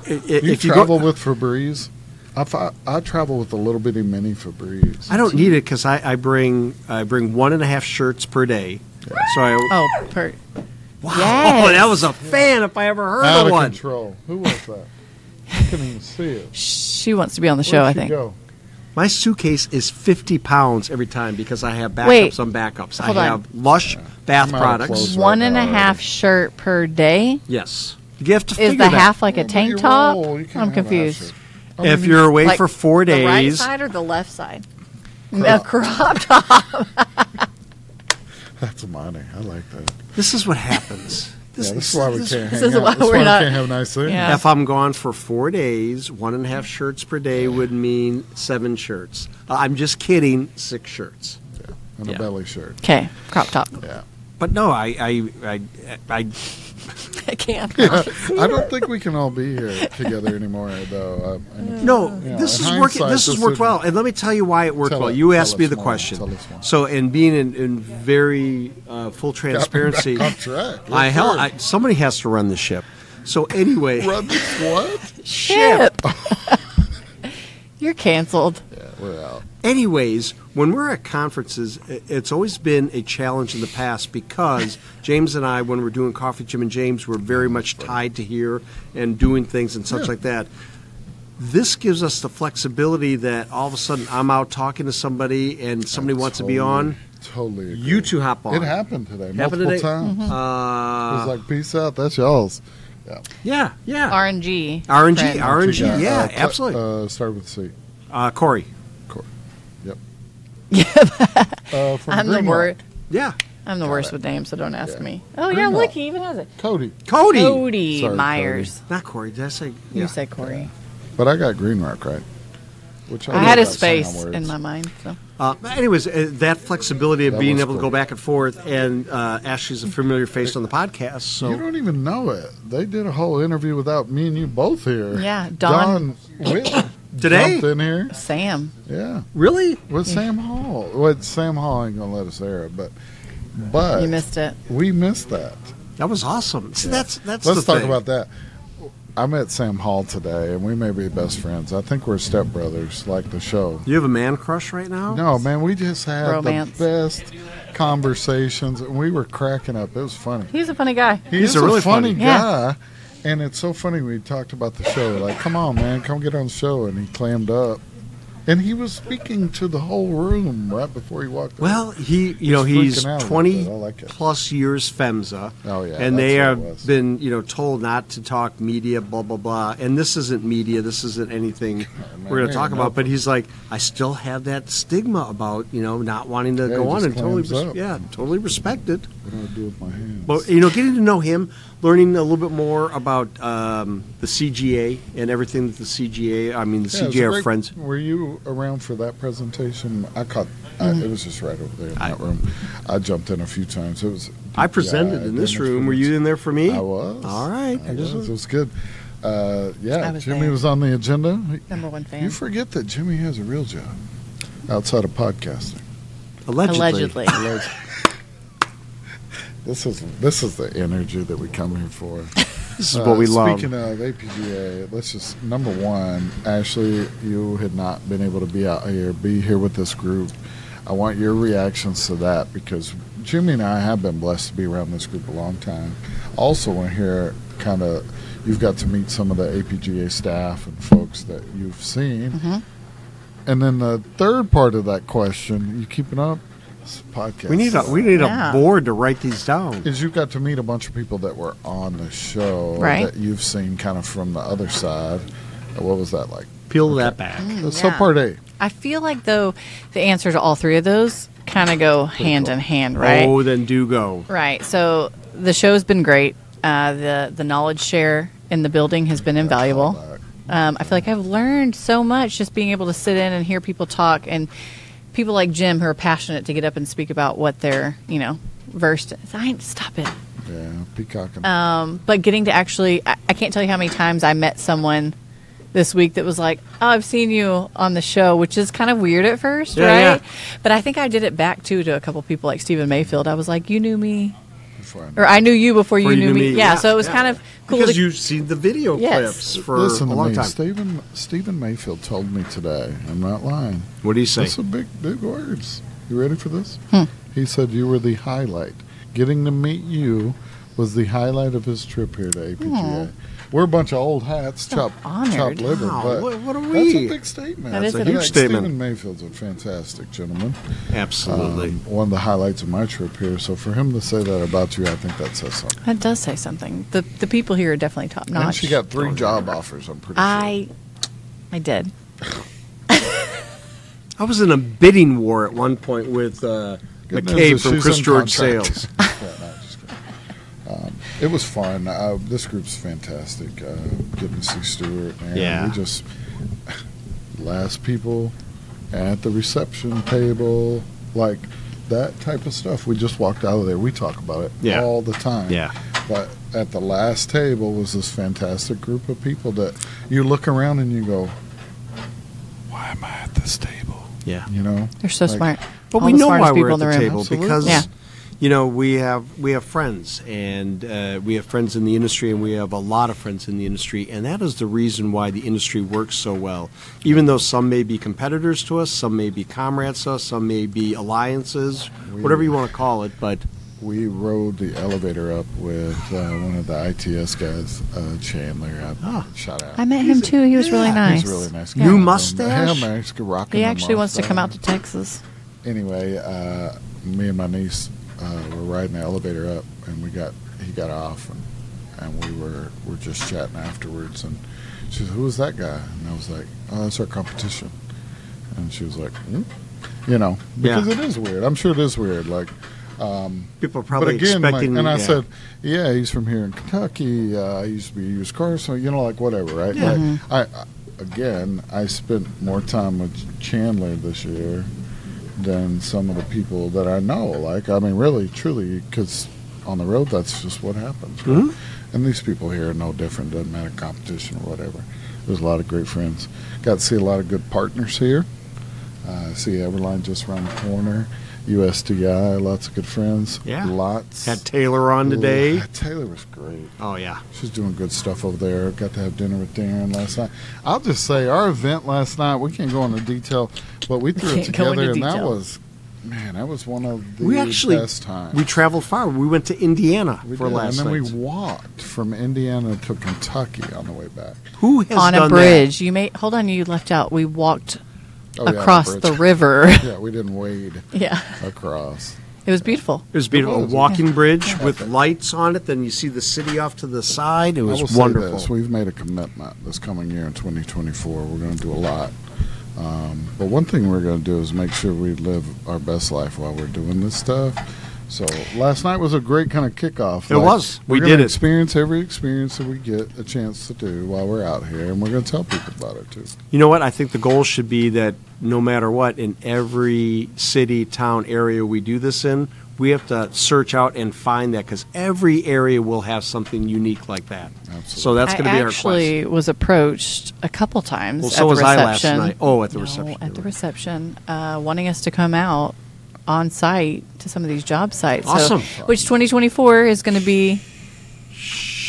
Speaker 1: i- i-
Speaker 3: you
Speaker 1: if you
Speaker 3: travel
Speaker 1: go,
Speaker 3: with Febreze. I, fi- I travel with a little bitty mini Febreze.
Speaker 1: I don't need it because I, I bring I bring one and a half shirts per day. So I.
Speaker 2: Oh, per-
Speaker 1: Wow, <laughs>
Speaker 2: Yes.
Speaker 1: that was a fan if I ever heard
Speaker 3: Out
Speaker 1: of,
Speaker 3: of
Speaker 1: one.
Speaker 3: control. Who was that? I couldn't even see it.
Speaker 2: <laughs> She wants to be on the show. I think.
Speaker 1: My suitcase is 50 pounds every time because I have backups
Speaker 2: Wait.
Speaker 1: on backups.
Speaker 2: Hold
Speaker 1: I
Speaker 2: on.
Speaker 1: have Lush bath products.
Speaker 2: One and a half shirt per day.
Speaker 1: Yes. You have to
Speaker 2: Is
Speaker 1: figure
Speaker 2: the
Speaker 1: that.
Speaker 2: half like a tank top? I'm confused.
Speaker 1: If you're away
Speaker 2: Like
Speaker 1: for four
Speaker 2: the right
Speaker 1: days,
Speaker 2: side or the left side? A crop
Speaker 3: <laughs>
Speaker 2: top.
Speaker 3: That's money. I like that.
Speaker 1: this is what happens.
Speaker 3: yeah, this is why we can't hang
Speaker 2: is
Speaker 3: out.
Speaker 2: why
Speaker 3: This is
Speaker 2: we're
Speaker 3: why
Speaker 2: not-
Speaker 3: we can't have nice things.
Speaker 2: Yeah.
Speaker 1: If I'm gone for four days, one and a half shirts per day would mean seven shirts. Uh, I'm just kidding, six shirts.
Speaker 3: And a belly shirt.
Speaker 2: Okay, crop top.
Speaker 3: <laughs> Yeah.
Speaker 1: But no, I, I, I, I,
Speaker 2: I can't.
Speaker 3: Yeah, I don't think we can all be
Speaker 2: <laughs>
Speaker 3: here together anymore, though. I, I mean,
Speaker 1: no.
Speaker 3: you know,
Speaker 1: this
Speaker 3: in
Speaker 1: is working.
Speaker 3: hindsight,
Speaker 1: This has
Speaker 3: would-
Speaker 1: worked well, and let me tell you why it worked
Speaker 3: Tell
Speaker 1: well.
Speaker 3: it-
Speaker 1: You
Speaker 3: tell
Speaker 1: asked me
Speaker 3: us
Speaker 1: the
Speaker 3: more, tell
Speaker 1: question.
Speaker 3: us
Speaker 1: So, and being in, in very uh, full transparency,
Speaker 3: back on track.
Speaker 1: I
Speaker 3: Yes,
Speaker 1: hell,
Speaker 3: sir.
Speaker 1: I, somebody has to run the ship. So anyway,
Speaker 3: Run this <laughs> what?
Speaker 2: Ship. <laughs>
Speaker 3: <laughs>
Speaker 2: You're canceled.
Speaker 3: We're out.
Speaker 1: Anyways, when we're at conferences, i- it's always been a challenge in the past
Speaker 3: <laughs>
Speaker 1: because James and I, when we're doing Coffee Jim and James, we're very much tied to here and doing things and such
Speaker 3: Yeah.
Speaker 1: like that. This gives us the flexibility that all of a sudden I'm out talking to somebody and somebody wants to be on.
Speaker 3: Totally.
Speaker 1: You two hop on.
Speaker 3: It happened today
Speaker 1: Happened
Speaker 3: multiple
Speaker 1: today?
Speaker 3: times.
Speaker 2: Mm-hmm.
Speaker 1: Mhm. Uh,
Speaker 3: it was like, peace out. That's y'all's. Yeah.
Speaker 1: Yeah, yeah.
Speaker 2: RNG.
Speaker 1: RNG,
Speaker 2: friend.
Speaker 1: RNG,
Speaker 3: Yeah,
Speaker 1: yeah,
Speaker 3: uh, Cl-
Speaker 1: absolutely.
Speaker 3: Uh, start with C.
Speaker 1: Uh, Corey.
Speaker 3: Corey. Yep.
Speaker 2: Yeah.
Speaker 3: Uh, from
Speaker 2: I'm the
Speaker 3: Greenlaw.
Speaker 2: worst.
Speaker 1: Yeah.
Speaker 2: I'm the worst with names, so don't ask me.
Speaker 1: Oh, yeah,
Speaker 2: Greenlaw.
Speaker 1: look,
Speaker 2: he even has it.
Speaker 3: Cody.
Speaker 1: Cody.
Speaker 2: Cody Myers.
Speaker 1: Not Corey. Did I say?
Speaker 2: You
Speaker 1: yeah.
Speaker 2: said Corey.
Speaker 3: But I got Green Rock right. Which
Speaker 2: I had
Speaker 3: love
Speaker 2: his
Speaker 3: that song
Speaker 2: face
Speaker 3: words.
Speaker 2: in my mind. So.
Speaker 1: Uh, but anyways, uh, that flexibility of
Speaker 3: That
Speaker 1: being
Speaker 3: was
Speaker 1: able to go
Speaker 3: cool.
Speaker 1: back and forth, and uh, Ashley's a familiar face on the podcast, so
Speaker 3: You don't even know it. They did a whole interview without me and you both here.
Speaker 2: Yeah, Don.
Speaker 3: Don Whit-
Speaker 1: Today?
Speaker 3: jumped in here.
Speaker 2: Sam.
Speaker 3: Yeah.
Speaker 1: Really?
Speaker 3: With Sam Hall. Well, Sam Hall ain't gonna let us air it, but but
Speaker 2: You missed it.
Speaker 3: We missed that.
Speaker 1: that was awesome. See, that's that's.
Speaker 3: Let's
Speaker 1: the
Speaker 3: talk
Speaker 1: thing.
Speaker 3: about that. I met Sam Hall today, and we may be best friends. I think we're stepbrothers, like the show.
Speaker 1: You have a man crush right now?
Speaker 3: No, man, we just had
Speaker 2: Romance.
Speaker 3: the best conversations, and we were cracking up. It was funny.
Speaker 2: He's a funny guy.
Speaker 3: He's, a,
Speaker 1: really
Speaker 3: funny,
Speaker 1: funny-
Speaker 3: guy, and it's so funny. We talked about the show, like, "Come on, man, come get on the show," and he clammed up, and he was speaking to the whole room right before he walked. in.
Speaker 1: Well, he, you know,
Speaker 3: He's
Speaker 1: he's
Speaker 3: freaking out a little
Speaker 1: twenty
Speaker 3: bit. I like it.
Speaker 1: plus years FEMSA.
Speaker 3: Oh, yeah,
Speaker 1: and they
Speaker 3: that's what it
Speaker 1: have
Speaker 3: was.
Speaker 1: been, you know, told not to talk media, blah blah blah. And this isn't media. This
Speaker 3: <laughs>
Speaker 1: isn't anything we're going
Speaker 3: man,
Speaker 1: to talk
Speaker 3: no.
Speaker 1: about. But he's like, I still have that stigma about, you know, not wanting to
Speaker 3: Yeah,
Speaker 1: go
Speaker 3: he
Speaker 1: on
Speaker 3: just
Speaker 1: and totally,
Speaker 3: clams
Speaker 1: res-
Speaker 3: up.
Speaker 1: yeah, totally respect it.
Speaker 3: what do I do with my hands?
Speaker 1: But you know, getting to know him, learning a little bit more about um, the CGA and everything that the CGA, I mean, the
Speaker 3: Yeah, it was a
Speaker 1: CGA are
Speaker 3: great-
Speaker 1: friends.
Speaker 3: Were you around for that presentation? I caught. I, it was just right over there in
Speaker 1: Mm-hmm. I-
Speaker 3: that room. I jumped in a few times. It was.
Speaker 1: I presented
Speaker 3: Yeah,
Speaker 1: in
Speaker 3: I
Speaker 1: this
Speaker 3: did
Speaker 1: room. Were you in there for me?
Speaker 3: I was.
Speaker 1: All right.
Speaker 3: I
Speaker 1: I just-
Speaker 3: was. It was good. Uh, yeah,
Speaker 2: I was
Speaker 3: Jimmy
Speaker 2: there.
Speaker 3: was on the agenda.
Speaker 2: Number one fan.
Speaker 3: You forget that Jimmy has a real job outside of podcasting.
Speaker 1: allegedly.
Speaker 2: Allegedly.
Speaker 3: Alleg- this is this is the energy that we come here for.
Speaker 1: <laughs>
Speaker 3: Uh,
Speaker 1: This is what we love.
Speaker 3: Speaking of APGA, let's just number one, Ashley, you had not been able to be out here, be here with this group. I want your reactions to that because Jimmy and I have been blessed to be around this group a long time. Also, want to hear kind of you've got to meet some of the APGA staff and folks that you've seen.
Speaker 1: Mm-hmm.
Speaker 3: And then the third part of that question, you keeping up? It's podcast.
Speaker 1: We need a we need
Speaker 2: Yeah.
Speaker 1: a board to write these down.
Speaker 3: Is you got to meet a bunch of people that were on the show
Speaker 2: Right.
Speaker 3: that you've seen kind of from the other side. Uh, What was that like?
Speaker 1: Peel that back.
Speaker 3: so
Speaker 2: Mm, yeah.
Speaker 3: part A.
Speaker 2: I feel like though the answer to all three of those kind of go hand in hand, right?
Speaker 1: Oh, then do go.
Speaker 2: Right. So the show's been great. Uh, the the knowledge share in the building has been invaluable. Um, I feel like I've learned so much just being able to sit in and hear people talk and people like Jim who are passionate to get up and speak about what they're you know versed. In. I ain't stop it.
Speaker 3: Yeah, Peacock and
Speaker 2: Um, but getting to actually, I, I can't tell you how many times I met someone this week that was like, "Oh, I've seen you on the show," which is kind of weird at first,
Speaker 1: Yeah, yeah.
Speaker 2: right? But I think I did it back too to a couple people like Stephen Mayfield. I was like, "You knew me."
Speaker 3: before I
Speaker 2: or I knew you before you,
Speaker 1: Before
Speaker 2: knew, me. Yeah, so it was
Speaker 1: yeah.
Speaker 2: kind of cool.
Speaker 1: because
Speaker 2: to-
Speaker 1: you've seen the video
Speaker 2: Yes.
Speaker 1: clips for
Speaker 3: Listen
Speaker 1: a
Speaker 3: to
Speaker 1: long
Speaker 3: me.
Speaker 1: time.
Speaker 3: Stephen Stephen Mayfield told me today. I'm not lying.
Speaker 1: What do you say?
Speaker 3: That's some big big words. You ready for this?
Speaker 2: Hmm.
Speaker 3: He said you were the highlight. Getting to meet you was the highlight of his trip here to APGA. We're a bunch of old hats, chopped,
Speaker 2: Hmm. honored.
Speaker 3: chopped liver.
Speaker 1: Wow,
Speaker 3: but
Speaker 1: what- what are
Speaker 3: That's a
Speaker 1: we?
Speaker 3: big statement.
Speaker 2: That is
Speaker 1: a big
Speaker 3: Like,
Speaker 1: statement.
Speaker 3: Stephen Mayfield's a fantastic gentleman.
Speaker 1: Absolutely.
Speaker 3: Um, one of the highlights of my trip here. So for him to say that about you, I think that says something.
Speaker 2: that does say something. The the people here are definitely top notch.
Speaker 3: And she got three job offers. I'm pretty
Speaker 2: I, I did.
Speaker 1: I was in a bidding war at one point with uh,
Speaker 3: Good
Speaker 1: McCabe
Speaker 3: news is
Speaker 1: from
Speaker 3: she's
Speaker 1: Chris
Speaker 3: in
Speaker 1: George
Speaker 3: contract.
Speaker 1: Sales.
Speaker 3: <laughs> Yeah, no, just kidding. Um, it was fun. Uh, this group's fantastic. Uh, getting to see Stuart. And
Speaker 1: Yeah.
Speaker 3: We just last people at the reception table, like that type of stuff. We just walked out of there. We talk about it
Speaker 1: Yeah.
Speaker 3: all the time.
Speaker 1: Yeah.
Speaker 3: But at the last table was this fantastic group of people that you look around and you go, "Why am I at this table?"
Speaker 1: Yeah.
Speaker 3: You know.
Speaker 2: They're so
Speaker 3: Like-
Speaker 2: smart.
Speaker 1: But
Speaker 2: All
Speaker 1: we
Speaker 2: the
Speaker 1: know why
Speaker 2: smartest
Speaker 1: we're
Speaker 2: people
Speaker 1: at
Speaker 2: in the
Speaker 1: the,
Speaker 2: room.
Speaker 1: table
Speaker 3: Absolutely.
Speaker 1: because
Speaker 2: Yeah.
Speaker 1: you know we have we have friends and uh, we have friends in the industry and we have a lot of friends in the industry and that is the reason why the industry works so well. Even though some may be competitors to us, some may be comrades to us, some may be alliances, whatever you want to call it, but
Speaker 3: we rode the elevator up with uh, one of the ITS guys, uh, Chandler. I shot out.
Speaker 2: I met him too. He was really nice.
Speaker 3: He's a really nice.
Speaker 2: Ah. Yeah.
Speaker 3: guy.
Speaker 2: New
Speaker 3: Um,
Speaker 2: mustache?
Speaker 3: Yeah, man, he's rocking
Speaker 2: He
Speaker 3: the
Speaker 2: actually wants to
Speaker 3: mustache.
Speaker 2: come out to Texas.
Speaker 3: Anyway, uh, me and my niece uh, were riding the elevator up, and we got he got off, and, and we were were just chatting afterwards, and she said, "Who was that guy?" And I was like, "Oh, that's our competition," and she was like, hmm? "You know,
Speaker 1: Yeah.
Speaker 3: because it is weird. I'm sure it is weird. Like, um,
Speaker 1: People are probably
Speaker 3: but again,
Speaker 1: expecting-
Speaker 3: Like, and I
Speaker 1: yeah.
Speaker 3: said, "Yeah, he's from here in Kentucky. Uh, I used to be a used car, so you know, like whatever, right?"
Speaker 1: Yeah.
Speaker 3: Like,
Speaker 1: Mhm.
Speaker 3: I, I again, I spent more time with Chandler this year than some of the people that I know. Like, I mean, really, truly, because on the road, that's just what happens. right? And these people here are no different. Doesn't matter competition or whatever. There's a lot of great friends. Got to see a lot of good partners here. Uh, see Everline just around the corner. USDI, lots of good friends.
Speaker 1: Yeah.
Speaker 3: Lots.
Speaker 1: Had Taylor on today.
Speaker 3: Ooh, Taylor was great.
Speaker 1: Oh yeah.
Speaker 3: She's doing good stuff over there. Got to have dinner with Darren last night. I'll just say our event last night. We can't go into detail,
Speaker 2: <laughs>
Speaker 3: but we threw it
Speaker 1: Can't go
Speaker 3: together,
Speaker 1: into
Speaker 3: and that
Speaker 1: detail.
Speaker 3: was, man, that was one of the
Speaker 1: We actually
Speaker 3: best times.
Speaker 1: we traveled far. We went to Indiana
Speaker 3: We
Speaker 1: for
Speaker 3: did,
Speaker 1: last
Speaker 3: and then
Speaker 1: night.
Speaker 3: we walked from Indiana to Kentucky on the way back.
Speaker 1: Who
Speaker 2: on a bridge. You may hold on. You left out. We walked
Speaker 3: Oh, yeah, the
Speaker 2: across
Speaker 3: bridge.
Speaker 2: the river.
Speaker 3: <laughs> yeah, we didn't wade.
Speaker 2: <laughs> Yeah.
Speaker 3: across.
Speaker 2: It was beautiful.
Speaker 1: It was beautiful. A walking bridge with lights on it. Then you see the city off to the side. It
Speaker 3: I will
Speaker 1: was
Speaker 3: say
Speaker 1: wonderful.
Speaker 3: this, we've made a commitment this coming year in 2024. We're going to do a lot. Um, but one thing we're going to do is make sure we live our best life while we're doing this stuff. So last night was a great kind of kickoff.
Speaker 1: It was.
Speaker 3: we're
Speaker 1: We
Speaker 3: gonna
Speaker 1: did it.
Speaker 3: Experience every experience that we get a chance to do while we're out here, and we're going to tell people about it too.
Speaker 1: You know what? I think the goal should be that no matter what, in every city, town, area we do this in, we have to search out and find that because every area will have something unique like that. So that's going to
Speaker 2: I
Speaker 1: be our quest.
Speaker 2: actually was approached a couple times.
Speaker 1: Well,
Speaker 2: at
Speaker 1: so
Speaker 2: the
Speaker 1: was I last
Speaker 2: reception.
Speaker 1: night. Oh, at the
Speaker 2: No,
Speaker 1: reception,
Speaker 2: At the reception, uh, wanting us to come out on site to some of these job sites. So-
Speaker 3: Awesome.
Speaker 2: which 2024 is going to be.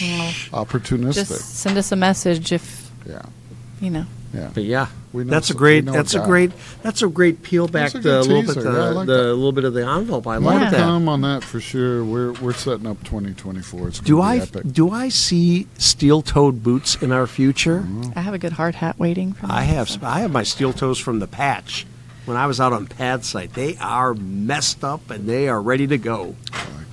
Speaker 2: well,
Speaker 3: Opportunistic.
Speaker 2: just send us a message if.
Speaker 3: Yeah.
Speaker 2: You know.
Speaker 3: Yeah.
Speaker 1: But yeah,
Speaker 3: We know
Speaker 1: that's a
Speaker 3: some-
Speaker 1: great.
Speaker 3: we know a
Speaker 1: That's a
Speaker 3: guy.
Speaker 1: great. That's a great peel back
Speaker 3: That's a
Speaker 1: the
Speaker 3: good
Speaker 1: little bit
Speaker 3: teaser.
Speaker 1: the,
Speaker 3: Yeah, I like
Speaker 1: the
Speaker 3: that.
Speaker 1: little bit of the envelope. I
Speaker 3: More
Speaker 1: like
Speaker 3: to
Speaker 1: that.
Speaker 3: come on that for sure. We're we're setting up 2024. It's
Speaker 1: Do
Speaker 3: gonna
Speaker 1: I
Speaker 3: be epic.
Speaker 1: do I see steel-toed boots in our future?
Speaker 3: Mm-hmm.
Speaker 2: I have a good hard hat waiting for me.
Speaker 1: I have I have my steel toes from the patch. When I was out on pad site, they are messed up and they are ready to go.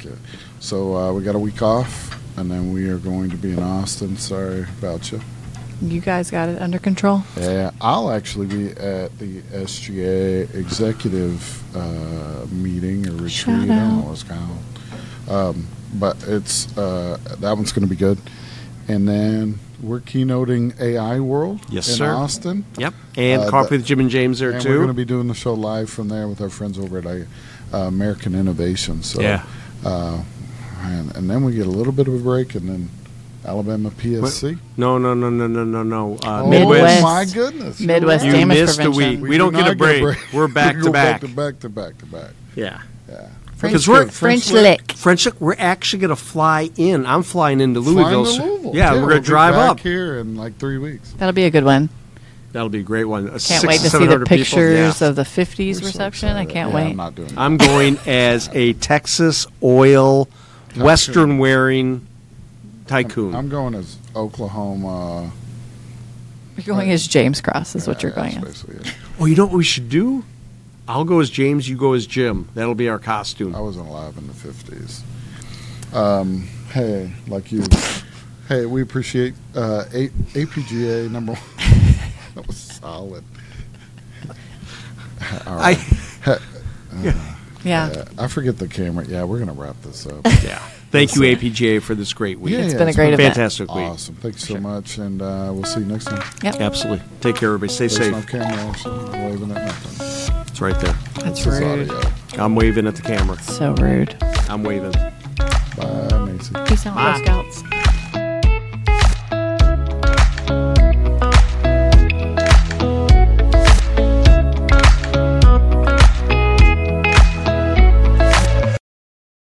Speaker 3: Okay. So uh, we got a week off, and then we are going to be in Austin. Sorry about you.
Speaker 2: You guys got it under control.
Speaker 3: Yeah, I'll actually be at the SGA executive uh, meeting or retreat. I
Speaker 2: Shout
Speaker 3: don't
Speaker 2: out.
Speaker 3: know what it's called. Um, but it's uh, that one's going to be good. And then we're keynoting AI World
Speaker 1: Yes,
Speaker 3: in
Speaker 1: sir.
Speaker 3: Austin. Uh,
Speaker 1: Yep. And
Speaker 3: the-
Speaker 1: coffee with Jim and James there
Speaker 3: and
Speaker 1: too.
Speaker 3: We're going to be doing the show live from there with our friends over at uh, American Innovation. So
Speaker 1: Yeah.
Speaker 3: Uh, and, and then we get a little bit of a break, and then Alabama PSC.
Speaker 1: No, no, no, no, no, no, no. Uh,
Speaker 3: Oh,
Speaker 1: Midwest.
Speaker 3: my goodness. You're
Speaker 2: Midwest
Speaker 3: right.
Speaker 1: You damage missed a prevention. week. We
Speaker 3: do
Speaker 1: don't get a
Speaker 3: not
Speaker 1: break. We're
Speaker 3: <laughs>
Speaker 1: back
Speaker 3: We
Speaker 1: to
Speaker 3: go
Speaker 1: back.
Speaker 3: to back to back to back.
Speaker 1: Yeah.
Speaker 3: Yeah.
Speaker 1: Because we're
Speaker 2: French lick.
Speaker 1: French lick. We're actually going to fly in. I'm flying into
Speaker 3: Flying to
Speaker 1: Louisville. so-
Speaker 3: Louisville.
Speaker 1: Yeah, we're
Speaker 3: we'll
Speaker 1: going
Speaker 3: be
Speaker 1: to drive
Speaker 3: back
Speaker 1: up.
Speaker 3: here in like three weeks.
Speaker 2: That'll be a good one.
Speaker 1: That'll be a great one. Can't
Speaker 2: Can't wait to see the pictures of the 50s reception. I can't
Speaker 1: Yeah,
Speaker 2: wait.
Speaker 1: I'm
Speaker 3: not doing. <laughs>
Speaker 1: I'm going as a Texas oil, Western wearing tycoon.
Speaker 3: I'm going as Oklahoma.
Speaker 2: You're going as James Cross is what you're going as.
Speaker 1: Oh, you know what we should do? I'll go as James. You go as Jim. That'll be our costume. I
Speaker 3: wasn't alive in the fifties. Um, hey, like you. Hey, we appreciate uh, a- APGA number one. <laughs> that was solid. All
Speaker 1: I-
Speaker 3: right.
Speaker 1: <laughs>
Speaker 3: Hey, uh,
Speaker 1: Yeah.
Speaker 2: Yeah.
Speaker 3: I forget the camera. Yeah, we're gonna wrap this up.
Speaker 1: Yeah. Thank you, APGA, for this great week.
Speaker 3: Yeah, It's yeah, been a it's great been event.
Speaker 1: fantastic week.
Speaker 3: Awesome. Thanks so much, and uh, we'll see you next time.
Speaker 2: Yep.
Speaker 1: Absolutely. Take care, everybody. Stay
Speaker 3: There's No
Speaker 1: safe.
Speaker 3: camera, so I'm waving at nothing.
Speaker 1: It's right there.
Speaker 2: That's
Speaker 3: This is
Speaker 2: rude.
Speaker 3: audio.
Speaker 1: I'm waving at the camera.
Speaker 2: So rude.
Speaker 1: I'm waving.
Speaker 3: Bye, Macy.
Speaker 2: Peace out,
Speaker 1: Bye.
Speaker 3: Ah.
Speaker 2: Girl Scouts.